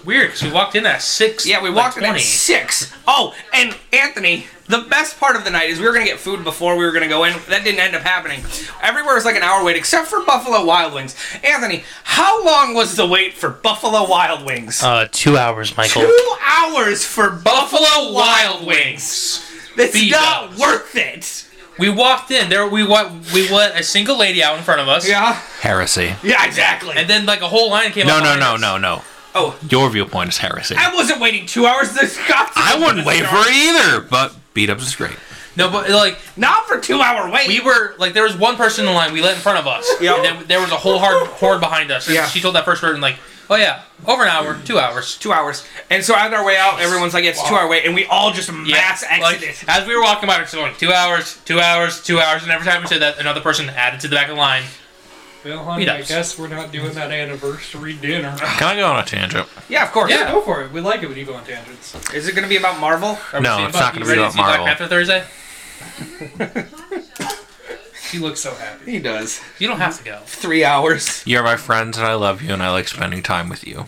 Speaker 4: Weird, because we walked in at six.
Speaker 3: yeah we walked
Speaker 4: like,
Speaker 3: in at 6 oh and anthony the best part of the night is we were gonna get food before we were gonna go in that didn't end up happening everywhere was like an hour wait except for buffalo wild wings anthony how long was the wait for buffalo wild wings
Speaker 4: Uh, two hours, Michael.
Speaker 3: Two hours for
Speaker 4: Buffalo Wild Wings.
Speaker 3: That's
Speaker 4: Beat
Speaker 3: not
Speaker 4: us.
Speaker 3: worth it.
Speaker 4: We walked in there. We wa- we let a single lady out in front of us.
Speaker 3: Yeah.
Speaker 5: Heresy.
Speaker 3: Yeah, exactly.
Speaker 4: And then like a whole line came.
Speaker 5: No,
Speaker 4: up
Speaker 5: no,
Speaker 4: behind
Speaker 5: no,
Speaker 4: us.
Speaker 5: no, no.
Speaker 3: oh,
Speaker 5: Your viewpoint is heresy.
Speaker 3: I wasn't waiting two hours. This got to
Speaker 5: I
Speaker 3: be
Speaker 5: wouldn't wait for it either, but beat ups is great.
Speaker 4: No, but like
Speaker 3: Not for two hour wait.
Speaker 4: we were like there was one person in line we let in front of us
Speaker 3: Yeah.
Speaker 4: and then there was a whole hard horde behind us and
Speaker 3: Yeah.
Speaker 4: she told that first person like oh yeah over an hour two hours
Speaker 3: two hours. And so on our way out, everyone's like, it's two hour wait, and we all just
Speaker 4: yeah
Speaker 3: mass
Speaker 4: like,
Speaker 3: exodus.
Speaker 4: as we were walking by we were like two hours two hours two hours and every time we said that another person added to the back of the line
Speaker 6: Well, honey,
Speaker 4: Meetups.
Speaker 6: I guess we're not doing that anniversary dinner.
Speaker 5: Can I go on a tangent?
Speaker 3: yeah, of course.
Speaker 4: Yeah.
Speaker 6: Go for it. We like it when you go on tangents.
Speaker 3: Is it going to be about Marvel?
Speaker 5: No, Oh,
Speaker 4: You
Speaker 5: it's not going to be
Speaker 4: ready
Speaker 5: about
Speaker 4: see Black
Speaker 5: Marvel.
Speaker 4: Panther Thursday
Speaker 6: She looks so happy.
Speaker 3: He does.
Speaker 4: you don't have to go
Speaker 3: Three hours.
Speaker 5: You're my friends, and I love you, and I like spending time with you.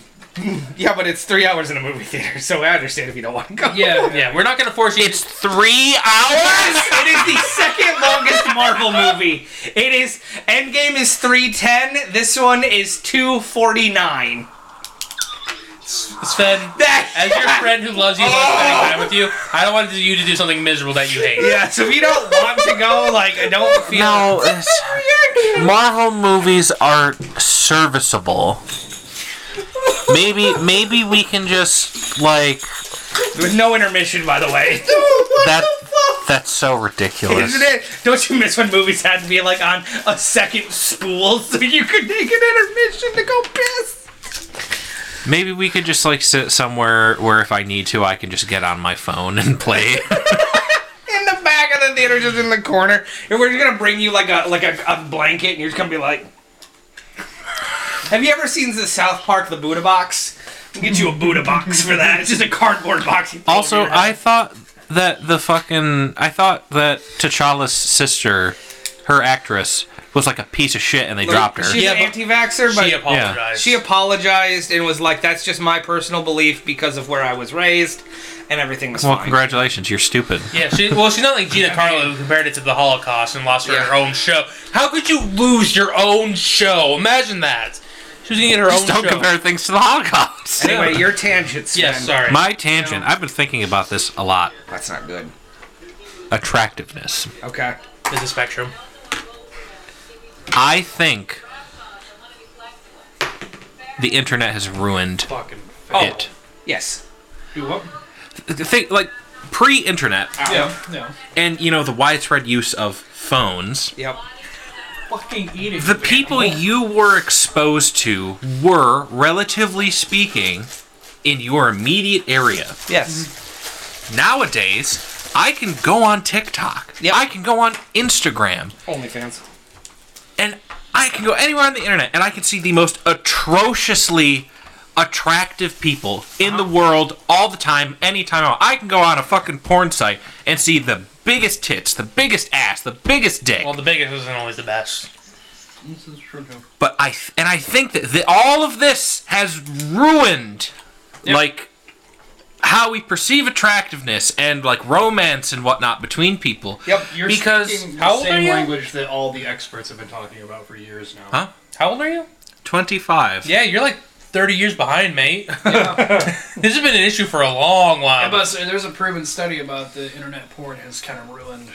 Speaker 3: Yeah, but it's three hours in a movie theater, so I understand if you don't want to go.
Speaker 6: Yeah,
Speaker 4: yeah we're not gonna force you
Speaker 5: It's three hours.
Speaker 3: it is the second longest Marvel movie. It is Endgame is 310, this one is 249.
Speaker 4: Sven
Speaker 3: That
Speaker 4: as your friend who loves you and loves spending time with you I don't want you to do something miserable that you hate
Speaker 3: Yeah, so if you don't want to go, like I don't feel
Speaker 5: No, it's- Marvel movies are serviceable. Maybe, maybe we can just like
Speaker 3: with no intermission by the way.
Speaker 5: that. That's so ridiculous.
Speaker 3: Isn't it? Don't you miss when movies had to be like on a second spool so you could take an intermission to go piss?
Speaker 5: Maybe we could just like sit somewhere where if I need to, I can just get on my phone and play.
Speaker 3: in the back of the theater, just in the corner, and we're just gonna bring you like a like a, a blanket, and you're just gonna be like. Have you ever seen the South Park the Buddha Box? We'll get you a Buddha box for that. It's just a cardboard box. you throw
Speaker 5: also,
Speaker 3: in your house.
Speaker 5: I thought that the fucking I thought that T'Challa's sister, her actress, was like a piece of shit, and they dropped her.
Speaker 3: She's
Speaker 4: Yeah,
Speaker 3: an
Speaker 4: but-
Speaker 3: anti-vaxxer, but
Speaker 4: she apologized.
Speaker 3: She apologized and was like, "That's just my personal belief because of where I was raised, and everything was
Speaker 5: Well,
Speaker 3: fine."
Speaker 5: congratulations, you're stupid.
Speaker 4: yeah, she, well, she's not like Gina Carano who compared it to the Holocaust and lost her, her own show. How could you lose your own show? Imagine that. She was gonna get her
Speaker 5: Just
Speaker 4: own
Speaker 5: don't
Speaker 4: show.
Speaker 5: compare things to the Holocaust.
Speaker 3: Anyway, your tangents.
Speaker 4: yeah,
Speaker 3: Sven.
Speaker 4: sorry.
Speaker 5: My tangent. I've been thinking about this a lot.
Speaker 3: That's not good.
Speaker 5: Attractiveness.
Speaker 3: Okay.
Speaker 4: is a spectrum.
Speaker 5: I think the internet has ruined
Speaker 6: Fucking
Speaker 5: it.
Speaker 3: Yes.
Speaker 6: do what?
Speaker 5: Think like pre-internet,
Speaker 6: Yeah, yeah.
Speaker 5: and you know the widespread use of phones.
Speaker 3: Yep.
Speaker 2: Fucking eat it.
Speaker 5: The people you were exposed to were, relatively speaking, in your immediate area.
Speaker 4: Mm-hmm.
Speaker 3: Yes.
Speaker 5: Nowadays, I can go on TikTok.
Speaker 3: Yep.
Speaker 5: I can go on Instagram.
Speaker 3: OnlyFans.
Speaker 5: and I can go anywhere on the internet and I can see the most atrociously attractive people in the world all the time, anytime I want. I can go on a fucking porn site and see the biggest tits, the biggest ass, the biggest dick.
Speaker 4: Well, the biggest isn't always the best.
Speaker 6: This is true. too.
Speaker 5: but I th- and I think that the, all of this has ruined like how we perceive attractiveness and like romance and whatnot between people.
Speaker 3: Yep,
Speaker 6: You're
Speaker 5: because
Speaker 6: speaking
Speaker 4: How
Speaker 6: the
Speaker 4: old are
Speaker 6: same
Speaker 4: you?
Speaker 6: language that all the experts have been talking about for years now.
Speaker 5: Huh?
Speaker 4: How old are you?
Speaker 5: twenty five.
Speaker 4: Yeah, you're like 30 years behind, mate. this has been an issue for a long while.
Speaker 6: I must say, there's a proven study about the internet porn has kind of ruined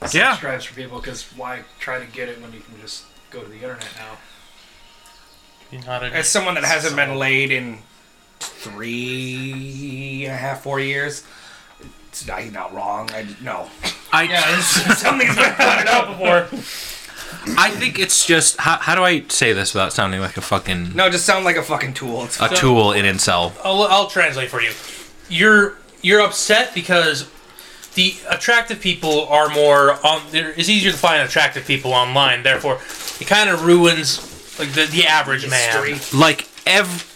Speaker 6: sex
Speaker 5: Yeah.
Speaker 6: drives for people because why try to get it when you can just go to the internet now?
Speaker 4: You're not a-
Speaker 3: As someone that hasn't been laid in three and a half, four years, it's not, he's not wrong. I no.
Speaker 5: I
Speaker 3: Something's been brought up before.
Speaker 5: I think it's just how, how do I say this without sounding like a fucking
Speaker 3: No, just sound like a fucking tool. It's
Speaker 5: a tool in incel?
Speaker 4: I'll, I'll translate for you. You're you're upset because the attractive people are more on. There, it's easier to find attractive people online. Therefore, it kind of ruins like the, the average man.
Speaker 5: Like ev,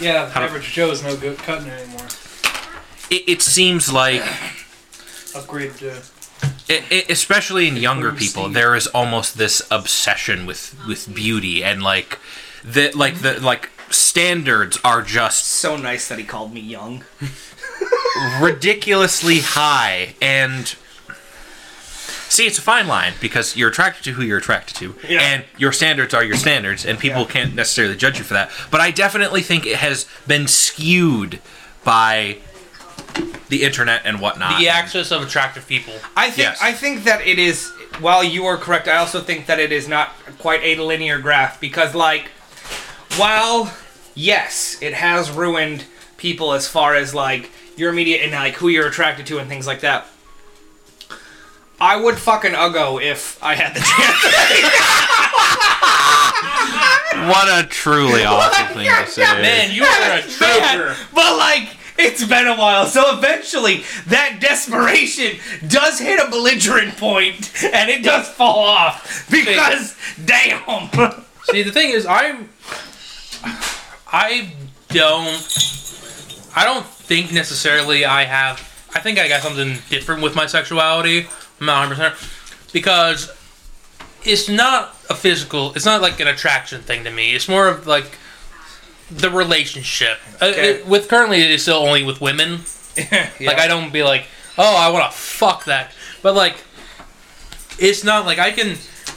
Speaker 6: Yeah, the average Joe's no good cutting it anymore.
Speaker 5: it, it seems like
Speaker 6: Upgraded to
Speaker 5: it, it, e, especially in younger
Speaker 6: we've
Speaker 5: people,
Speaker 6: seen-
Speaker 5: there is almost this obsession with with beauty and like the like the like standards are just
Speaker 3: so nice that he called me young.
Speaker 5: ridiculously high and. See, it's a fine line because you're attracted to who you're attracted to, and your standards are your standards, and people can't necessarily judge you for that. But I definitely think it has been skewed by the internet and whatnot.
Speaker 4: The access of attractive people.
Speaker 3: I think
Speaker 5: Yes.
Speaker 3: I think that it is. While you are correct, I also think that it is not quite a linear graph because, like, while yes, it has ruined people as far as like your immediate and like who you're attracted to and things like that. I would fucking uggo if I had the chance.
Speaker 5: What a truly awesome thing to say.
Speaker 4: Man, you are a trooper.
Speaker 3: but like. It's been a while, so eventually that desperation does hit a belligerent point, and it does fall off because damn.
Speaker 4: See, the thing is, I'm. I don't. I don't think necessarily I have. I think I got something different with my sexuality. I'm not 100 percent because it's not a physical. It's not like an attraction thing to me. It's more of like the relationship. Uh, it- with currently, it's still only with women. Like I don't be like, oh, I want to fuck that. But like, it's not like I can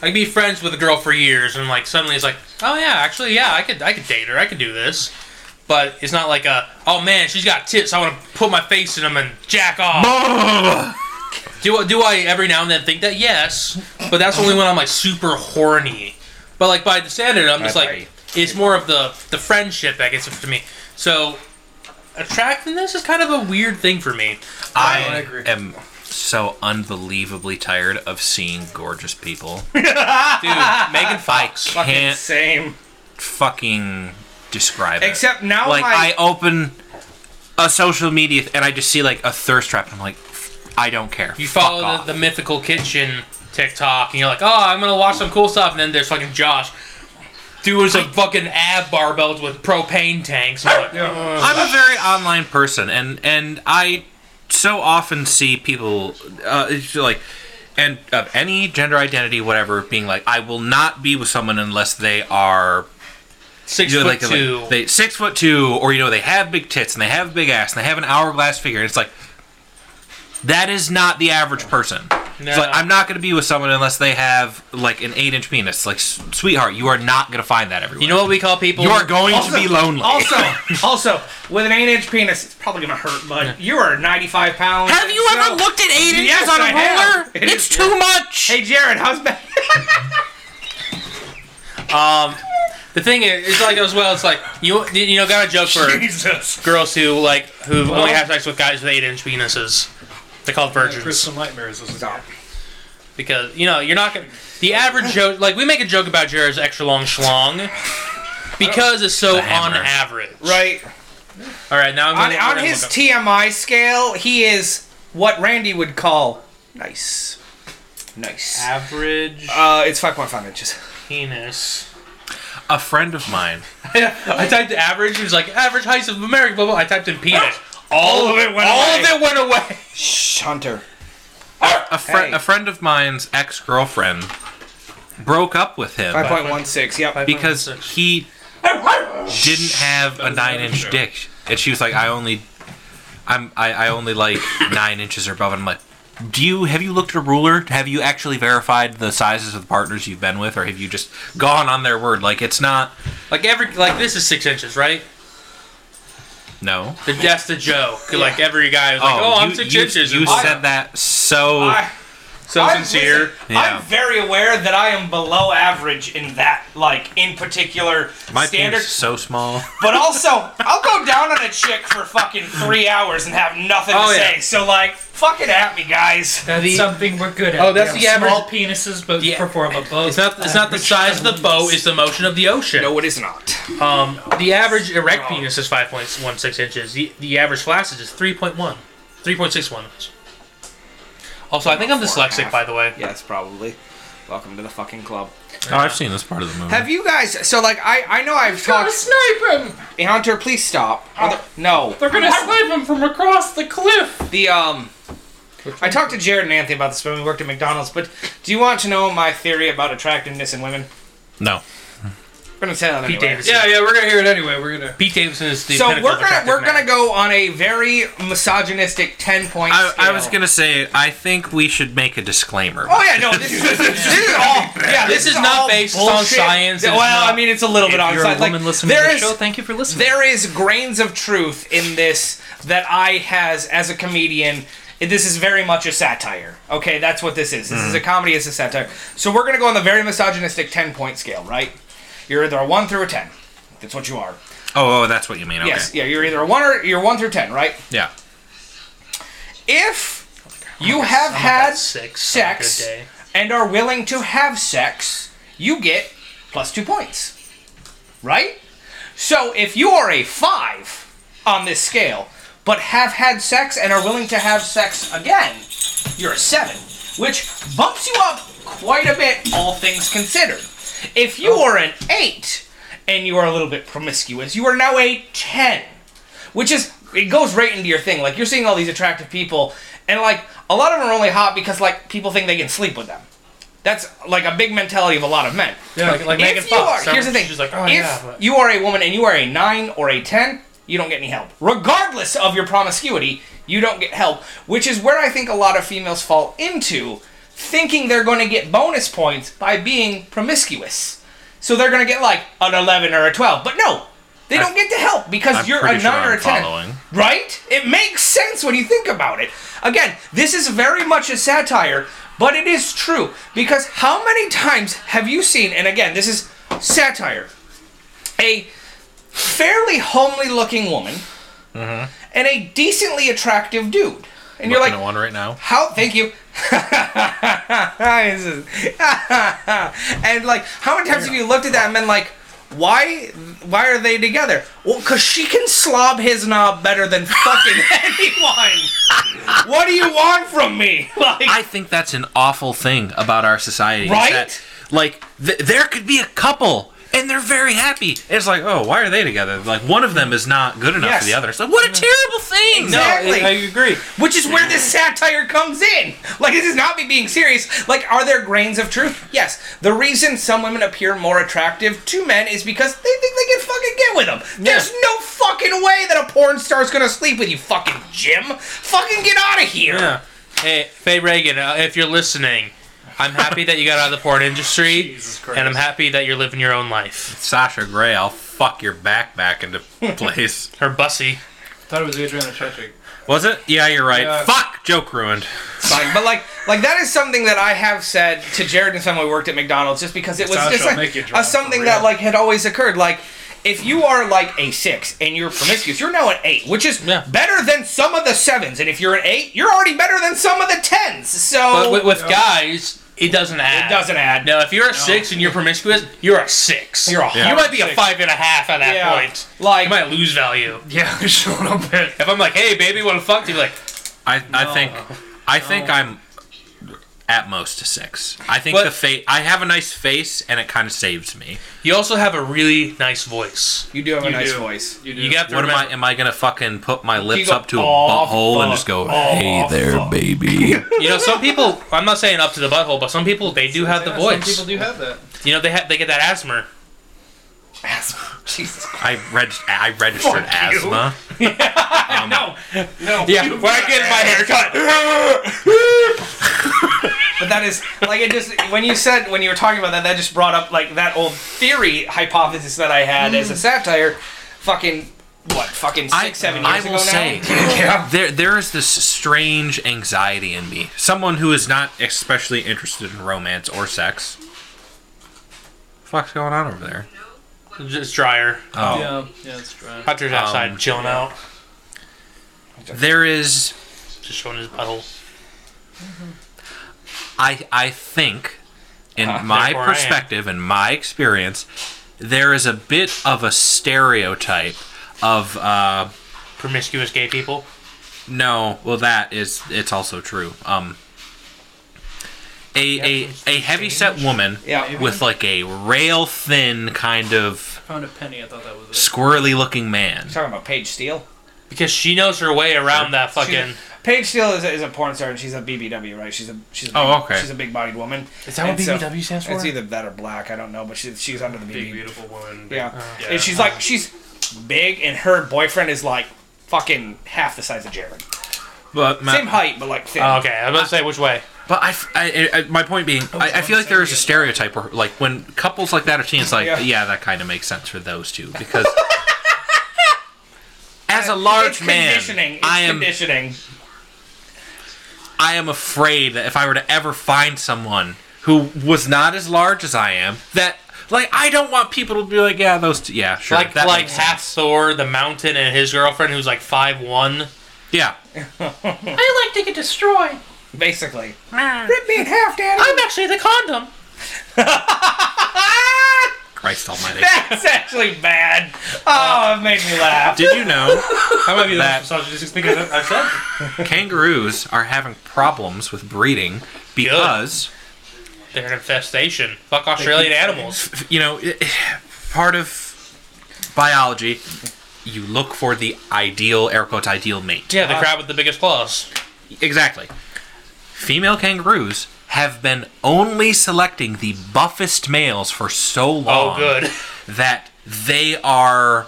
Speaker 4: I can be friends with a girl for years and like suddenly it's like, oh yeah, actually yeah, I could I could date her, I could do this. But it's not like a oh man, she's got tits, I want to put my face in them and jack off. do I- do I every now and then think that? Yes, but that's only when I'm like super horny. But like by the standard, I'm just
Speaker 3: Bye-bye.
Speaker 4: like it's more of the the friendship that gets it to me. So attractiveness is kind of a weird thing for me.
Speaker 5: I,
Speaker 6: I agree.
Speaker 5: am so unbelievably tired of seeing gorgeous people.
Speaker 4: Dude, Megan Fox.
Speaker 5: Can't
Speaker 3: Same.
Speaker 5: fucking describe it.
Speaker 3: Except now
Speaker 5: like
Speaker 3: I-
Speaker 5: I open a social media th- and I just see like a thirst trap. And I'm like, I don't care.
Speaker 4: You
Speaker 5: Fuck
Speaker 4: follow
Speaker 5: off.
Speaker 4: the, the mythical kitchen TikTok, and you're like, oh, I'm gonna watch some cool stuff, and then there's fucking Josh doing some fucking ab barbells with propane tanks. And you're like,
Speaker 5: I'm a very online person, and and I so often see people uh, it's like and of any gender identity, whatever, being like, I will not be with someone unless they are
Speaker 4: Six
Speaker 5: you know,
Speaker 4: foot
Speaker 5: like, like,
Speaker 4: two.
Speaker 5: they six foot two, or you know, they have big tits and they have a big ass and they have an hourglass figure. And it's like that is not the average person. It's
Speaker 4: No.
Speaker 5: like I'm not going to be with someone unless they have like an eight inch penis. Like, s- sweetheart, you are not going to find that everywhere.
Speaker 4: you know what we call people?
Speaker 5: you are going
Speaker 3: Also-
Speaker 5: to be lonely.
Speaker 3: Also, also, with an eight-inch penis, it's probably gonna hurt, bud. You are 95 pounds.
Speaker 5: have you
Speaker 3: so-
Speaker 5: ever looked at eight inches
Speaker 3: Yes,
Speaker 5: on a
Speaker 3: I have.
Speaker 5: roller?
Speaker 3: It is-
Speaker 5: it's too much.
Speaker 3: Hey, Jared, how's that?
Speaker 4: The thing is, it's like as well. It's like you you know got a joke for
Speaker 3: Jesus.
Speaker 4: girls who like who only have sex with guys with eight inch penises. They're called virgins
Speaker 6: Crystal Nightmares is a
Speaker 4: because you know you're not gonna. The average joke, like we make a joke about Jared's extra long schlong, because it's so on
Speaker 5: hammer.
Speaker 4: average.
Speaker 3: Right.
Speaker 4: All right, now I'm
Speaker 3: On,
Speaker 4: gonna, we're
Speaker 3: on
Speaker 4: gonna
Speaker 3: his
Speaker 4: look up-
Speaker 3: TMI scale, he is what Randy would call nice. Nice.
Speaker 4: average
Speaker 3: Uh, it's 5.5 inches.
Speaker 4: penis.
Speaker 5: A friend of mine.
Speaker 4: I typed average. It was like average heights of America. Blah blah. I typed in penis. All of it went. All
Speaker 3: away.
Speaker 4: of it went away.
Speaker 3: Shunter.
Speaker 5: A, fri-
Speaker 3: Hey.
Speaker 5: a friend of mine's ex girlfriend broke up with him
Speaker 3: 5.16, yep.
Speaker 5: because he didn't have a nine inch dick, and she was like, "I only, I'm, I, I only like nine inches or above." And I'm like, "Do you have you looked at a ruler? Have you actually verified the sizes of the partners you've been with, or have you just gone on their word? Like it's not
Speaker 4: Like every like this is six inches, right?
Speaker 5: no."
Speaker 4: The- That's the joke. Like every guy was like, "Oh, I'm
Speaker 5: you,
Speaker 4: six
Speaker 5: you,
Speaker 4: inches."
Speaker 5: You
Speaker 4: and I-
Speaker 5: said that so.
Speaker 3: I-
Speaker 4: so sincere.
Speaker 5: Yeah.
Speaker 7: I'm very aware that I am below average in that, like, in particular
Speaker 5: my
Speaker 7: standard.
Speaker 5: penis is so small.
Speaker 7: But also, I'll go down on a chick for fucking three hours and have nothing
Speaker 4: Oh,
Speaker 7: to
Speaker 4: yeah.
Speaker 7: say. So, like, fuck it at me, guys.
Speaker 2: That's something we're good at.
Speaker 4: Oh, that's
Speaker 2: We
Speaker 4: the
Speaker 2: have
Speaker 4: average-
Speaker 2: small penises, but
Speaker 4: Yeah.
Speaker 2: perform above.
Speaker 4: It's not. It's not the size of the bow. It's the motion of the ocean.
Speaker 3: No, it is not.
Speaker 4: Um, the average erect penis is five point one six inches. The, the average flaccid is 3.1. 3.61. Also, I think I'm dyslexic, by the way.
Speaker 3: Yes, probably. Welcome to the fucking club.
Speaker 5: Oh, I've seen this part of the movie.
Speaker 3: Have you guys? So like I I know I've
Speaker 2: Gotta
Speaker 3: talked.
Speaker 2: snipe him!
Speaker 3: Hey, Hunter, please stop. Other- no,
Speaker 2: They're gonna snipe him from across the cliff!
Speaker 3: the um. I talked to Jared and Anthony about this when we worked at McDonald's. But do you want to know my theory about attractiveness in women?
Speaker 5: no.
Speaker 3: We're gonna say that
Speaker 4: Pete
Speaker 3: anyway.
Speaker 4: Davidson.
Speaker 6: Yeah, yeah, we're gonna hear it anyway. We're gonna.
Speaker 4: Pete Davidson is the.
Speaker 3: So
Speaker 4: pinnacle
Speaker 3: we're
Speaker 4: of
Speaker 3: gonna
Speaker 4: attractive
Speaker 3: we're
Speaker 4: man.
Speaker 3: gonna go on a very misogynistic ten point.
Speaker 5: I, I
Speaker 3: scale.
Speaker 5: was gonna say I think we should make a disclaimer.
Speaker 3: Oh yeah, no, this is, this is all. Yeah,
Speaker 4: This is not
Speaker 3: all
Speaker 4: based on
Speaker 3: bullshit.
Speaker 4: science, it's
Speaker 3: Well,
Speaker 4: not-
Speaker 3: I mean, it's a little bit on
Speaker 2: You're
Speaker 3: science.
Speaker 2: a woman
Speaker 3: like,
Speaker 2: listening to
Speaker 3: there
Speaker 2: the
Speaker 3: is-
Speaker 2: show, thank you for listening.
Speaker 3: there is grains of truth in this that I has as a comedian. This is very much a satire. Okay, that's what this is. This is a comedy. It's a satire. So we're gonna go on the very misogynistic ten point scale, right? You're either a one through a ten. That's what you are.
Speaker 5: Oh, oh, that's what you mean. Okay.
Speaker 3: Yes. Yeah. You're either a one or you're one through ten, right?
Speaker 5: Yeah.
Speaker 3: If you have
Speaker 4: Oh I'm
Speaker 3: had
Speaker 4: about six. on a
Speaker 3: sex
Speaker 4: Good day.
Speaker 3: and are willing to have sex, you get plus two points. Right? So if you are a five on this scale, but have had sex and are willing to have sex again, you're a seven, which bumps you up quite a bit, all things considered. If
Speaker 4: Oh.
Speaker 3: you are an eight and you are a little bit promiscuous, you are now a ten which is it goes right into your thing. Like you're seeing all these attractive people, and like a lot of them are only hot because like people think they can sleep with them. That's like a big mentality of a lot of men.
Speaker 4: Yeah, like, like Megan
Speaker 3: if you
Speaker 4: Fox.
Speaker 3: are, here's the thing:
Speaker 4: She's like, oh
Speaker 3: if
Speaker 4: yeah. but-
Speaker 3: you are a woman and you are a nine or a ten, you don't get any help, regardless of your promiscuity. You don't get help, which is where I think a lot of females fall into thinking they're going to get bonus points by being promiscuous. So they're going to get like an 11 or a 12. But no, they don't get the help because
Speaker 5: I'm
Speaker 3: you're a 9
Speaker 5: pretty sure
Speaker 3: or
Speaker 5: I'm
Speaker 3: a 10.
Speaker 5: following.
Speaker 3: Right? It makes sense when you think about it. Again, this is very much a satire, but it is true because how many times have you seen, and again, this is satire, a fairly homely looking woman and a decently attractive dude? And you're
Speaker 5: Mm-hmm. Looking
Speaker 3: like,
Speaker 5: at one right now.
Speaker 3: how? Thank you. This is- and like, how many times have you looked at that and been like, Why? Why are they together? Well, cause she can slob his knob better than fucking anyone. what do you want from me? Like,
Speaker 5: I think that's an awful thing about our society. is
Speaker 3: Right?
Speaker 5: that, like, th- there could be a couple and they're very happy. It's like, oh, why are they together? Like, one of them is not good enough for the
Speaker 3: Yes.
Speaker 5: other. It's like, what a terrible thing.
Speaker 3: exactly.
Speaker 7: I agree.
Speaker 3: Which is where this satire comes in. Like, this is not me being serious. Like, are there grains of truth? Yes. The reason some women appear more attractive to men is because they think they can fucking get with them. There's no fucking way that a porn star's gonna sleep with you, fucking Jim. Fucking get out of here.
Speaker 4: Yeah. Hey, Faye Reagan, uh, if you're listening, I'm happy that you got out of the porn industry, and I'm happy that you're living your own life.
Speaker 5: Sasha Grey, I'll fuck your back back into place.
Speaker 4: Her bussy.
Speaker 6: thought it was Adriana Chechik.
Speaker 5: Was it? Yeah, you're right.
Speaker 6: Yeah.
Speaker 5: Fuck, joke ruined.
Speaker 3: Fine. But like, like that is something that I have said to Jared and when we worked at McDonald's, just because it was
Speaker 6: Sounds
Speaker 3: just
Speaker 6: shall
Speaker 3: like,
Speaker 6: make you
Speaker 3: a
Speaker 6: drunk,
Speaker 3: something
Speaker 6: for
Speaker 3: that
Speaker 6: real.
Speaker 3: like had always occurred. Like, if you are like a six and you're promiscuous, you're now an eight, which is
Speaker 4: Yeah.
Speaker 3: better than some of the sevens. And if you're an eight, you're already better than some of the tens. So
Speaker 4: But with, with guys, it doesn't add.
Speaker 3: Oh, it doesn't add.
Speaker 4: No, if you're a six and you're promiscuous, you're a six.
Speaker 3: You're a Yeah.
Speaker 4: You
Speaker 3: hard
Speaker 4: might be a
Speaker 3: six.
Speaker 4: five and a half at that
Speaker 3: Yeah.
Speaker 4: point.
Speaker 3: Like-
Speaker 4: you might lose value.
Speaker 6: Yeah, just a little bit.
Speaker 4: If I'm like, hey, baby, want to fuck? You're like,
Speaker 5: I, I think I think I'm at most a six. I think
Speaker 4: But-
Speaker 5: the face I have a nice face and it kind of saves me.
Speaker 4: you also have a really nice voice.
Speaker 3: You do have a nice
Speaker 6: do.
Speaker 3: voice.
Speaker 6: You do.
Speaker 4: You got to
Speaker 5: What am I?
Speaker 4: remember.
Speaker 5: Am I gonna fucking put my lips
Speaker 3: go,
Speaker 5: up to a
Speaker 7: "Aw,
Speaker 5: butthole and
Speaker 7: fuck.
Speaker 5: just go,
Speaker 7: Aw,
Speaker 5: "Hey there,
Speaker 7: fuck."
Speaker 5: baby"?
Speaker 4: You know, some people. I'm not saying up to the butthole, but some people they do have the
Speaker 6: Yeah,
Speaker 4: voice.
Speaker 6: Some people do have that.
Speaker 4: You know, they have they get that asthma.
Speaker 3: Jesus. Christ.
Speaker 5: I reg- I registered asthma. Um,
Speaker 4: Yeah, when I get my hair cut.
Speaker 3: But that is like it just when you said when you were talking about that, that just brought up like that old theory hypothesis that I had as
Speaker 4: Hmm.
Speaker 3: a satire. Fucking what? Fucking six,
Speaker 5: I,
Speaker 3: seven
Speaker 5: I
Speaker 3: years
Speaker 5: will
Speaker 3: ago
Speaker 5: say,
Speaker 3: now.
Speaker 5: there there is this strange anxiety in me. Someone who is not especially interested in romance or sex. fuck's going on over there?
Speaker 4: Just drier.
Speaker 5: Oh,
Speaker 6: Yeah, yeah, it's true.
Speaker 4: Hunter's outside
Speaker 5: Um,
Speaker 4: chilling out,
Speaker 5: Oh. there is.
Speaker 4: just showing his butthole.
Speaker 5: I I think, in my
Speaker 4: therefore I am.
Speaker 5: perspective, in my experience, there is a bit of a stereotype of. Uh,
Speaker 4: Promiscuous gay people.
Speaker 5: No, well that is it's also true. Um a a, a heavy set woman
Speaker 3: Yeah.
Speaker 5: with like a rail thin kind of
Speaker 6: Found a penny. I thought that was it.
Speaker 5: squirrely looking man.
Speaker 3: Talking about Paige Steele.
Speaker 4: Because she knows her way around that fucking.
Speaker 3: She's a- Paige Steele is a, is a porn star and she's a BBW, right? She's a she's a big,
Speaker 5: Oh, okay.
Speaker 3: She's a big-bodied woman.
Speaker 4: Is that what
Speaker 3: And so-
Speaker 4: BBW stands for?
Speaker 3: It's either that or black. I don't know, but she's she's under the
Speaker 6: Big
Speaker 3: BBW.
Speaker 6: beautiful woman.
Speaker 3: Yeah.
Speaker 6: Yeah.
Speaker 3: uh, and she's like she's big, and her boyfriend is like fucking half the size of Jared.
Speaker 5: But my,
Speaker 3: Same height, but like thin.
Speaker 4: Oh, okay, I'm about to say which way.
Speaker 5: but I, f- I- I- my point being
Speaker 3: Oh,
Speaker 5: I, I feel like there is a stereotype where like when couples like that are seen it's like
Speaker 3: Yeah.
Speaker 5: yeah, that kind of makes sense for those two because as a large
Speaker 3: it's
Speaker 5: man
Speaker 3: conditioning. It's
Speaker 5: I am
Speaker 3: conditioning.
Speaker 5: I am afraid that if I were to ever find someone who was not as large as I am, that like I don't want people to be like, yeah, those, two, yeah, sure,
Speaker 4: like
Speaker 5: that
Speaker 4: like
Speaker 5: makes
Speaker 4: half
Speaker 5: sense."
Speaker 4: Thor, the Mountain, and his girlfriend who's like five one.
Speaker 5: yeah.
Speaker 4: I like to get destroyed.
Speaker 3: Basically, rip me in half, Daddy.
Speaker 4: I'm actually the condom.
Speaker 5: Christ Almighty!
Speaker 3: That's actually bad. Oh, it made me laugh.
Speaker 5: Did you know
Speaker 6: That might be the
Speaker 5: That-
Speaker 6: most misogynistic thing I've I've said.
Speaker 5: kangaroos are having problems with breeding because
Speaker 4: They're an infestation. Fuck Australian animals.
Speaker 5: you know part of biology. You look for the ideal, air quotes, ideal mate.
Speaker 4: Yeah, the crab with the biggest claws.
Speaker 5: Exactly. Female kangaroos have been only selecting the buffest males for so
Speaker 4: Oh,
Speaker 5: long
Speaker 4: good.
Speaker 5: that they are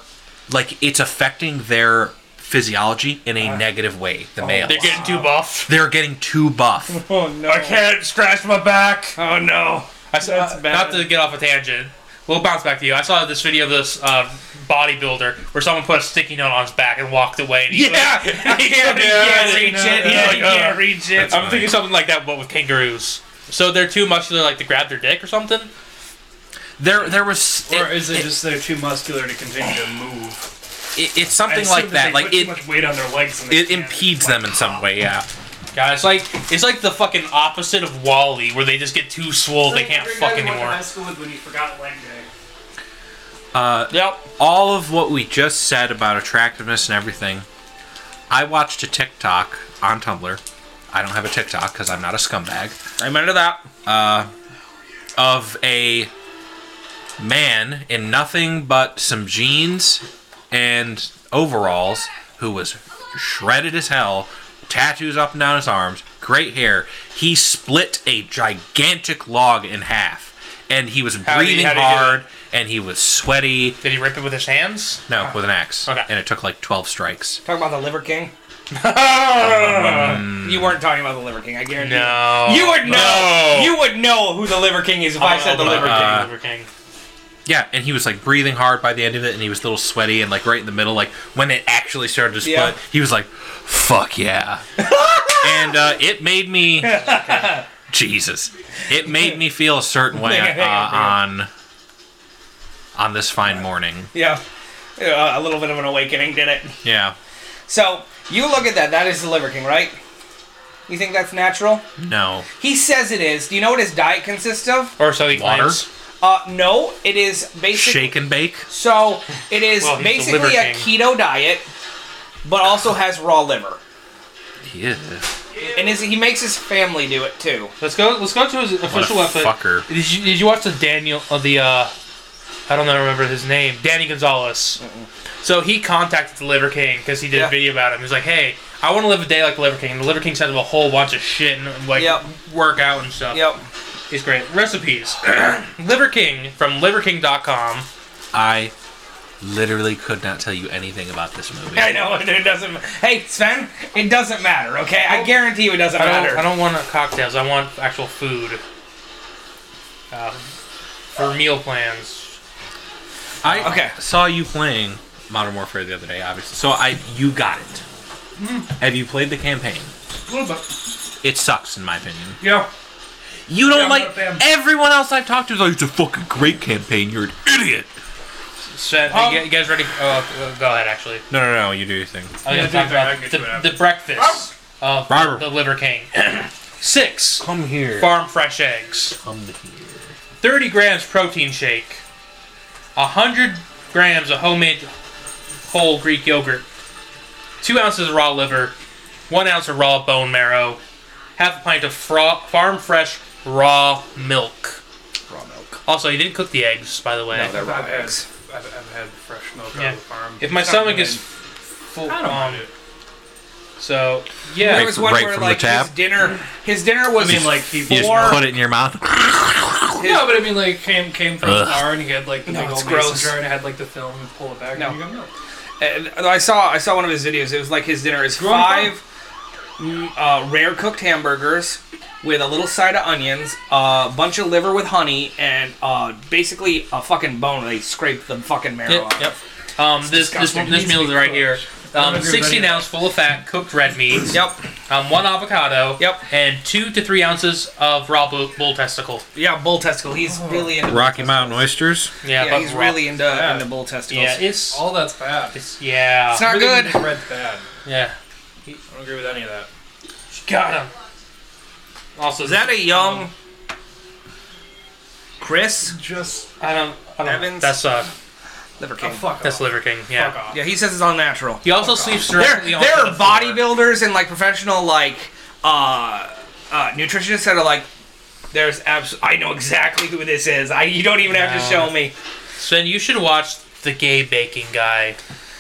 Speaker 5: like it's affecting their physiology in a negative way. The males.
Speaker 4: Oh. They're getting too buff.
Speaker 5: They're getting too buff.
Speaker 3: Oh no. I
Speaker 4: Can't scratch my back.
Speaker 3: Oh no.
Speaker 4: I saw,
Speaker 6: That's
Speaker 4: Not
Speaker 6: bad.
Speaker 4: to get off a tangent. We'll bounce back to you. I saw this video of this uh, bodybuilder where someone put a sticky note on his back and walked away. And he
Speaker 3: Yeah,
Speaker 4: couldn't-
Speaker 3: I
Speaker 4: he
Speaker 3: can't
Speaker 4: couldn't
Speaker 3: reach it.
Speaker 4: reach it.
Speaker 3: Yeah,
Speaker 4: He's
Speaker 3: you
Speaker 4: like,
Speaker 3: can't
Speaker 4: "Ugh."
Speaker 3: reach it.
Speaker 4: I'm thinking something like that, but with kangaroos. So they're too muscular, like to grab their dick or something.
Speaker 5: There, there was.
Speaker 6: Or
Speaker 5: it-
Speaker 6: is
Speaker 5: it-
Speaker 6: it just they're too muscular to continue to move?
Speaker 5: it- it's
Speaker 7: I
Speaker 5: something
Speaker 7: assume
Speaker 5: like that.
Speaker 7: They
Speaker 5: Like
Speaker 7: put
Speaker 5: it,
Speaker 7: too much weight on their legs. And they
Speaker 5: it
Speaker 7: can't.
Speaker 5: impedes them in some way. Yeah.
Speaker 4: God, it's like it's like the fucking opposite of Wally, where they just get too swole, they can't fuck
Speaker 7: Went to
Speaker 4: anymore.
Speaker 7: high school with when you forgot leg day.
Speaker 4: Yep.
Speaker 5: all of what we just said about attractiveness and everything, I watched a TikTok on Tumblr. I don't have a TikTok because I'm not a scumbag. Uh,
Speaker 3: Remember that.
Speaker 5: Of a man in nothing but some jeans and overalls who was shredded as hell, tattoos up and down his arms, great hair. He split a gigantic log in half. And he was
Speaker 4: How did he-
Speaker 5: breathing
Speaker 4: how did he do
Speaker 5: hard, and he was sweaty.
Speaker 4: Did he rip it with his hands?
Speaker 5: No, with an axe.
Speaker 4: Okay.
Speaker 5: And it took like 12 strikes.
Speaker 3: Talking about the Liver King. you weren't talking about the Liver King. I guarantee.
Speaker 4: No.
Speaker 3: You would know. You would know who the Liver King is if I said the Liver King.
Speaker 5: Uh,
Speaker 4: Liver King.
Speaker 5: Yeah, and he was like breathing hard by the end of it, and he was a little sweaty, and like right in the middle, like when it actually started to split,
Speaker 3: Yeah.
Speaker 5: he was like, fuck yeah. and uh, it made me. Jesus. It made me feel a certain way
Speaker 3: Hang on, hang
Speaker 5: uh,
Speaker 3: on,
Speaker 5: on. On this fine morning,
Speaker 3: Yeah. Yeah, a little bit of an awakening, did it?
Speaker 5: yeah,
Speaker 3: So you look at that. That is the Liver King, right? You think that's natural?
Speaker 5: no,
Speaker 3: He says it is. Do you know what his diet consists of?
Speaker 4: Or so he
Speaker 5: Water?
Speaker 4: claims.
Speaker 3: Uh, no. It is basically
Speaker 5: shake and bake.
Speaker 3: So it is
Speaker 4: Well, he's the
Speaker 3: basically
Speaker 4: Liver
Speaker 3: a
Speaker 4: King.
Speaker 3: keto diet, but also has raw liver.
Speaker 5: Yeah,
Speaker 3: And his, he makes his family do it too.
Speaker 4: Let's go. Let's go to his official website.
Speaker 5: fucker.
Speaker 4: Did you, did you watch the Daniel of the? uh I don't know. Remember his name? Danny Gonzalez. So he contacted the Liver King because he did
Speaker 3: Yeah.
Speaker 4: a video about him. He's like, "Hey, I want to live a day like the Liver King." And the Liver King sent him a whole bunch of shit and like
Speaker 3: Yep.
Speaker 4: work out and stuff.
Speaker 3: Yep.
Speaker 4: He's great. Recipes. Liver King from liverking.com.
Speaker 5: I literally could not tell you anything about this movie.
Speaker 3: I know it doesn't. Hey Sven, it doesn't matter. Okay, I guarantee you it doesn't
Speaker 4: I
Speaker 3: matter.
Speaker 4: don't, I don't want cocktails. I want actual food. Uh, for meal plans.
Speaker 5: I
Speaker 3: Okay.
Speaker 5: saw you playing Modern Warfare the other day, obviously. So I you got it. Have you played the campaign? It sucks in my opinion.
Speaker 6: Yeah.
Speaker 5: You don't
Speaker 6: I'm not a
Speaker 5: like
Speaker 6: fan.
Speaker 5: everyone else I've talked to is like it's a fucking great campaign. You're an idiot.
Speaker 4: Sven,
Speaker 6: Um,
Speaker 4: you guys ready? Uh, uh, go ahead, actually.
Speaker 5: No, no, no. You do your thing.
Speaker 4: I'm
Speaker 6: Yeah,
Speaker 4: gonna
Speaker 6: do
Speaker 4: talk
Speaker 6: that. I
Speaker 4: about
Speaker 6: can get
Speaker 4: the,
Speaker 6: to it after.
Speaker 4: the breakfast of
Speaker 5: Robert.
Speaker 4: the Liver King. Six
Speaker 5: Come here.
Speaker 4: farm fresh eggs,
Speaker 5: Come here.
Speaker 4: 30 grams protein shake, 100 grams of homemade whole Greek yogurt, 2 ounces of raw liver, 1 ounce of raw bone marrow, half a pint of fra- farm fresh raw milk.
Speaker 3: Raw milk.
Speaker 4: Also, he didn't cook the eggs, by the way.
Speaker 3: No, they're raw
Speaker 6: I've had,
Speaker 3: eggs.
Speaker 6: I've, I've had fresh milk
Speaker 4: Yeah.
Speaker 6: on the farm.
Speaker 4: if my
Speaker 6: It's not
Speaker 4: stomach
Speaker 6: good.
Speaker 4: is full,
Speaker 6: I don't
Speaker 4: um,
Speaker 6: mind it.
Speaker 4: so
Speaker 3: There
Speaker 4: yeah,
Speaker 3: was one
Speaker 5: right
Speaker 3: where
Speaker 5: from the
Speaker 3: like his
Speaker 5: tap?
Speaker 3: dinner, his dinner was
Speaker 6: I mean, like he.
Speaker 5: You just
Speaker 3: Or-
Speaker 5: put it in your mouth.
Speaker 6: No, but I mean, like came came from the
Speaker 5: Ugh.
Speaker 6: bar and he had like the
Speaker 3: No,
Speaker 6: big
Speaker 3: it's
Speaker 6: old mason
Speaker 3: gross.
Speaker 6: jar and it had like the film and pull it back.
Speaker 3: No.
Speaker 6: And you go, no.
Speaker 3: And I saw I saw one of his videos. It was like his dinner is
Speaker 6: on
Speaker 3: five mm, uh, rare cooked hamburgers with a little side of onions, a bunch of liver with honey, and uh, basically a fucking bone. They scraped the fucking marrow.
Speaker 4: Yep,
Speaker 3: off.
Speaker 4: yep. Um, this, this
Speaker 3: disgusting.
Speaker 4: this meal is right here. Um,
Speaker 6: None of your
Speaker 4: 16
Speaker 6: veggies.
Speaker 4: ounce full of fat cooked red meat.
Speaker 3: Yep.
Speaker 4: Um, one avocado.
Speaker 3: Yep.
Speaker 4: And two to three ounces of raw bull, bull testicle.
Speaker 3: Yeah, bull testicle. He's really into
Speaker 5: Rocky Mountain oysters.
Speaker 4: Yeah,
Speaker 3: Oh. Yeah,
Speaker 4: but
Speaker 3: he's
Speaker 4: raw.
Speaker 3: really into
Speaker 6: Yeah.
Speaker 3: into bull testicles.
Speaker 4: Yeah, it's,
Speaker 6: All that's bad. It's
Speaker 4: it's yeah.
Speaker 3: it's not good.
Speaker 6: Bread's bad.
Speaker 4: yeah.
Speaker 6: I don't agree with any of that.
Speaker 4: Got him. Also,
Speaker 3: Is that a young Chris
Speaker 6: Just
Speaker 4: I don't. I don't
Speaker 3: Evans?
Speaker 4: That's uh,
Speaker 3: Liver King?
Speaker 6: fuck
Speaker 4: that's
Speaker 6: off.
Speaker 4: Liver King. Yeah.
Speaker 6: Fuck off.
Speaker 3: Yeah, he says it's all natural.
Speaker 4: He also sleeps
Speaker 3: There,
Speaker 4: directly on
Speaker 3: there are
Speaker 4: the floor.
Speaker 3: bodybuilders and like professional like uh, uh, nutritionists that are like, there's abs. I know exactly who this is. I you don't even have to
Speaker 4: No.
Speaker 3: show me.
Speaker 4: Sven, you should watch the gay baking guy.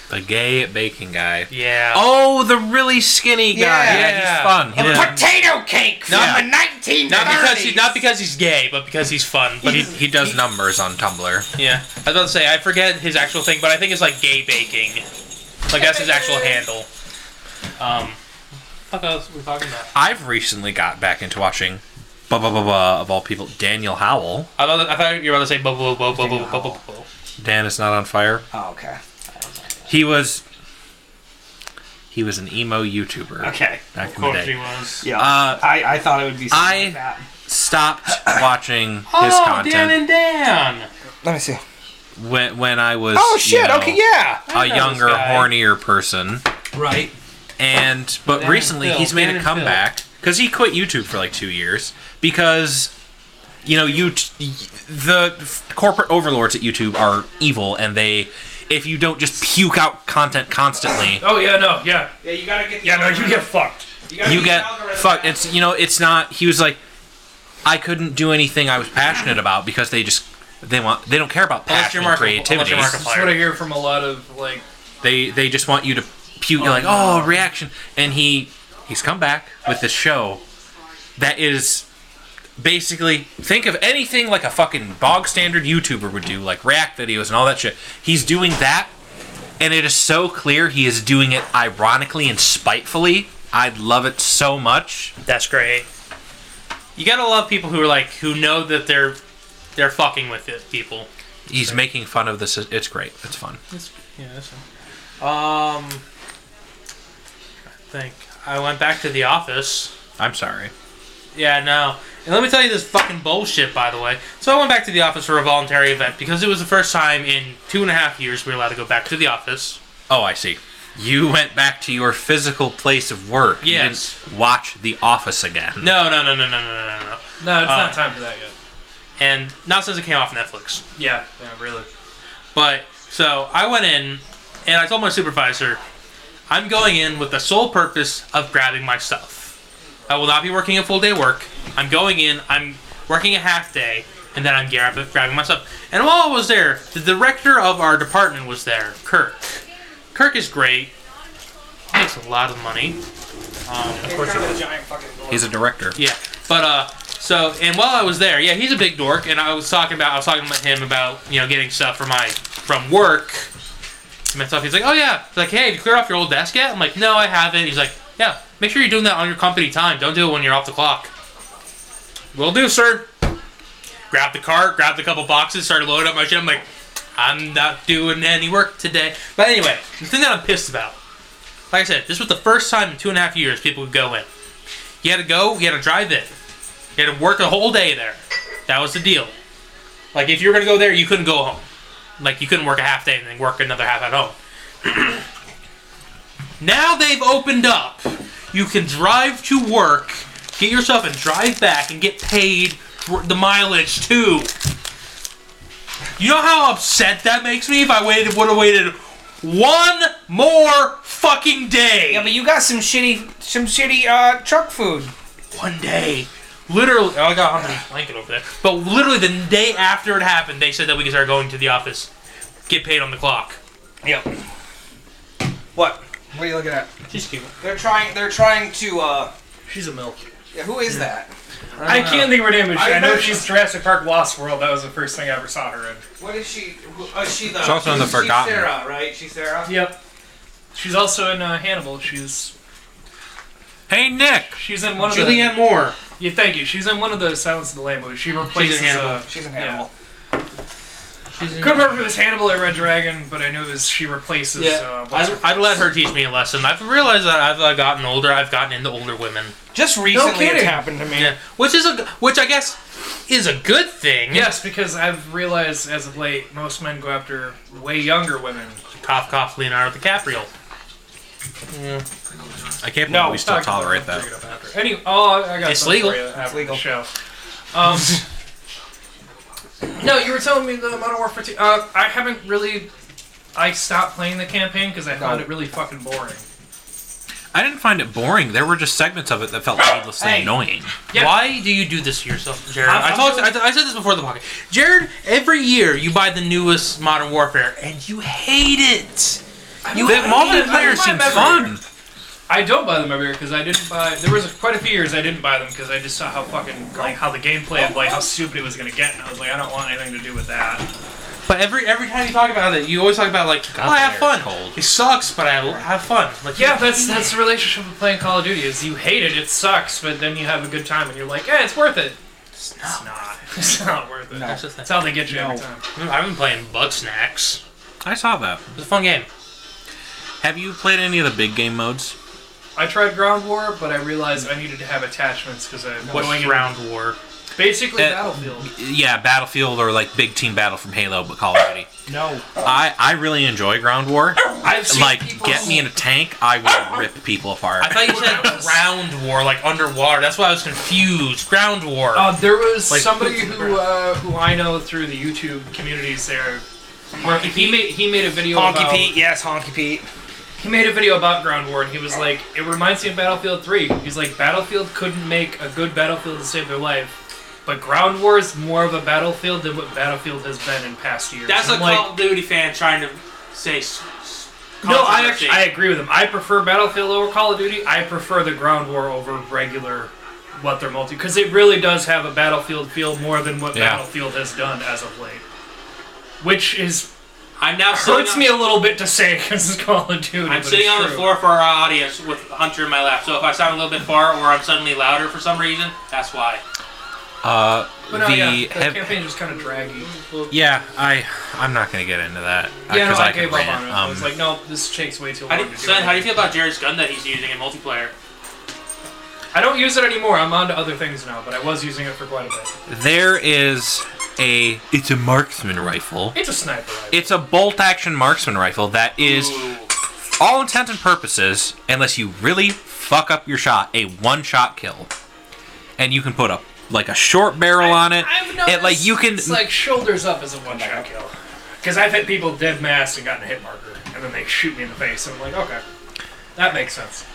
Speaker 5: The gay baking guy.
Speaker 4: Yeah.
Speaker 5: Oh, the really skinny guy.
Speaker 3: Yeah.
Speaker 5: he's fun. He does-
Speaker 3: Potato cake from
Speaker 5: Yeah.
Speaker 3: the 1930s.
Speaker 4: Not because he, not because he's gay, but because he's fun.
Speaker 5: but
Speaker 4: But
Speaker 5: he,
Speaker 4: he,
Speaker 5: he does numbers on Tumblr.
Speaker 4: yeah, I was about to say I forget his actual thing, but I think it's like gay baking. Like that's his actual handle. Um, what else were we talking about?
Speaker 5: I've recently got back into watching, blah blah blah blah of all people, Daniel Howell.
Speaker 4: I thought, I thought you were about to say blah blah blah blah blah blah blah. blah.
Speaker 5: Dan is not on fire.
Speaker 3: Oh, okay.
Speaker 5: He was. He was an emo YouTuber
Speaker 3: Okay.
Speaker 5: back in the day.
Speaker 4: was.
Speaker 3: Yeah.
Speaker 5: Uh,
Speaker 3: I, I thought it would be. something
Speaker 5: I-
Speaker 3: like that.
Speaker 5: Stopped watching his
Speaker 4: oh, Dan
Speaker 5: content
Speaker 4: and Dan.
Speaker 3: Let me see.
Speaker 5: when when I was
Speaker 3: Oh
Speaker 5: you
Speaker 3: shit.
Speaker 5: know,
Speaker 3: okay. Yeah.
Speaker 5: a
Speaker 4: know
Speaker 5: younger,
Speaker 4: this guy.
Speaker 5: hornier person.
Speaker 3: Right.
Speaker 5: And but
Speaker 4: Dan and
Speaker 5: recently
Speaker 4: Phil,
Speaker 5: he's made
Speaker 4: Dan
Speaker 5: a
Speaker 4: and Phil.
Speaker 5: comeback because he quit YouTube for like two years because you know, you the corporate overlords at YouTube are evil, and they if you don't just puke out content constantly,
Speaker 7: Oh yeah, no, yeah,
Speaker 3: Yeah, you gotta get. the
Speaker 7: yeah, no, you
Speaker 3: algorithm.
Speaker 7: get fucked.
Speaker 3: gotta
Speaker 5: you
Speaker 3: the
Speaker 5: get
Speaker 3: algorithm
Speaker 5: fuck.
Speaker 3: out.
Speaker 5: It's you know, it's not. He was like, I couldn't do anything I was passionate about because they just they want they don't care about
Speaker 4: Unless
Speaker 5: passion
Speaker 4: you're
Speaker 5: and
Speaker 4: Markiplier- unless
Speaker 5: creativity.
Speaker 4: you're
Speaker 6: That's what I hear from a lot of like.
Speaker 5: They they just want you to puke. you're like, oh, reaction. And he he's come back with this show that is basically think of anything like a fucking bog standard YouTuber would do, like react videos and all that shit. He's doing that, and it is so clear he is doing it ironically and spitefully. I love it so much.
Speaker 4: That's great. You gotta love people who are like who know that they're they're fucking with it. People.
Speaker 5: He's making fun of this. It's great. It's fun.
Speaker 4: Yeah, that's fine. Um, I think I went back to the office.
Speaker 5: I'm sorry.
Speaker 4: Yeah, no. And let me tell you this fucking bullshit, by the way. So I went back to the office for a voluntary event because it was the first time in two and a half years we were allowed to go back to the office.
Speaker 5: Oh, I see. You went back to your physical place of work. You
Speaker 4: Yes.
Speaker 5: didn't watch The Office again.
Speaker 4: No, no, no, no, no, no, no, no, no.
Speaker 6: No, it's
Speaker 4: not
Speaker 6: not time for that yet.
Speaker 4: And not since it came off Netflix.
Speaker 6: Yeah, yeah, really.
Speaker 4: But so I went in and I told my supervisor, I'm going in with the sole purpose of grabbing my stuff. I will not be working a full day work. I'm going in, I'm working a half day, and then I'm grab- grabbing my stuff. And while I was there, the director of our department was there, Kirk. Kirk is great. Makes a lot of money.
Speaker 7: Of course, you a giant fucking.
Speaker 5: He's a director.
Speaker 4: Yeah, but uh, so and while I was there, yeah, he's a big dork, and I was talking about I was talking with him about you know getting stuff from my from work. And my stuff. He's like, oh yeah. He's like, hey, have you cleared off your old desk yet? I'm like, no, I haven't. He's like, yeah, make sure you're doing that on your company time. Don't do it when you're off the clock. Will do, sir. Grabbed the cart, grabbed a couple boxes, started loading up my shit. I'm like, I'm not doing any work today. But anyway, the thing that I'm pissed about, like I said, this was the first time in two and a half years people could go in. You had to go, you had to drive in. You had to work a whole day there. That was the deal. Like, if you were going to go there, you couldn't go home. Like, you couldn't work a half day and then work another half at home. now they've opened up. You can drive to work, get yourself and drive back, and get paid for the mileage, too. You know how upset that makes me if I waited would have waited one more fucking day.
Speaker 3: Yeah, but you got some shitty, some shitty uh, truck food.
Speaker 4: one day, literally, oh, I got on the blanket over there. But literally, the day after it happened, they said that we could start going to the office, get paid on the clock.
Speaker 3: Yep. What? What are you looking at?
Speaker 4: She's cute.
Speaker 3: They're trying. They're trying to. uh...
Speaker 6: She's a milk.
Speaker 3: Yeah, who is that? Uh,
Speaker 6: I
Speaker 4: Uh,
Speaker 6: can't think of her name, but
Speaker 3: I
Speaker 6: she- I know
Speaker 3: imagine-
Speaker 6: she's Jurassic Park Lost World. That was the first thing I ever saw her in.
Speaker 3: What is she? Who, uh, she the.
Speaker 5: She's also in the
Speaker 3: she's
Speaker 5: Forgotten.
Speaker 3: Sarah, right? She's Sarah.
Speaker 6: Yep. She's also in uh, Hannibal. She's
Speaker 5: Hey, Nick.
Speaker 6: she's in one of
Speaker 4: Julianne Moore.
Speaker 6: the. Yeah, thank you. She's in one of the Silence of the Lambs movies. She replaces.
Speaker 4: Hannibal.
Speaker 6: uh,
Speaker 3: She's an
Speaker 6: Yeah.
Speaker 3: animal.
Speaker 6: Couldn't remember if it was Hannibal or Red Dragon, but I knew it was she replaces.
Speaker 4: Yeah,
Speaker 6: Uh,
Speaker 4: I'd, I'd let her teach me a lesson. I've realized that I've uh, gotten older. I've gotten into older women,
Speaker 3: Just recently, it's
Speaker 6: kidding.
Speaker 3: happened to me.
Speaker 4: yeah. which is a which I guess is a good thing.
Speaker 6: Yes, because I've realized as of late, most men go after way younger women.
Speaker 4: cough, cough, Leonardo DiCaprio.
Speaker 5: I can't believe
Speaker 6: No,
Speaker 5: we still tolerate that.
Speaker 6: Any, oh, I got
Speaker 4: It's
Speaker 6: something
Speaker 4: legal.
Speaker 6: For you after
Speaker 3: It's legal.
Speaker 6: The show. Um, no, you were telling me the Modern Warfare 2. Uh, I haven't really. I stopped playing the campaign because I found it really fucking boring.
Speaker 5: I didn't find it boring. There were just segments of it that felt needlessly
Speaker 4: Hey.
Speaker 5: annoying.
Speaker 6: Yeah.
Speaker 4: Why do you do this to yourself, Jared?
Speaker 6: I'm-
Speaker 4: I,
Speaker 6: I'm
Speaker 4: talked.
Speaker 6: really-
Speaker 4: I, I said this before the podcast. Jared, every year you buy the newest Modern Warfare, and you hate it. You
Speaker 5: the
Speaker 4: hate it.
Speaker 5: multiplayer seemed fun.
Speaker 6: I don't buy them every year because I didn't buy. There was quite a few years I didn't buy them because I just saw how fucking like how the gameplay of like how stupid it was gonna get, and I was like, I don't want anything to do with that.
Speaker 4: But every every time you talk about it, you always talk about like, oh, I have
Speaker 5: there,
Speaker 4: fun.
Speaker 5: it's cold.
Speaker 4: It sucks, but I l- have fun. Like,
Speaker 6: Yeah, that's that's the relationship with playing Call of Duty is you hate it, it sucks, but then you have a good time and you're like, eh, it's worth it. It's not. It's not worth it.
Speaker 4: That's the thing.
Speaker 6: That's how they get you every time.
Speaker 4: I've been playing Bug Snacks.
Speaker 5: I saw that.
Speaker 4: It's a fun game.
Speaker 5: Have you played any of the big game modes?
Speaker 6: I tried Ground War, but I realized I needed to have attachments because I'm
Speaker 4: What's
Speaker 6: going in-
Speaker 4: Round War?
Speaker 2: Basically,
Speaker 5: Uh,
Speaker 2: Battlefield.
Speaker 5: yeah, Battlefield or like Big Team Battle from Halo, but Call of Duty.
Speaker 7: No.
Speaker 5: I, I really enjoy Ground War.
Speaker 7: I've seen
Speaker 5: Like,
Speaker 7: people-
Speaker 5: get me in a tank, I will rip people apart.
Speaker 4: I thought you said ground war, like underwater. That's why I was confused. Ground war.
Speaker 6: Uh, there was
Speaker 4: Like,
Speaker 6: somebody
Speaker 4: boots on the
Speaker 6: who uh, who I know through the YouTube communities there, where he made he made a video
Speaker 3: Honky
Speaker 6: about
Speaker 3: Pete, yes, Honky Pete.
Speaker 6: he made a video about Ground War, and he was like, it reminds me of Battlefield Three. He's like, Battlefield couldn't make a good Battlefield to save their life, but Ground War is more of a Battlefield than what Battlefield has been in past years.
Speaker 8: That's a
Speaker 6: I'm like,
Speaker 8: Call of Duty fan trying to say. s- s-
Speaker 6: no, I
Speaker 8: controversy.
Speaker 6: actually I agree with him. I prefer Battlefield over Call of Duty. I prefer the Ground War over regular what they're multi because it really does have a Battlefield feel more than what
Speaker 5: Yeah.
Speaker 6: Battlefield has done as of late, which is
Speaker 8: I'm now sitting
Speaker 6: hurts
Speaker 8: on,
Speaker 6: me a little bit to say because it's Call of Duty.
Speaker 8: I'm
Speaker 6: but
Speaker 8: sitting
Speaker 6: it's
Speaker 8: on the
Speaker 6: true.
Speaker 8: floor for our audience with Hunter in my lap. So if I sound a little bit far or I'm suddenly louder for some reason, that's why.
Speaker 5: uh,
Speaker 6: But no,
Speaker 5: the
Speaker 6: yeah, the
Speaker 5: hev-
Speaker 6: campaign was kind of draggy.
Speaker 5: yeah, I I'm not gonna get into that
Speaker 8: Uh,
Speaker 6: Yeah, no,
Speaker 5: because
Speaker 6: I,
Speaker 5: I, can
Speaker 6: gave up on
Speaker 5: rant.
Speaker 6: it. I
Speaker 5: Um,
Speaker 6: was like, no, this takes way too long.
Speaker 8: How do,
Speaker 6: to do
Speaker 8: son,
Speaker 6: it.
Speaker 8: how do you feel about Jared's gun that he's using in multiplayer?
Speaker 6: I don't use it anymore. I'm on to other things now, but I was using it for quite a bit.
Speaker 5: there is a it's a marksman rifle.
Speaker 6: It's a sniper rifle.
Speaker 5: It's a bolt action marksman rifle that is
Speaker 8: Ooh.
Speaker 5: all intents and purposes, unless you really fuck up your shot, a one shot kill. And you can put a like a short barrel on it.
Speaker 6: I've
Speaker 5: it like you can
Speaker 6: It's like shoulders up is a one shot kill. Because I've hit people dead mass and gotten a hit marker, and then they shoot me in the face, and I'm like, okay, that makes sense.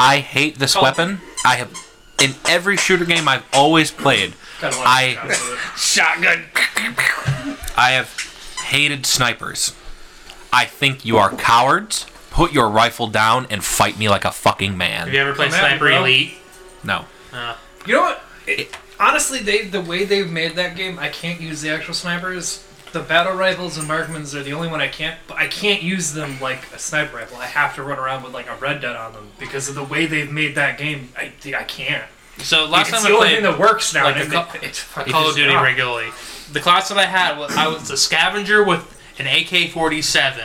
Speaker 5: I hate this
Speaker 6: Call-
Speaker 5: weapon. I have in every shooter game I've always played,
Speaker 6: Kind of
Speaker 5: I-
Speaker 3: Shotgun.
Speaker 5: I have hated snipers. I think you are cowards. Put your rifle down and fight me like a fucking
Speaker 8: Have you
Speaker 5: man.
Speaker 8: ever played
Speaker 6: Come at me,
Speaker 8: Sniper
Speaker 6: bro.
Speaker 8: Elite?
Speaker 5: No.
Speaker 6: You know what? It- honestly, they the way they've made that game, I can't use the actual snipers. The battle rifles and markmans are the only one I can't. But I can't use them like a sniper rifle. I have to run around with like a red dot on them because of the way they've made that game. I, I can't.
Speaker 4: so last
Speaker 6: it's
Speaker 4: time
Speaker 6: the
Speaker 4: I
Speaker 6: only
Speaker 4: played
Speaker 6: thing that works now.
Speaker 4: like
Speaker 6: and
Speaker 4: a
Speaker 6: it-
Speaker 4: cou-
Speaker 6: it's fucking
Speaker 4: Call of Duty
Speaker 6: not.
Speaker 4: regularly, the class that I had was I was a scavenger with an AK-47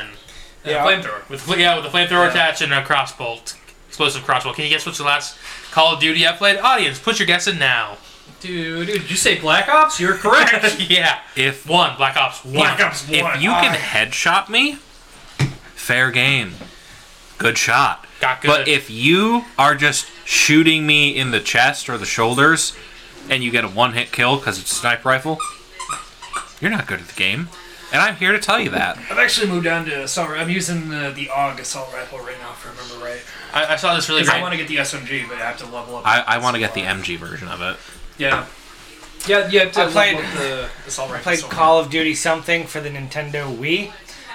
Speaker 6: Yeah, flamethrower.
Speaker 4: with fl- yeah with a flamethrower attached and a crossbow, t- explosive crossbow. Can you guess what's the last Call of Duty I played? Audience, put your guess in now.
Speaker 6: Dude, dude, did you say Black Ops? You're correct.
Speaker 4: yeah,
Speaker 5: If
Speaker 4: one Black Ops one.
Speaker 6: Black Ops One.
Speaker 5: if you can headshot me, fair game. Good shot.
Speaker 4: got good.
Speaker 5: But if you are just shooting me in the chest or the shoulders and you get a one hit kill because it's a sniper rifle, you're not good at the game. And I'm here to tell you that.
Speaker 6: I've actually moved on to assault. ri- I'm using the, the AUG assault rifle right now, if I remember right.
Speaker 4: I, I saw this really
Speaker 6: Because I
Speaker 4: great.
Speaker 6: want to get the SMG, but I have to level up.
Speaker 5: I, I want to get the MG version of it.
Speaker 6: Yeah. Yeah, yeah. To
Speaker 7: I played-
Speaker 6: level up the assault rifle.
Speaker 7: played
Speaker 6: so-
Speaker 7: Call of Duty something for the Nintendo Wii,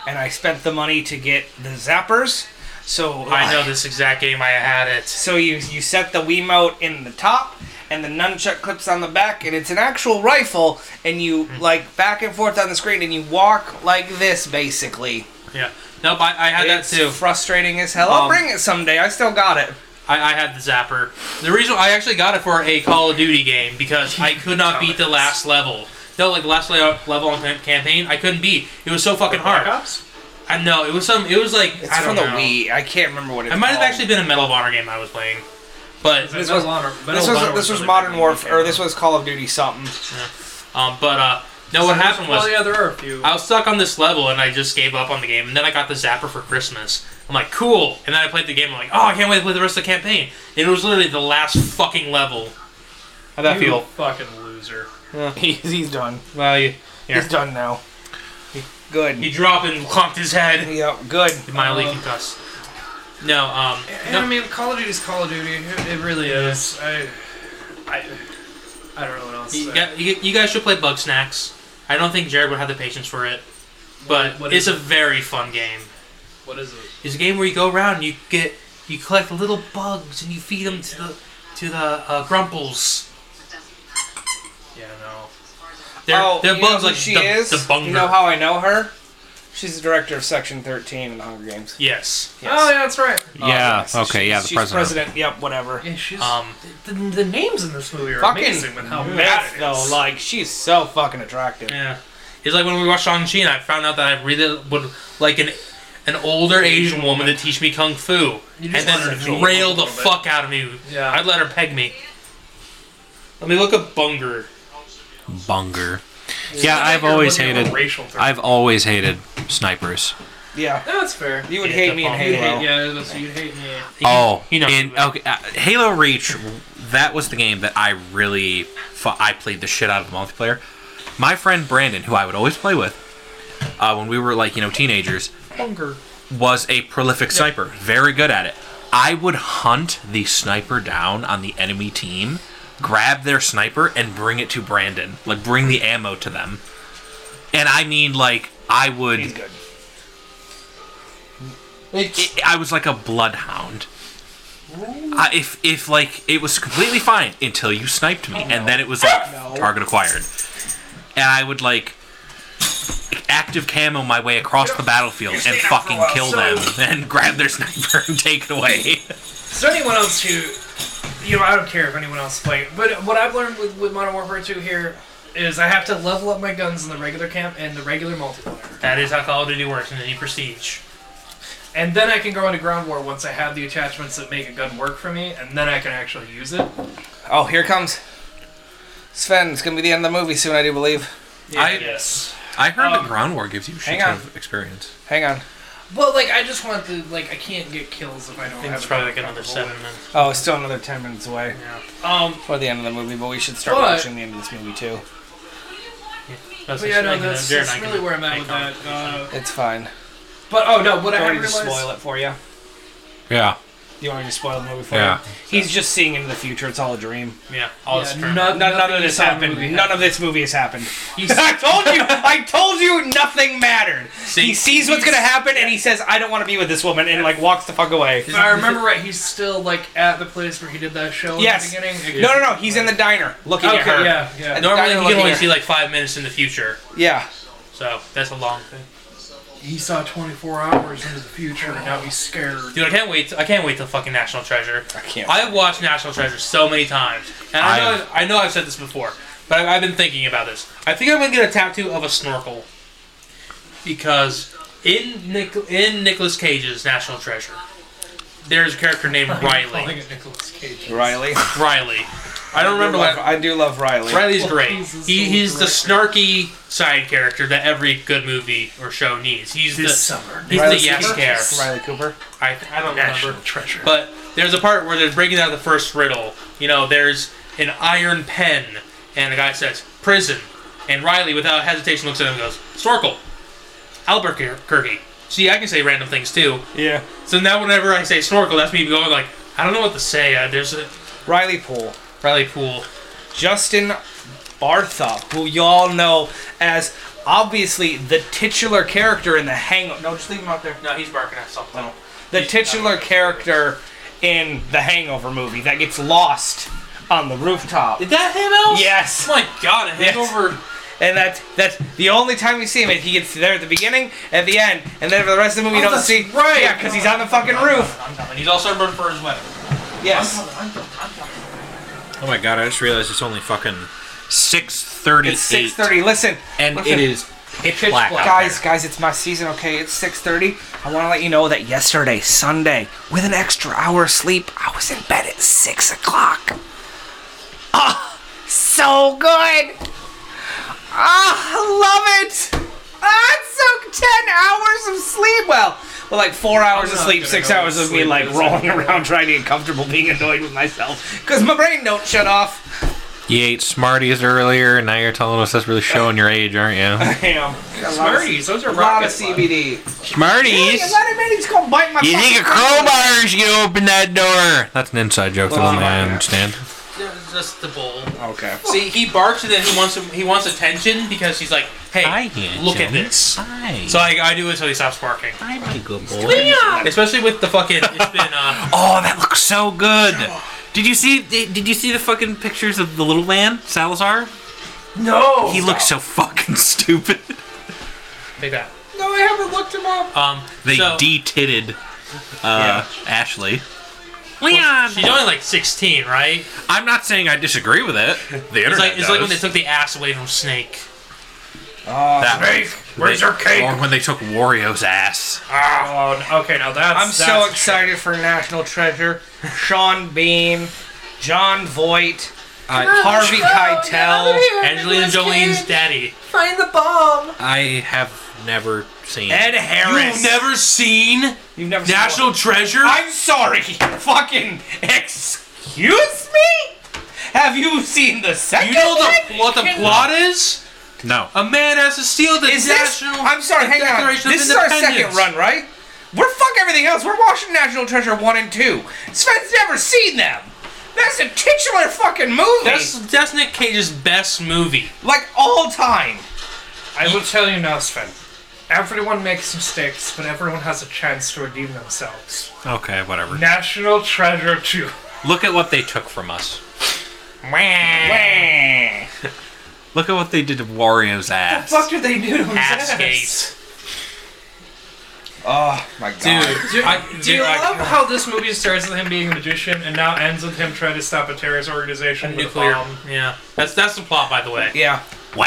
Speaker 7: and I spent the money to get the zappers. So
Speaker 4: I know this exact game. I had it.
Speaker 7: So you you set the Wiimote in the top and the nunchuck clips on the back, and it's an actual rifle, and you
Speaker 3: Hmm.
Speaker 7: like back and forth on the screen, and you walk like this basically.
Speaker 4: Yeah. Nope, I, I had
Speaker 7: It's
Speaker 4: that too.
Speaker 7: frustrating as hell. I'll
Speaker 4: Um,
Speaker 7: bring it someday. I still got it.
Speaker 4: I, I had the zapper. The reason I actually got it for a Call of Duty game because I could not beat the last level. No, like the last layout level on the campaign, I couldn't beat. It was so fucking
Speaker 6: Black
Speaker 4: hard.
Speaker 6: Ops?
Speaker 4: I know it was some. It was like
Speaker 7: It's
Speaker 4: I
Speaker 7: for
Speaker 4: don't
Speaker 7: the
Speaker 4: know.
Speaker 7: Wii. Um, I can't remember what it's
Speaker 4: It might have
Speaker 7: called.
Speaker 4: actually been a Medal of Honor game I was playing, but
Speaker 7: This
Speaker 6: Metal
Speaker 7: was-
Speaker 6: Honor- Metal
Speaker 7: This was
Speaker 6: Honor
Speaker 7: this was
Speaker 6: really
Speaker 7: Modern
Speaker 6: big.
Speaker 7: Warfare, or this was Call of Duty something.
Speaker 4: um, but uh, no, what happened was
Speaker 6: Well, yeah, there are a few.
Speaker 4: I was stuck on this level and I just gave up on the game. And then I got the Zapper for Christmas. I'm like, cool. And then I played the game. I'm like, oh, I can't wait to play the rest of the campaign. And it was literally the last fucking level.
Speaker 7: How that
Speaker 6: you
Speaker 7: feel?
Speaker 6: fucking loser.
Speaker 7: he's, he's done.
Speaker 4: Well, you,
Speaker 7: He's done now. Good.
Speaker 4: he dropped and clunked his head.
Speaker 7: Yeah, good.
Speaker 4: Mildly
Speaker 6: Uh,
Speaker 4: concussed. No, um,
Speaker 6: And, I
Speaker 4: no,
Speaker 6: mean, Call of Duty's Call of Duty. It, it really is. I, I, I don't know what else. to
Speaker 4: you,
Speaker 6: say.
Speaker 4: got- you- you guys should play Bug Snacks. I don't think Jared would have the patience for it, but
Speaker 6: What
Speaker 4: it's
Speaker 6: is
Speaker 4: a very fun game.
Speaker 6: What is it?
Speaker 4: It's a game where you go around and you get you collect little bugs and you feed them to the to the uh, grumples.
Speaker 6: Yeah, no.
Speaker 4: They're,
Speaker 7: oh,
Speaker 4: they're
Speaker 7: you know
Speaker 4: bugs
Speaker 7: who
Speaker 4: like
Speaker 7: she
Speaker 4: the,
Speaker 7: is.
Speaker 4: the bunger.
Speaker 7: you know how I know her? She's the director of Section 13 in the Hunger Games.
Speaker 4: yes.
Speaker 7: Yes.
Speaker 6: Oh, yeah, that's right.
Speaker 7: Oh, yes. She's- she's Yep, whatever.
Speaker 6: Yeah, she's,
Speaker 4: Um,
Speaker 6: the, the names in this movie are
Speaker 7: Fucking
Speaker 6: amazing with how bad
Speaker 7: Beth,
Speaker 6: it
Speaker 7: though,
Speaker 6: is.
Speaker 7: like she's so fucking attractive.
Speaker 4: yeah. It's like when we watched Shang-Chi and I found out that I really would like an an older Asian woman to teach me kung fu
Speaker 6: You
Speaker 4: and
Speaker 6: just wanted to
Speaker 4: then
Speaker 6: feel
Speaker 4: rail
Speaker 6: a
Speaker 4: the
Speaker 6: little bit.
Speaker 4: fuck out of me.
Speaker 6: Yeah.
Speaker 4: I'd let her peg me. Let me look up bunger.
Speaker 5: Bunger. Yeah, I've always hated.
Speaker 6: Racial term.
Speaker 5: I've always hated snipers.
Speaker 3: Yeah.
Speaker 6: No, that's fair.
Speaker 3: You would hate me in Halo.
Speaker 6: Yeah, that's, you'd hate me.
Speaker 5: Oh,
Speaker 4: you know-
Speaker 5: in, okay. Uh, Halo Reach, that was the game that I really fu- I played the shit out of the multiplayer. My friend Brandon, who I would always play with, uh, when we were like you know teenagers, was a prolific sniper, very good at it. I would hunt the sniper down on the enemy team, grab their sniper, and bring it to Brandon. Like bring the ammo to them, and I mean like I would.
Speaker 3: He's good.
Speaker 5: it, I was like a bloodhound. I, if if like it was completely fine until you sniped me, and then it was like target acquired, and I would like active camo my way across the battlefield and fucking kill them and grab their sniper and take it away.
Speaker 6: Is there anyone else who, you know, I don't care if anyone else playing, but what I've learned with, with Modern Warfare 2 here is I have to level up my guns in the regular camp and the regular multiplayer.
Speaker 4: That is how Call of Duty works in any prestige.
Speaker 6: And then I can go into ground war once I have the attachments that make a gun work for me, and then I can actually use it.
Speaker 3: Oh, here comes Sven. It's gonna be the end of the movie soon, I do believe.
Speaker 5: I
Speaker 6: Yes.
Speaker 5: I heard the ground war gives you a
Speaker 3: Um, hang
Speaker 5: shit ton
Speaker 3: on.
Speaker 5: of experience.
Speaker 3: Hang on.
Speaker 6: Well, like, I just want to, like, I can't get kills if I don't
Speaker 4: I think
Speaker 6: have
Speaker 4: it's
Speaker 6: a
Speaker 4: probably like
Speaker 6: gun
Speaker 4: another
Speaker 6: comfortable
Speaker 4: seven minutes.
Speaker 3: Oh, it's still another ten minutes away
Speaker 6: with. Um,
Speaker 3: for the end of the movie, but we should start
Speaker 6: But-
Speaker 3: watching the end of this movie too.
Speaker 4: That's
Speaker 6: but
Speaker 4: just
Speaker 6: yeah,
Speaker 4: like
Speaker 6: no,
Speaker 4: an
Speaker 6: that's,
Speaker 4: Jared and
Speaker 6: that's
Speaker 4: I can
Speaker 6: really where I'm at
Speaker 4: make
Speaker 6: with that. Uh,
Speaker 3: It's fine.
Speaker 6: but, oh, no, what I
Speaker 3: Do you want
Speaker 6: haven't
Speaker 3: me to spoil
Speaker 6: realized...
Speaker 3: it for you?
Speaker 5: Yeah,
Speaker 3: Do you want me to spoil the movie for
Speaker 5: Yeah.
Speaker 3: you? He's just seeing into the future. It's all a dream.
Speaker 4: Yeah, all this
Speaker 6: Yeah,
Speaker 4: turn.
Speaker 6: no,
Speaker 3: None, none of
Speaker 6: nothing
Speaker 3: this
Speaker 6: in that
Speaker 3: happened.
Speaker 6: movie
Speaker 3: None of this movie has happened. I told you. I told you nothing mattered. he sees what's gonna happen and he says, "I don't want to be with this woman," and like walks the fuck away.
Speaker 6: If I remember right, he's still like at the place where he did that show
Speaker 3: Yes.
Speaker 6: in the beginning.
Speaker 3: No, no, no. He's in the diner looking
Speaker 6: Okay,
Speaker 3: at her.
Speaker 6: yeah, yeah.
Speaker 3: And
Speaker 4: Normally,
Speaker 3: the diner
Speaker 4: you can
Speaker 3: looking
Speaker 4: only
Speaker 3: at
Speaker 4: see like five minutes in the future,
Speaker 3: her. Yeah.
Speaker 4: so that's a long thing.
Speaker 6: He saw 24 hours into the future, and now he's scared.
Speaker 4: Dude, I can't wait! I can't wait till fucking National Treasure. I
Speaker 3: can't.
Speaker 4: I've watched National Treasure so many times, and I know I've, I know I've said this before, but I've, I've been thinking about this. I think I'm gonna get a tattoo of a snorkel because in Nic- in Nicolas Cage's National Treasure, there's a character named
Speaker 6: Oh,
Speaker 4: Riley.
Speaker 6: Nicholas Cage.
Speaker 3: Riley.
Speaker 4: Riley. I don't remember like
Speaker 3: I do love Riley.
Speaker 4: Riley's great.
Speaker 6: Oh, he's the
Speaker 4: he,
Speaker 6: sole
Speaker 4: he's the snarky side character that every good movie or show needs. He's the
Speaker 6: This summer,
Speaker 4: he's
Speaker 3: Riley
Speaker 4: the yes
Speaker 3: Cooper?
Speaker 4: care.
Speaker 3: Riley Cooper.
Speaker 4: I, I don't remember.
Speaker 6: national treasure.
Speaker 4: But there's a part where they're breaking down the first riddle. You know, there's an iron pen, and the guy says, prison. And Riley, without hesitation, looks at him and goes, snorkel. Albuquerque. See, I can say random things too.
Speaker 3: Yeah.
Speaker 4: So now whenever I say snorkel, that's me going like, I don't know what to say. Uh, there's a
Speaker 3: Riley Poole.
Speaker 4: Riley Pool.
Speaker 3: Justin Bartha, who y'all know as obviously the titular character in The Hangover. No, just leave him out there.
Speaker 4: No, he's barking at something.
Speaker 3: Oh. the titular character in the Hangover movie that gets lost on the rooftop.
Speaker 4: Is that him else?
Speaker 3: Yes,
Speaker 4: Oh my god, a
Speaker 3: Yes.
Speaker 4: hangover.
Speaker 3: and that's that's the only time you see him. He gets there at the beginning, at the end, and then for the rest of the
Speaker 4: Oh,
Speaker 3: movie you don't see. Right? Yeah, because he's on the fucking roof.
Speaker 4: I'm coming. He's also remembered for his wedding.
Speaker 3: Yes,
Speaker 5: Oh my god, I just realized it's only fucking six thirty-eight,
Speaker 3: it's six thirty. Listen,
Speaker 5: and
Speaker 3: listen.
Speaker 5: it is pitch, black. out
Speaker 3: Guys,
Speaker 5: there.
Speaker 3: guys, it's my season, okay? It's 6.30. I want to let you know that yesterday, Sunday, with an extra hour of sleep, I was in bed at 6 o'clock. Ah, so good! Ah, I love it! Ah, it's so 10 hours of sleep! Well, well like four hours of sleep, six hours of me, like, rolling around trying to get comfortable, being annoyed with myself, because my brain don't shut off.
Speaker 5: You ate Smarties earlier, and now you're telling us that's really showing your age, aren't you?
Speaker 3: Damn.
Speaker 6: Smarties, those are
Speaker 3: A lot of
Speaker 6: rocket fun.
Speaker 3: CBD.
Speaker 5: Smarties!
Speaker 3: Hey, let him in, he's gonna bite my
Speaker 5: You think a
Speaker 3: fucking finger.
Speaker 5: crowbar is gonna open that door? That's an inside joke that only I understand.
Speaker 4: Just the bowl.
Speaker 3: Okay.
Speaker 4: See, he barks and then he wants he wants attention because he's like, hey, look at this.
Speaker 5: Hi.
Speaker 4: So I, I do it so he stops barking.
Speaker 5: I'm a good boy.
Speaker 4: Especially with the fucking. It's been. Uh,
Speaker 5: Oh, that looks so good. Did you see? Did did you see the fucking pictures of the little man Salazar?
Speaker 6: No.
Speaker 5: He looks so fucking stupid.
Speaker 4: take that.
Speaker 3: No, I haven't looked him up.
Speaker 4: Um,
Speaker 5: They
Speaker 4: so,
Speaker 5: de-titted uh, Ashley. Leon.
Speaker 4: she's only like 16, right?
Speaker 5: I'm not saying I disagree with it. The internet
Speaker 4: It's like it's like when they
Speaker 5: does.
Speaker 4: took the ass away from Snake.
Speaker 5: that. Where's your cake? Or when they took Wario's ass.
Speaker 6: Oh, okay, now that's.
Speaker 3: I'm so excited for National Treasure. Sean Bean, John Voight,
Speaker 5: I,
Speaker 3: Harvey Keitel.
Speaker 4: Angelina Jolie's daddy.
Speaker 3: Find the bomb.
Speaker 5: I have never seen.
Speaker 3: Ed Harris.
Speaker 5: You've never seen
Speaker 7: You've never
Speaker 5: National Treasure?
Speaker 7: I'm sorry. Fucking excuse me. Have you seen the second?
Speaker 5: you know the,
Speaker 7: one?
Speaker 5: what the plot is?
Speaker 9: No.
Speaker 5: A man has to steal the
Speaker 7: Is this?
Speaker 5: national.
Speaker 7: I'm sorry. Hang on.
Speaker 5: Declaration of
Speaker 7: This is our second
Speaker 5: Independence.
Speaker 7: run, right? We're fuck everything else. We're watching National Treasure one and two. Sven's never seen them. That's a titular fucking movie,
Speaker 4: That's, that's Nick Cage's best movie.
Speaker 7: like all time.
Speaker 6: I will tell you now, Sven. Everyone makes mistakes, but everyone has a chance to redeem themselves.
Speaker 5: Okay, whatever.
Speaker 6: National Treasure 2.
Speaker 5: Look at what they took from us.
Speaker 7: Wah.
Speaker 5: Look at what they did to Wario's ass.
Speaker 6: What do they do?
Speaker 5: ass gates.
Speaker 7: Oh my god.
Speaker 6: Do,
Speaker 5: I-
Speaker 6: do you
Speaker 5: dude, I-
Speaker 6: love how this movie starts with him being a magician and now ends with him trying to stop a terrorist organization with
Speaker 4: Nuclear.
Speaker 6: a bomb?
Speaker 4: Yeah. That's that's the plot, by the way.
Speaker 7: Yeah.
Speaker 5: Wah.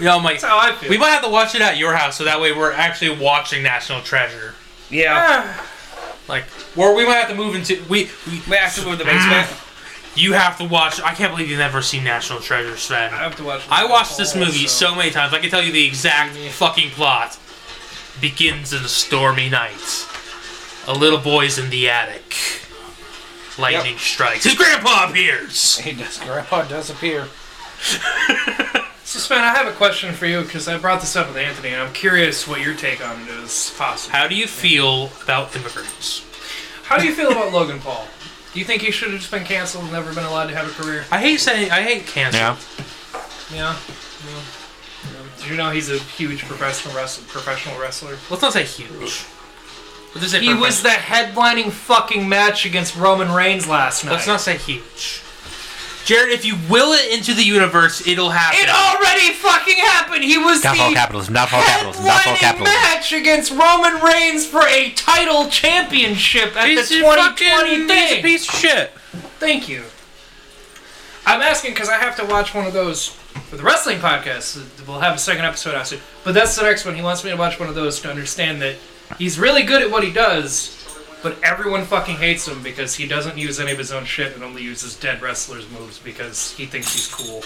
Speaker 4: Yeah, I'm like,
Speaker 6: That's how I feel.
Speaker 4: we might have to watch it at your house, so that way we're actually watching National Treasure.
Speaker 7: Yeah.
Speaker 4: Like, or we might have to move into we. we
Speaker 7: We have to move the basement.
Speaker 4: you have to watch. I can't believe you've never seen National Treasure, Sven.
Speaker 6: I Oh, have to watch.
Speaker 4: I watched this
Speaker 6: Hall,
Speaker 4: movie so many times. I can tell you the exact fucking plot. Begins in a stormy night. A little boy's in the attic. Lightning strikes. His grandpa appears.
Speaker 7: He does. Grandpa does appear.
Speaker 6: So, Sven, I have a question for you because I brought this up with Anthony, and I'm curious what your take on it is possible.
Speaker 4: How do you feel about immigrants?
Speaker 6: How do you feel about Logan Paul? Do you think he should have just been canceled and never been allowed to have a career?
Speaker 4: I hate saying I hate cancer.
Speaker 9: Yeah.
Speaker 6: Yeah. yeah. Did you know he's a huge professional wrestler? Professional wrestler.
Speaker 4: Let's not say huge. Let's say
Speaker 6: He was the headlining fucking match against Roman Reigns last night.
Speaker 4: Let's not say huge. Jared, if you will it into the universe, it'll happen.
Speaker 6: It already fucking happened. He was the
Speaker 9: Downfall capitalism. Downfall capitalism. Downfall
Speaker 6: headlining
Speaker 9: capitalism.
Speaker 6: match against Roman Reigns for a title championship at
Speaker 4: Piece
Speaker 6: the
Speaker 4: of
Speaker 6: 2020
Speaker 4: fucking-
Speaker 6: thing.
Speaker 5: Piece of shit.
Speaker 6: Thank you. I'm asking because I have to watch one of those for the wrestling podcast. We'll have a second episode out soon. But that's the next one. He wants me to watch one of those to understand that he's really good at what he does, but everyone fucking hates him because he doesn't use any of his own shit and only uses dead wrestlers' moves because he thinks he's cool.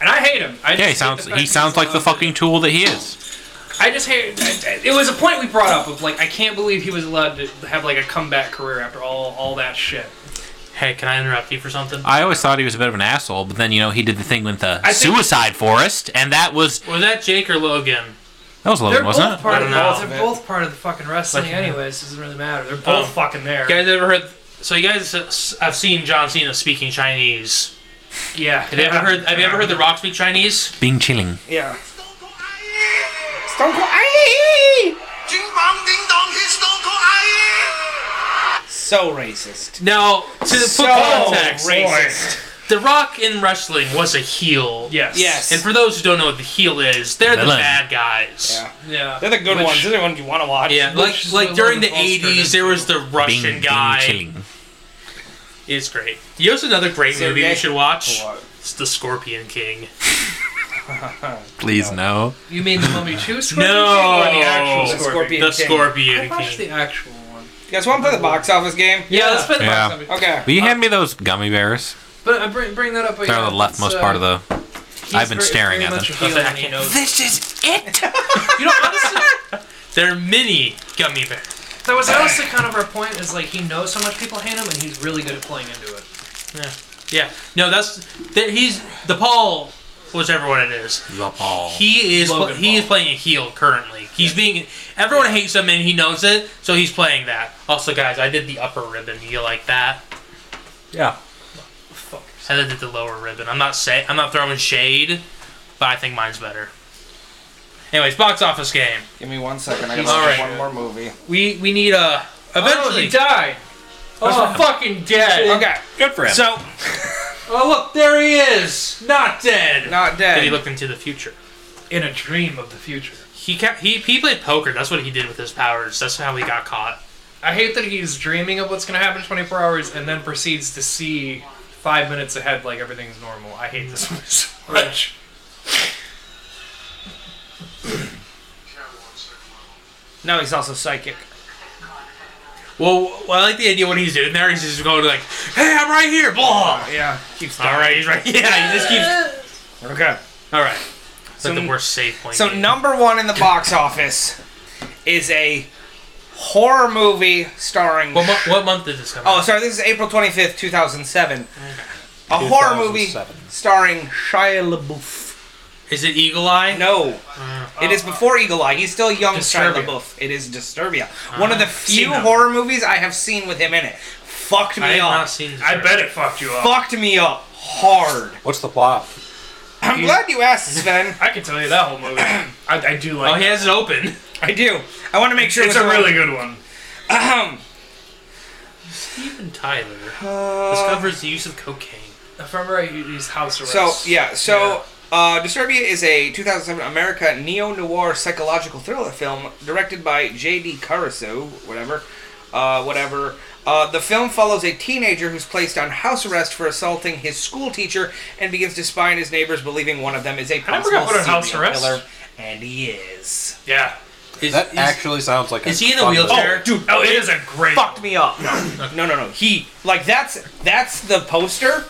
Speaker 6: And I hate him. I just
Speaker 9: Yeah, he
Speaker 6: hate
Speaker 9: sounds
Speaker 6: the fact
Speaker 9: he
Speaker 6: he's
Speaker 9: sounds like the
Speaker 6: allowed to-
Speaker 9: fucking tool that he is.
Speaker 6: I just hate. It was a point we brought up of like I can't believe he was allowed to have like a comeback career after all all that shit.
Speaker 4: hey, can I interrupt you for something?
Speaker 9: I always thought he was a bit of an asshole, but then you know he did the thing with the
Speaker 6: I think-
Speaker 9: suicide forest, and that was
Speaker 4: was that Jake or Logan?
Speaker 9: that Oh, was
Speaker 6: They're
Speaker 9: Logan,
Speaker 6: both
Speaker 9: wasn't it?
Speaker 6: part of
Speaker 4: I don't
Speaker 6: the,
Speaker 4: know.
Speaker 6: they're both part of the fucking wrestling
Speaker 4: Like, yeah.
Speaker 6: anyways. Doesn't really matter. They're both
Speaker 4: Um,
Speaker 6: fucking there.
Speaker 4: You guys ever heard? So you guys s- have seen John Cena speaking Chinese.
Speaker 6: yeah.
Speaker 4: Have you ever heard? Have you ever heard The Rock speak Chinese?
Speaker 9: Being chilling.
Speaker 7: Yeah. Stone Cold. E. Aye! So racist.
Speaker 4: Now, to put
Speaker 7: so
Speaker 4: context,
Speaker 7: racist.
Speaker 4: The Rock in wrestling was a heel.
Speaker 6: Yes.
Speaker 7: Yes.
Speaker 4: And for those who don't know what the heel is, they're the
Speaker 9: Villain.
Speaker 4: bad guys.
Speaker 7: Yeah.
Speaker 6: Yeah.
Speaker 7: They're the good
Speaker 4: Which-
Speaker 7: ones. They're the ones you want to watch.
Speaker 4: Yeah,
Speaker 6: Which
Speaker 4: like
Speaker 6: is
Speaker 4: like
Speaker 6: what
Speaker 4: during
Speaker 6: Logan
Speaker 4: the
Speaker 6: Paul's turned
Speaker 4: '80s, there was the
Speaker 9: Being,
Speaker 4: Russian
Speaker 9: being
Speaker 4: guy.
Speaker 9: chilling.
Speaker 4: It's great. You know, what's another great movie
Speaker 7: Sergey
Speaker 4: you should watch.
Speaker 7: What?
Speaker 4: It's The Scorpion King.
Speaker 9: Please no.
Speaker 6: You mean the Mummy 2 Scorpion
Speaker 4: No.
Speaker 6: King or the actual
Speaker 4: The
Speaker 6: Scorpion?
Speaker 7: Scorpion King.
Speaker 4: The
Speaker 6: I
Speaker 4: Scorpion
Speaker 6: watched
Speaker 4: King.
Speaker 6: the actual one.
Speaker 7: You guys want to play the box office game?
Speaker 6: Yeah, let's play the
Speaker 9: Yeah.
Speaker 6: box office.
Speaker 7: Okay.
Speaker 9: Will you hand me those gummy bears?
Speaker 6: But I bring, bring that up. uh,
Speaker 9: They're on the leftmost part of the. I've been staring at them.
Speaker 6: This is it. you know, honestly,
Speaker 4: They're mini gummy bears.
Speaker 6: that was honestly kind of our point. Is like he knows so much people hate him, and he's really good at playing into it.
Speaker 4: Yeah. No, that's that he's the Paul, whichever one it is.
Speaker 5: The ball.
Speaker 4: He is
Speaker 6: Logan
Speaker 4: he is
Speaker 6: Paul.
Speaker 4: playing a heel currently. He's being everyone hates him and he knows it, so he's playing that. Also, guys, I did the upper ribbon. You like that?
Speaker 5: Yeah.
Speaker 4: I did the lower ribbon. I'm not say I'm not throwing shade, but I think mine's better. Anyways, box office game.
Speaker 7: Give me one second. I gotta
Speaker 4: All
Speaker 7: watch
Speaker 4: right.
Speaker 7: one more movie.
Speaker 4: We we need a
Speaker 6: Oh, he
Speaker 4: eventually.
Speaker 6: died.
Speaker 4: Oh, fucking dead.
Speaker 7: Okay.
Speaker 5: Good for him.
Speaker 4: So, oh look, there he is, not dead.
Speaker 7: Not
Speaker 4: But he
Speaker 7: dead.
Speaker 4: looked into the future.
Speaker 6: In a dream of the future.
Speaker 4: He kept he he played poker. That's what he did with his powers. That's how he got caught.
Speaker 6: I hate that he's dreaming of what's gonna happen in 24 hours and then proceeds to see five minutes ahead like everything's normal. I hate this movie so much.
Speaker 7: No, he's also psychic.
Speaker 4: Well, well, I like the idea what he's doing there. He's just going like, "Hey, I'm right here." Blah.
Speaker 6: Yeah.
Speaker 4: Keeps. All right, he's right. Yeah, he just keeps.
Speaker 3: Okay.
Speaker 4: All right. It's
Speaker 3: So-
Speaker 4: like the worst save point.
Speaker 3: So number one in the box office is a horror movie starring.
Speaker 4: What, mo- what month did this come
Speaker 3: oh,
Speaker 4: out?
Speaker 3: sorry. This is April twenty fifth, two thousand seven. A horror movie
Speaker 5: 2007.
Speaker 3: starring Shia LaBeouf.
Speaker 4: Is it Eagle Eye?
Speaker 3: No, it is before Eagle Eye. He's still young. Shia
Speaker 4: Uh, Disturbia.
Speaker 3: LaBeouf. It is Disturbia. One of the few
Speaker 4: seen that.
Speaker 3: horror movies I have seen with him in it. Fucked
Speaker 4: I
Speaker 3: me
Speaker 4: have not
Speaker 3: up.
Speaker 4: seen. This
Speaker 6: I bet it fucked you up.
Speaker 3: Fucked me up hard.
Speaker 5: What's the plot?
Speaker 3: I'm glad you asked, Sven.
Speaker 6: I can tell you that whole movie. I, I do
Speaker 4: Oh,
Speaker 6: like.
Speaker 4: he has it open.
Speaker 3: I do. I want to make sure
Speaker 6: It's
Speaker 3: it
Speaker 6: a
Speaker 3: was the
Speaker 6: really good one.
Speaker 3: Ahem.
Speaker 4: Steven Tyler Uh, discovers the use of cocaine.
Speaker 6: If I remember, right, he- he's house arrest.
Speaker 3: So yeah, so Uh, Disturbia is a 2007 America neo noir psychological thriller film directed by J.D. Caruso, whatever, uh, whatever. Uh, the film follows a teenager who's placed on house arrest for assaulting his school teacher and begins to spy on his neighbors, believing one of them is a
Speaker 6: I never
Speaker 3: possible
Speaker 6: got put on
Speaker 3: serial
Speaker 6: house arrest.
Speaker 3: killer, and he is.
Speaker 6: Yeah.
Speaker 4: Is,
Speaker 5: That
Speaker 4: is-
Speaker 5: actually sounds like.
Speaker 4: is
Speaker 5: a
Speaker 4: he in a
Speaker 5: fun-
Speaker 4: wheelchair?
Speaker 3: Dude,
Speaker 6: Oh, it is a great.
Speaker 3: fucked me up. No, no, no. He like that's that's the poster.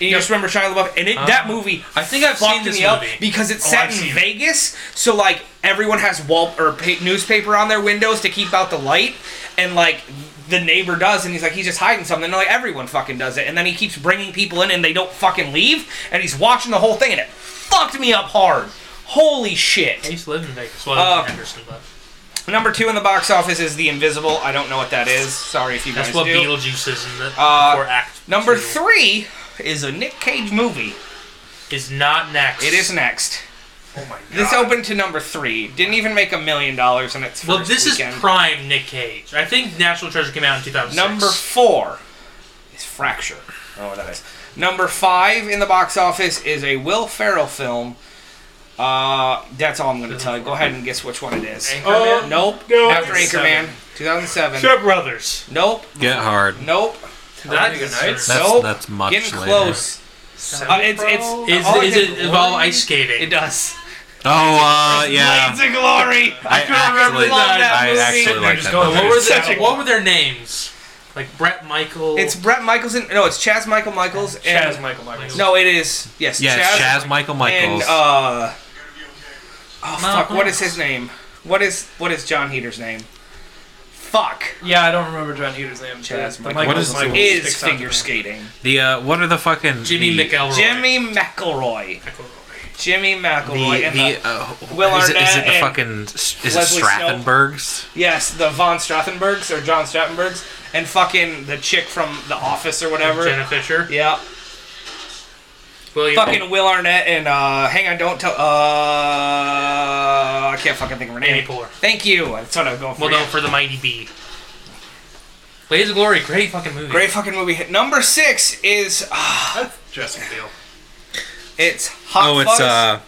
Speaker 3: And you just remember Shia LaBeouf, and it, that movie
Speaker 4: Um, I think I've seen
Speaker 3: fucked
Speaker 4: this
Speaker 3: me up
Speaker 4: movie. Oh,
Speaker 3: because it's set
Speaker 6: I've seen
Speaker 3: in
Speaker 6: it.
Speaker 3: Vegas. So like everyone has wall or pa- newspaper on their windows to keep out the light, and like the neighbor does, and he's like he's just hiding something. And like everyone fucking does it, and then he keeps bringing people in, and they don't fucking leave, and he's watching the whole thing, and it fucked me up hard. Holy
Speaker 4: I
Speaker 3: shit!
Speaker 4: used to live in Vegas. Well, I
Speaker 3: Uh,
Speaker 4: lived in Henderson, but
Speaker 3: Number two in the box office is The Invisible. I don't know what that is. Sorry if you
Speaker 4: that's
Speaker 3: guys
Speaker 4: what
Speaker 3: do.
Speaker 4: Beetlejuice is in the
Speaker 3: Uh,
Speaker 4: before Act.
Speaker 3: Number
Speaker 4: two.
Speaker 3: three is a Nick Cage movie.
Speaker 4: is not next.
Speaker 3: It is next.
Speaker 6: Oh my god.
Speaker 3: This opened to number three. Didn't even make a million dollars in its first
Speaker 4: Well, this
Speaker 3: weekend.
Speaker 4: is prime Nick Cage. I think National Treasure came out in 2006.
Speaker 3: number four is Fracture. I don't know what that is. Number five in the box office is a Will Ferrell film. Uh, that's all I'm going to tell you. Go ahead and guess which one it is. Uh,
Speaker 4: Anchorman?
Speaker 3: nope.
Speaker 6: no.
Speaker 3: After Anchorman, 2007.
Speaker 4: Step Brothers.
Speaker 3: Nope.
Speaker 5: Get hard.
Speaker 3: Nope.
Speaker 4: That's
Speaker 6: Good night.
Speaker 5: That's
Speaker 3: nope.
Speaker 5: that's much
Speaker 3: Getting
Speaker 5: later.
Speaker 3: close. Uh, it's it's
Speaker 4: Is,
Speaker 3: all I
Speaker 4: is
Speaker 3: can-
Speaker 4: it involve ice skating?
Speaker 3: It does.
Speaker 5: Oh uh, yeah.
Speaker 3: Blades of Glory.
Speaker 5: I actually,
Speaker 3: love that
Speaker 5: I
Speaker 3: movie.
Speaker 5: actually like
Speaker 6: Just
Speaker 5: that.
Speaker 6: go,
Speaker 5: movie.
Speaker 4: What were,
Speaker 3: Such
Speaker 4: their,
Speaker 3: a-
Speaker 4: what were their names? Like Brett Michael.
Speaker 3: It's Brett Michelson. No, it's Chaz Michael Michaels. And,
Speaker 6: Chaz Michael Michaels.
Speaker 3: No, it is. Yes.
Speaker 5: Yeah, it's Chaz Michael Michaels.
Speaker 3: And uh, oh fuck, what is his name? What is what is John Heater's name? Fuck,
Speaker 6: Yeah, I don't remember John Heater's name. Chaz
Speaker 3: Michael-
Speaker 5: What is-
Speaker 3: is figure skating.
Speaker 5: the uh, what are the fucking
Speaker 4: Jimmy
Speaker 5: the,
Speaker 4: McElroy.
Speaker 3: Jimmy McElroy. Jimmy
Speaker 5: The,
Speaker 3: McElroy. and
Speaker 5: the,
Speaker 3: the-
Speaker 5: uh,
Speaker 3: Will
Speaker 5: is, it, is
Speaker 3: Arnett
Speaker 5: it the
Speaker 3: and
Speaker 5: fucking is it
Speaker 3: Leslie Snow.
Speaker 5: Strathenbergs?
Speaker 3: yes, the Von Strathenbergs or John Strathenbergs, and fucking the chick from The Office or whatever.
Speaker 4: Jenna Fisher.
Speaker 3: Yeah,
Speaker 4: William.
Speaker 3: fucking Will Arnett and uh, hang on, don't tell. Uh, I can't fucking think of her name.
Speaker 4: Amy Poehler.
Speaker 3: Thank you. That's what I'm going for.
Speaker 4: Well,
Speaker 3: yeah.
Speaker 4: no, for the Mighty Bee. Blades of Glory, great fucking movie.
Speaker 3: Great fucking movie. Number six is ah,
Speaker 6: Justin Bale.
Speaker 3: it's hot.
Speaker 5: Oh, it's
Speaker 3: Fuzz.
Speaker 5: uh,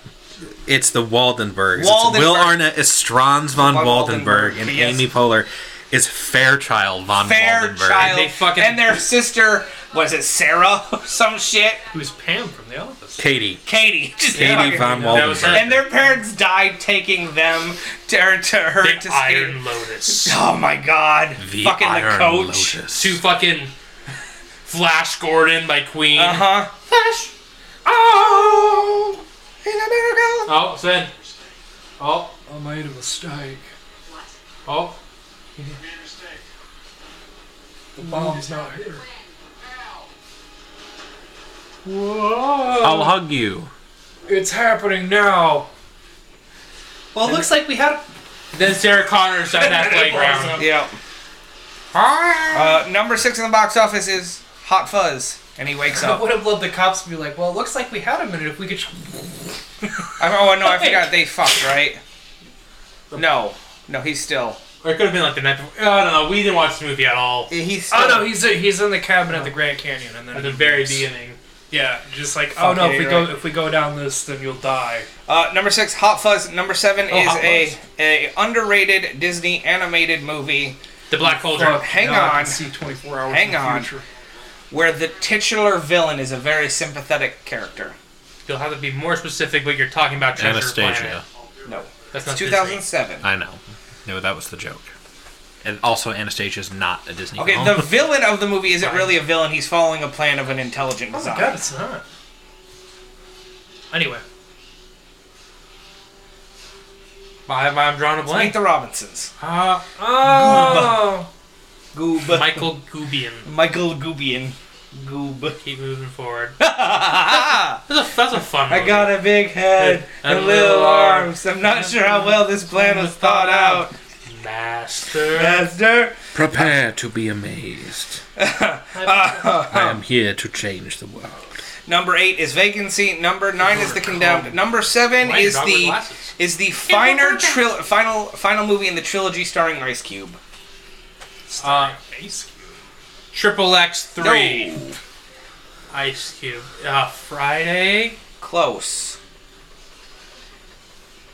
Speaker 5: it's the Waldenbergs.
Speaker 3: Waldenberg.
Speaker 5: It's Will Arnett is Strons von
Speaker 3: Von
Speaker 5: Waldenberg,
Speaker 3: Waldenberg,
Speaker 5: and
Speaker 3: yes.
Speaker 5: Amy Poehler is Fairchild von
Speaker 3: Fairchild.
Speaker 5: Waldenberg.
Speaker 4: They fucking-
Speaker 3: and their sister was it Sarah? Some shit.
Speaker 6: Who's Pam from The Office?
Speaker 5: Katie.
Speaker 3: Katie. Just
Speaker 5: Katie
Speaker 3: fucking-
Speaker 5: von
Speaker 4: That was
Speaker 5: Waldenberg.
Speaker 4: her.
Speaker 3: And their parents died taking them to her to, her
Speaker 4: Big
Speaker 3: to skate.
Speaker 4: Iron Lotus.
Speaker 3: Oh my god.
Speaker 5: The
Speaker 3: fucking
Speaker 5: Iron
Speaker 3: the coach.
Speaker 5: Lotus.
Speaker 4: to fucking Flash Gordon by Queen.
Speaker 3: Uh huh.
Speaker 4: Flash.
Speaker 3: Oh, in America.
Speaker 4: Oh, Sven. Oh,
Speaker 6: I made a mistake.
Speaker 4: oh.
Speaker 6: The bomb's not here.
Speaker 5: I'll hug you.
Speaker 6: It's happening now.
Speaker 3: Well, it looks like we had.
Speaker 4: Then Sarah Connor's on that
Speaker 3: Uh-huh.
Speaker 4: playground.
Speaker 3: Yeah. Uh, number six in the box office is Hot Fuzz, and he wakes
Speaker 6: I
Speaker 3: up. Oh,
Speaker 6: would have loved the cops to be like, well, it looks like we had a minute if we could.
Speaker 3: I, oh no, I forgot they fucked, right? No, no, he's still.
Speaker 4: Or it could have been like the night before. Oh, no, no, we didn't watch the movie at all.
Speaker 3: He's still.
Speaker 6: Oh no, he's he's in the cabin at the Grand Canyon, and then
Speaker 4: At the very beginning.
Speaker 6: Yeah, just like oh no,
Speaker 3: yeah,
Speaker 6: if we
Speaker 3: you're
Speaker 6: go
Speaker 3: right.
Speaker 6: if we go down this, then you'll die.
Speaker 3: Uh, number six, Hot Fuzz. Number seven is
Speaker 4: Hot
Speaker 3: a
Speaker 4: Fuzz.
Speaker 3: a underrated Disney animated movie
Speaker 4: The Black Cauldron.
Speaker 6: Fuck,
Speaker 3: hang
Speaker 6: now I can
Speaker 3: on.
Speaker 6: see 24 hours
Speaker 3: Hang
Speaker 6: in the
Speaker 3: on.
Speaker 6: future.
Speaker 3: where the titular villain is a very sympathetic character.
Speaker 4: You'll have to be more specific, but you're talking about Treasure
Speaker 5: Anastasia.
Speaker 4: Planet.
Speaker 3: No, it's
Speaker 4: That's not
Speaker 3: 2007.
Speaker 5: I know. No, that was the joke.
Speaker 9: And also, Anastasia's not a Disney
Speaker 3: Okay,
Speaker 9: film.
Speaker 3: the villain of the movie isn't really a villain. He's following a plan of an intelligent
Speaker 6: Oh my
Speaker 3: design.
Speaker 6: god, it's not. Anyway,
Speaker 4: I, I'm drawing a
Speaker 3: Meet
Speaker 4: blank.
Speaker 3: the Robinsons.
Speaker 4: Uh,
Speaker 6: oh,
Speaker 3: Goob.
Speaker 4: Michael Goobian.
Speaker 3: Michael Goobian. Goob.
Speaker 4: Keep moving forward. that's, a, that's a fun
Speaker 3: I
Speaker 4: movie.
Speaker 3: got a big head
Speaker 4: And
Speaker 3: and little
Speaker 4: little
Speaker 3: arms. I'm not sure how well this plan was thought out.
Speaker 4: Master.
Speaker 3: Master.
Speaker 5: Prepare to be amazed. I am here to change the world.
Speaker 3: Number eight is vacancy. Number nine is the condemned. Number seven
Speaker 4: Why
Speaker 3: is
Speaker 4: did I wear
Speaker 3: the
Speaker 4: glasses?
Speaker 3: is the finer tril- final final movie in the trilogy starring Ice Cube.
Speaker 4: Uh, Triple X three.
Speaker 3: No.
Speaker 4: Ice Cube. Uh, Friday.
Speaker 3: Close.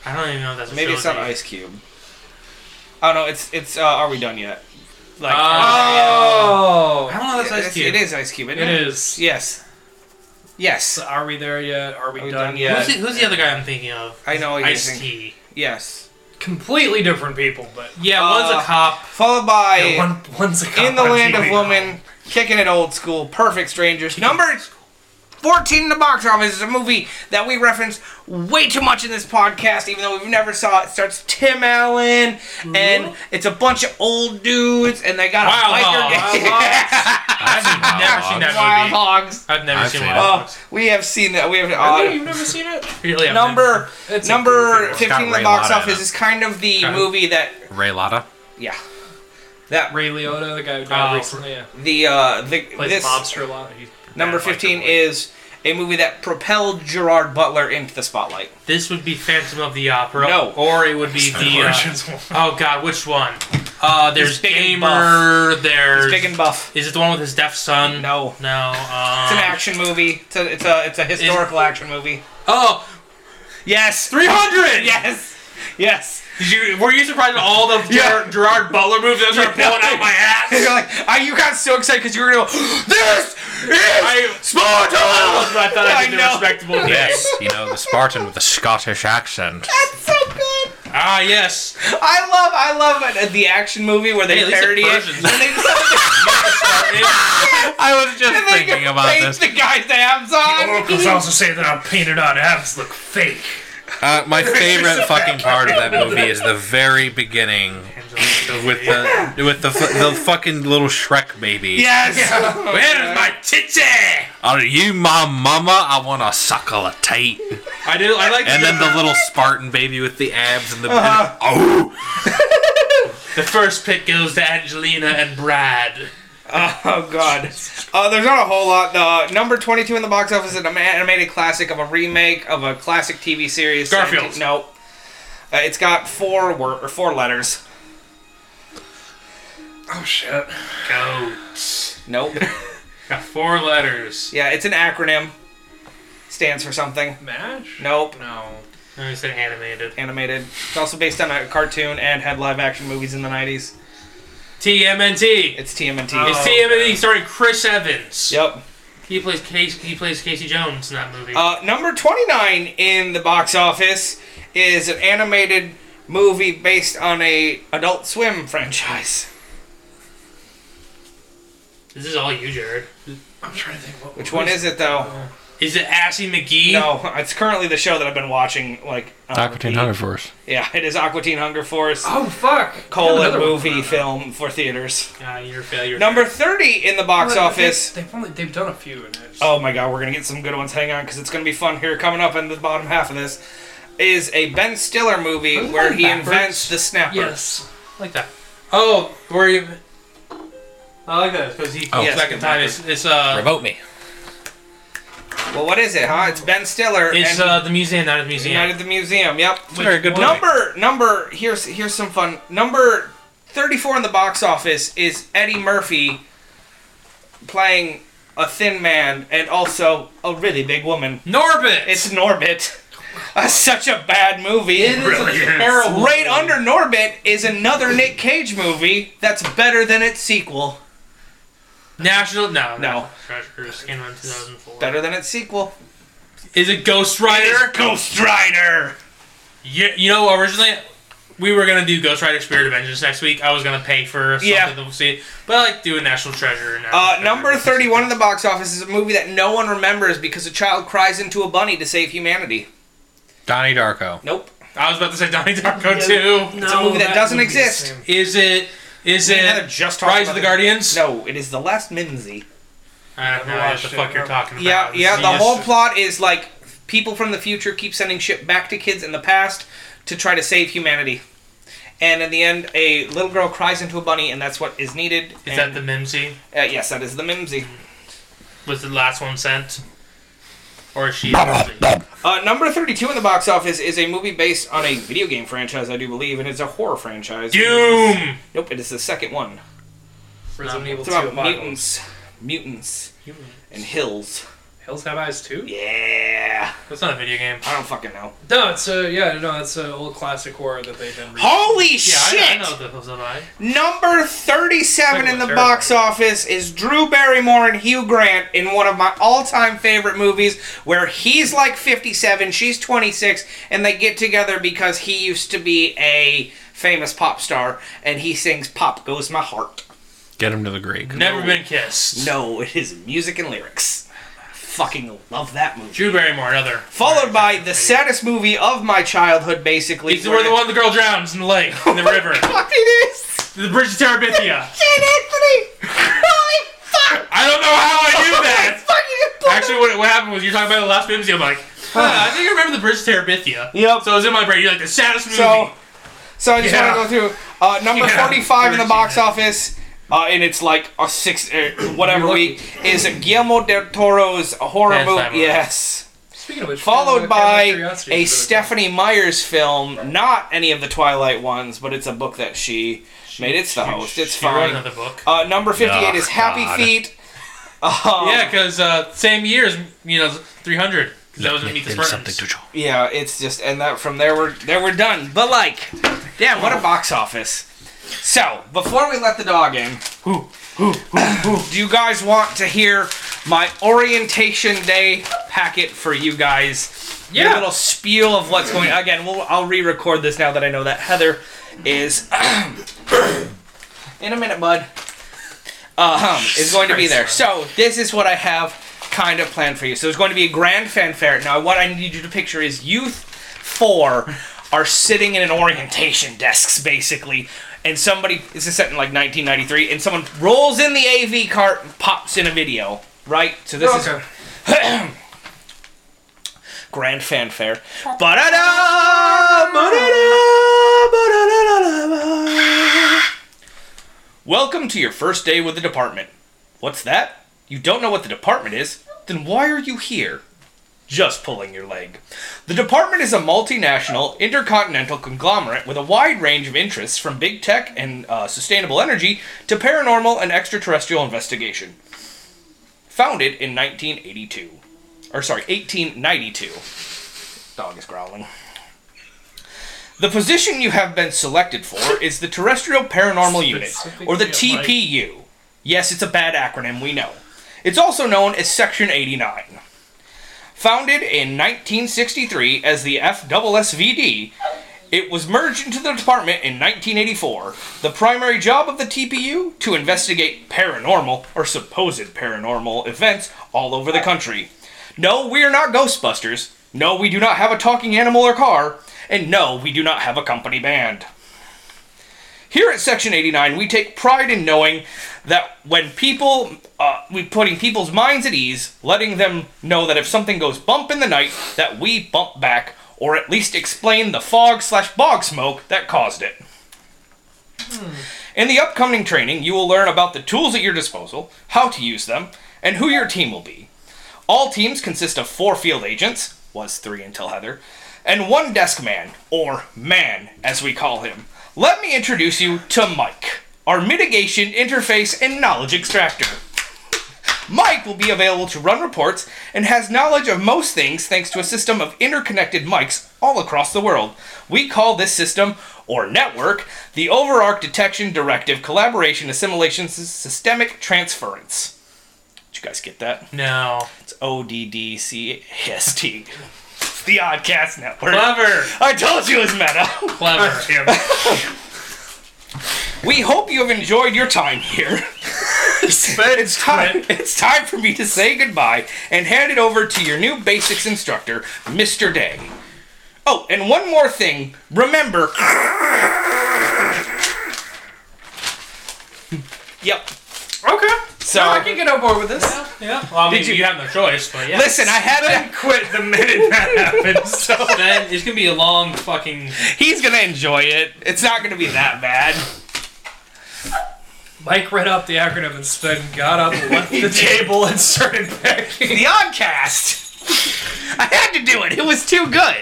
Speaker 4: I don't even know if that's a
Speaker 3: Maybe it's not
Speaker 4: trilogy.
Speaker 3: Ice Cube. Oh no, it's it's. Uh, are we done yet? Like,
Speaker 4: I don't know. if That's Ice
Speaker 3: Oh. It
Speaker 4: Cube.
Speaker 3: is Ice Cube. Isn't
Speaker 6: it
Speaker 3: it
Speaker 6: is.
Speaker 3: Yes. Yes.
Speaker 6: Are we there yet? Are we,
Speaker 3: Are we
Speaker 6: done,
Speaker 3: done
Speaker 6: yet?
Speaker 4: Who's the, who's the other guy I'm thinking of?
Speaker 3: I know what you're
Speaker 4: Ice
Speaker 3: thinking.
Speaker 4: T.
Speaker 3: Yes.
Speaker 6: Completely different people, but
Speaker 4: Yeah, one's
Speaker 3: Uh,
Speaker 4: a cop.
Speaker 3: Followed by
Speaker 6: one, one's a cop
Speaker 3: In the
Speaker 6: on
Speaker 3: Land of
Speaker 6: TV.
Speaker 3: Woman, kicking it old school, perfect strangers. Number 14 in the box office is a movie that we reference way too much in this podcast, even though we've never saw it. It starts Tim Allen, and it's a bunch of old dudes, and they got
Speaker 4: Wild
Speaker 3: a biker
Speaker 4: Hogs.
Speaker 3: gang.
Speaker 9: I've seen Wild
Speaker 4: never
Speaker 9: Hogs.
Speaker 4: seen that
Speaker 3: Wild
Speaker 4: movie.
Speaker 3: Hogs.
Speaker 4: I've never
Speaker 9: I've
Speaker 4: seen
Speaker 9: seen
Speaker 4: Wild
Speaker 9: it.
Speaker 4: Hogs.
Speaker 3: Oh, we have seen that. We have
Speaker 6: Really?
Speaker 3: uh,
Speaker 6: You've never seen it?
Speaker 4: Really, I've never-
Speaker 3: number
Speaker 6: It's a
Speaker 3: number
Speaker 9: movie.
Speaker 3: 15 in the
Speaker 9: Ray
Speaker 3: box
Speaker 9: Liotta in
Speaker 3: office
Speaker 9: it.
Speaker 3: is kind of the
Speaker 4: Got it.
Speaker 3: movie that
Speaker 9: Ray Liotta.
Speaker 3: yeah that
Speaker 6: Ray Liotta, the guy who died
Speaker 4: Oh,
Speaker 6: recently, yeah.
Speaker 3: the uh the
Speaker 6: plays
Speaker 3: this
Speaker 6: mobster a lot. He-
Speaker 3: number
Speaker 6: bad biker
Speaker 3: 15
Speaker 6: boy.
Speaker 3: is a movie that propelled Gerard Butler into the spotlight.
Speaker 4: This would be Phantom of the Opera.
Speaker 3: No.
Speaker 4: Or it would be the. Uh,
Speaker 6: Origins one.
Speaker 4: oh God, which one? Uh, there's
Speaker 3: He's big and
Speaker 4: Gamer. There's.
Speaker 3: It's big and buff.
Speaker 4: is it the one with his deaf son?
Speaker 3: No.
Speaker 4: No. Um,
Speaker 3: It's an action movie. It's a it's a, it's a historical action movie.
Speaker 4: Oh,
Speaker 3: Yes.
Speaker 4: 300!
Speaker 3: Yes. Yes.
Speaker 4: Did you, were you surprised at all the Ger-
Speaker 3: Yeah.
Speaker 4: Gerard Butler moves that are blowing out my ass?
Speaker 3: You're like I, you got so excited because you were going. This is
Speaker 4: I-
Speaker 3: Sparta.
Speaker 4: I thought
Speaker 3: I
Speaker 4: I did a
Speaker 3: know.
Speaker 4: respectable thing.
Speaker 9: Yes, you know the Spartan with the Scottish accent.
Speaker 3: That's so good.
Speaker 4: Ah, yes.
Speaker 3: I love I love it, the action movie where they
Speaker 4: Hey, at least the
Speaker 3: parody it.
Speaker 4: Persians-
Speaker 3: And they just,
Speaker 9: I was just
Speaker 3: and they
Speaker 9: thinking about
Speaker 3: paint
Speaker 9: this.
Speaker 3: the guy's abs on.
Speaker 6: Oracles also say that our painted on abs look fake.
Speaker 9: Uh, my favorite fucking part of that movie is the very beginning with the with the fu- the fucking little Shrek baby.
Speaker 3: Yes.
Speaker 4: Where's my titty?
Speaker 9: Are you my mama? I want to suckle a tight.
Speaker 4: I do. I like
Speaker 9: And
Speaker 4: the,
Speaker 9: then
Speaker 4: Uh-huh.
Speaker 9: the little Spartan baby with the abs and the and- oh.
Speaker 4: the first pick goes to Angelina and Brad.
Speaker 3: Oh god. Uh, there's not a whole lot. Uh, number 22 in the box office is an ama- animated classic of a remake of a classic TV series.
Speaker 4: Garfield.
Speaker 3: And- no. Uh, it's got four wor- or four letters.
Speaker 6: Oh shit.
Speaker 4: Goats.
Speaker 3: Nope.
Speaker 4: Got four letters.
Speaker 3: yeah, it's an acronym. Stands for something.
Speaker 6: Mash?
Speaker 3: Nope.
Speaker 6: No.
Speaker 4: I said animated.
Speaker 3: Animated. It's also based on a cartoon and had live action movies in the 90s.
Speaker 4: TMNT.
Speaker 3: It's TMNT.
Speaker 4: Oh. It's TMNT starring Chris Evans.
Speaker 3: Oh. Yep.
Speaker 4: He plays Case. He plays Casey Jones in that movie.
Speaker 3: Uh, number 29 in the box office is an animated movie based on a Adult Swim franchise.
Speaker 4: this is all you, Jared.
Speaker 6: I'm trying to think what
Speaker 3: Which one is it though?
Speaker 4: Is it Assy
Speaker 6: E?
Speaker 4: McGee?
Speaker 3: No, it's currently the show that I've been watching. Like on repeat.
Speaker 9: Force.
Speaker 3: Yeah, it is Aqua Teen Hunger Force.
Speaker 6: Oh fuck.
Speaker 3: colon
Speaker 6: Another one.
Speaker 3: movie film for theaters.
Speaker 4: Ah, you're a failure.
Speaker 3: Number thirty in the box
Speaker 6: Well, Oh, they-
Speaker 3: office.
Speaker 6: They've only they've done a few and it's
Speaker 3: Oh my god, we're gonna get some good ones. Hang on, because it's gonna be fun here. Coming up in the bottom half of this is a Ben Stiller movie
Speaker 6: Isn't
Speaker 3: where
Speaker 6: that
Speaker 3: he
Speaker 6: backwards?
Speaker 3: invents the snapper.
Speaker 6: yes.
Speaker 4: I like that. Oh, where you? I like that because he
Speaker 9: Oh.
Speaker 4: goes back in time. It's, it's uh,
Speaker 9: Revote me.
Speaker 3: Well, what is it, huh? It's Ben Stiller
Speaker 4: it's
Speaker 3: and
Speaker 4: uh, the museum, not the museum.
Speaker 3: Night at the Museum. Yep.
Speaker 9: Very good
Speaker 3: Number number here's here's some fun. Number 34 in the box office is Eddie Murphy playing a thin man and also a really big woman.
Speaker 4: Norbit.
Speaker 3: It's Norbit. That's such a bad movie.
Speaker 6: Really is.
Speaker 4: terrible.
Speaker 3: Right under Norbit is another Nick Cage movie that's better than its sequel.
Speaker 4: National no
Speaker 3: No.
Speaker 4: Treasures came out in 2004.
Speaker 3: Better than its sequel.
Speaker 4: Is it Ghost Rider?
Speaker 3: Ghost Rider.
Speaker 4: Yeah, you know originally we were gonna do Ghost Rider Spirit of Vengeance next week. I was gonna pay for something
Speaker 3: Yeah.
Speaker 4: that we'll see, but I like doing National Treasure. And
Speaker 3: Uh, number 31 in the box office is a movie that no one remembers because a child cries into a bunny to save humanity.
Speaker 9: Donnie Darko.
Speaker 3: Nope.
Speaker 4: I was about to say Donnie Darko too.
Speaker 3: It's a movie that doesn't exist.
Speaker 4: Is it? Is
Speaker 3: Me and Heather
Speaker 4: it?
Speaker 3: just talked
Speaker 4: Rise
Speaker 3: about
Speaker 4: of the
Speaker 3: it.
Speaker 4: Guardians?
Speaker 3: No, it is The Last Mimsy.
Speaker 4: I don't know what the fuck you're talking about.
Speaker 3: Yeah, yeah. The
Speaker 4: Yes.
Speaker 3: whole plot is like people from the future keep sending shit back to kids in the past to try to save humanity. And in the end, a little girl cries into a bunny, and that's what is needed.
Speaker 4: Is that
Speaker 3: and,
Speaker 4: the Mimsy?
Speaker 3: the? Uh, yes, that is the Mimsy.
Speaker 4: Was the last one sent? Or is she? a Mimsy?
Speaker 3: Uh, number thirty-two in the box office is a movie based on a video game franchise, I do believe, and it's a horror franchise.
Speaker 4: Doom.
Speaker 3: Nope, it is the second one.
Speaker 6: Resident Evil
Speaker 3: It's
Speaker 6: 2
Speaker 3: about
Speaker 6: Apocalypse.
Speaker 3: mutants, mutants, and hills.
Speaker 6: Hills Have Eyes 2?
Speaker 3: Yeah,
Speaker 4: That's not a video game.
Speaker 3: I don't fucking know.
Speaker 6: No, it's a, yeah, no, it's an old classic horror that they've been re-
Speaker 3: Holy
Speaker 4: Yeah,
Speaker 3: shit!
Speaker 4: I, I know the Hills Have Eyes.
Speaker 3: Number 37 in the box office is Drew Barrymore and Hugh Grant in one of my all time favorite movies where he's like 57, she's 26, and they get together because he used to be a famous pop star and he sings Pop Goes My Heart.
Speaker 9: Get him to the Greek.
Speaker 4: Never been kissed.
Speaker 3: No, it is music and lyrics. Fucking love that movie.
Speaker 4: Drew Barrymore, another.
Speaker 3: Followed by the saddest movie of my childhood, basically.
Speaker 4: He's where the one the girl drowns in the lake, in the river,
Speaker 3: Fuck it is!
Speaker 4: the bridge of Terabithia.
Speaker 3: Shit, Anthony! Holy fuck!
Speaker 4: I don't know how I knew that.
Speaker 3: Fuck you just blew my
Speaker 4: Actually, what, what happened was you're talking about the last Mimsy. I'm like, huh, I think I remember the Bridge to Terabithia.
Speaker 3: Yep.
Speaker 4: So it was in my brain. You're like the saddest movie.
Speaker 3: So, so I just
Speaker 4: Yeah.
Speaker 3: want to go through uh, number
Speaker 4: Yeah,
Speaker 3: 45 in the
Speaker 4: I've
Speaker 3: box
Speaker 4: seen it.
Speaker 3: office, uh, and it's like a six uh, whatever week is Guillermo del Toro's horror
Speaker 4: Pants
Speaker 3: movie.
Speaker 4: Time Out.
Speaker 3: Yes,
Speaker 6: Speaking of which,
Speaker 3: followed
Speaker 6: Family Family
Speaker 3: by
Speaker 6: Curiosities
Speaker 3: a
Speaker 6: is really
Speaker 3: Stephanie Myers film, not any of the Twilight ones, but it's a book that she, made. It's the host. It's
Speaker 4: She wrote
Speaker 3: fine.
Speaker 4: another book.
Speaker 3: Uh, number 58 is
Speaker 9: Oh,
Speaker 3: Happy
Speaker 9: God.
Speaker 3: Feet. Um,
Speaker 4: yeah, because uh, same year as you know 300. 'cause That was gonna meet the Spartans.
Speaker 9: something to draw.
Speaker 3: Yeah, it's just and that from there we're there we're done. But like, damn, what a box office. So before we let the dog in, do you guys want to hear my orientation day packet for you guys? Your
Speaker 6: Yeah.
Speaker 3: little spiel of what's going. Again, we'll, I'll re-record this now that I know that Heather is in a minute, bud. Um, is going to be there. So this is what I have kind of planned for you. So there's going to be a grand fanfare. Now, what I need you to picture is youth four are sitting in an orientation desks basically and somebody this is set in like 1993 and someone rolls in the av cart and pops in a video right so this is
Speaker 6: Okay.
Speaker 3: grand fanfare Ba-da-da, ba-da-da, ba-da-da-da-da. welcome to your first day with the department what's that you don't know what the department is then why are you here just pulling your leg. The department is a multinational, intercontinental conglomerate with a wide range of interests from big tech and uh, sustainable energy to paranormal and extraterrestrial investigation. Founded in 1982. Or, sorry, 1892. Dog is growling. The position you have been selected for is the Terrestrial Paranormal Unit, or the TPU. Yes, it's a bad acronym, we know. It's also known as Section 89. Founded in 1963 as the FSSVD, it was merged into the department in 1984. The primary job of the TPU to investigate paranormal or supposed paranormal events all over the country. No, we are not Ghostbusters. No, we do not have a talking animal or car. And no, we do not have a company band. Here at Section 89, we take pride in knowing that when people, uh, we putting people's minds at ease, letting them know that if something goes bump in the night, that we bump back, or at least explain the fog slash bog smoke that caused it. In the upcoming training, you will learn about the tools at your disposal, how to use them, and who your team will be. All teams consist of four field agents, was three until Heather, and one desk man, or man, as we call him. Let me introduce you to Mike, our mitigation interface and knowledge extractor. Mike will be available to run reports and has knowledge of most things thanks to a system of interconnected mics all across the world. We call this system, or network, the Overarch Detection Directive Collaboration Assimilation Sys- Systemic Transference. Did you guys get that?
Speaker 4: no.
Speaker 3: It's O D D C S T. the Oddcast Network.
Speaker 4: Clever.
Speaker 3: I told you it was meta.
Speaker 4: Clever.
Speaker 3: We hope you have enjoyed your time here. but it's time it's time for me to say goodbye and hand it over to your new basics instructor, Mr. Day. Oh, and one more thing. Remember Yep.
Speaker 6: Okay.
Speaker 3: So
Speaker 6: I can get on board with this.
Speaker 4: yeah. Well, I mean,
Speaker 3: you-
Speaker 4: you, have no choice, but yeah.
Speaker 3: listen, I had to quit the minute that happened. So
Speaker 4: Then it's gonna be a long fucking.
Speaker 3: he's gonna enjoy it. It's not gonna be that bad.
Speaker 6: Mike read out the acronym and then got up, left the table, and started packing.
Speaker 3: The Oddcast. I had to do it. It was too good.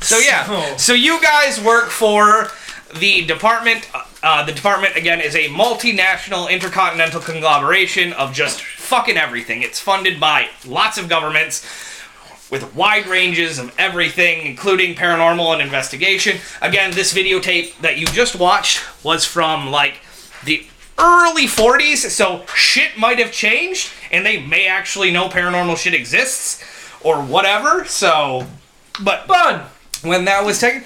Speaker 3: So yeah.
Speaker 6: So-
Speaker 3: So you guys work for the department. Uh, the department again is a multinational intercontinental conglomeration of just fucking everything. It's funded by lots of governments with wide ranges of everything, including paranormal and investigation. Again, this videotape that you just watched was from like the early 40s, so shit might have changed, and they may actually know paranormal shit exists or whatever. So, but
Speaker 6: Fun.
Speaker 3: when that was taken.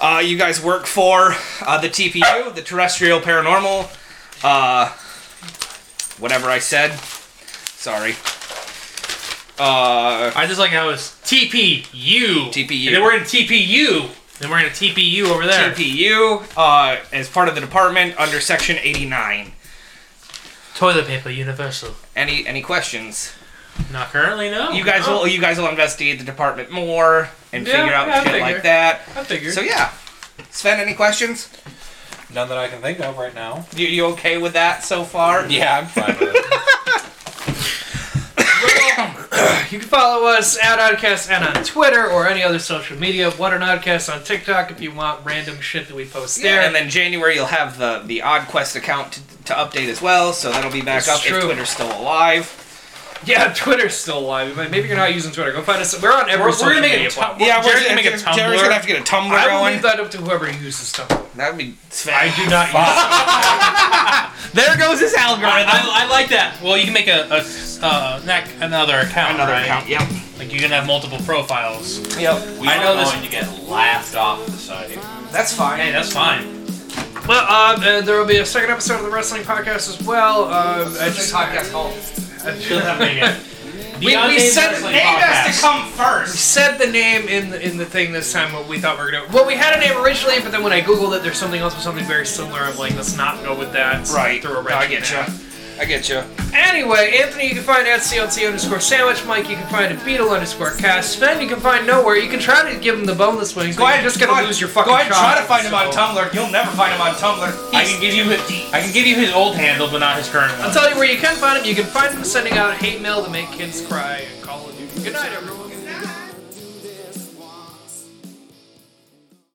Speaker 3: Uh, you guys work for uh, the TPU, the Terrestrial Paranormal, uh, whatever I said. Sorry. Uh,
Speaker 4: I just like how it's TPU.
Speaker 3: TPU.
Speaker 4: And then we're in TPU. Then we're in a TPU over there.
Speaker 3: TPU uh, as part of the department under Section 89.
Speaker 4: Toilet paper universal.
Speaker 3: Any any questions?
Speaker 4: Not currently, no.
Speaker 3: You guys will you guys will investigate the department more and
Speaker 6: Yeah,
Speaker 3: figure out
Speaker 6: I
Speaker 3: shit
Speaker 6: figure.
Speaker 3: like that.
Speaker 4: Oh,
Speaker 6: I figured.
Speaker 3: So yeah, Sven, any questions?
Speaker 5: None that I can think of right now.
Speaker 3: You, you okay with that so far?
Speaker 5: Yeah, I'm fine with it.
Speaker 6: You can follow us at Oddcast and on Twitter or any other social media. What an Oddcast on TikTok if you want random shit that we post there.
Speaker 3: Yeah, and then January you'll have the the Odd Quest account to, to update as well, so that'll be back
Speaker 6: It's
Speaker 3: up
Speaker 6: true.
Speaker 3: if Twitter's still alive.
Speaker 6: yeah, Twitter's still alive. but Maybe you're not using Twitter. Go find us. We're on every
Speaker 4: We're,
Speaker 6: social
Speaker 4: we're gonna
Speaker 6: media.
Speaker 4: make a
Speaker 6: platform.
Speaker 4: top. Yeah, we're gonna make a
Speaker 3: Jared's gonna
Speaker 4: Tumblr.
Speaker 3: have to get a Tumblr
Speaker 6: I will
Speaker 3: going.
Speaker 6: leave that up to whoever uses Tumblr.
Speaker 3: That would be Sven.
Speaker 6: I do not use
Speaker 3: there goes his
Speaker 4: I,
Speaker 3: algorithm.
Speaker 4: I, I like that. Well, you can make a, a uh, not another account.
Speaker 3: Another
Speaker 4: right?
Speaker 3: account. Yep.
Speaker 4: Like you can have multiple profiles.
Speaker 3: Yep.
Speaker 4: I know this.
Speaker 5: to get laughed off the side.
Speaker 3: That's fine.
Speaker 4: Hey, that's fine.
Speaker 6: Well, um, and there will be a second episode of the wrestling podcast as well. Um, I just
Speaker 3: podcast called.
Speaker 4: Doesn't have a name yet.
Speaker 6: we, we said the name has to come. We
Speaker 3: first.
Speaker 6: said the name in the, in the thing this time. What we thought we were gonna. Well, we had a name originally, but then when I googled it, there's something else with something very similar. I'm like, let's not go with that. So
Speaker 3: Right.
Speaker 6: Throw a
Speaker 3: I
Speaker 6: wrench in
Speaker 3: get you.
Speaker 6: that.
Speaker 3: I get you.
Speaker 6: Anyway, Anthony, you can find at CLT underscore sandwich. Mike, you can find at Beetle underscore cast. Sven, you can find nowhere. You can try to give him the boneless wings.
Speaker 3: Go
Speaker 6: but
Speaker 3: ahead.
Speaker 6: You're just gonna
Speaker 3: go ahead-
Speaker 6: lose your fucking
Speaker 3: Go ahead.
Speaker 6: shot,
Speaker 3: Try to find him on
Speaker 6: so-
Speaker 3: Tumblr. You'll never find him on Tumblr.
Speaker 4: I can give you his, I can give you his old handle, but not his current
Speaker 6: I'll
Speaker 4: one.
Speaker 6: tell you where you can find him. You can find him sending out hate mail to make kids cry and call of duty. Good night, everyone.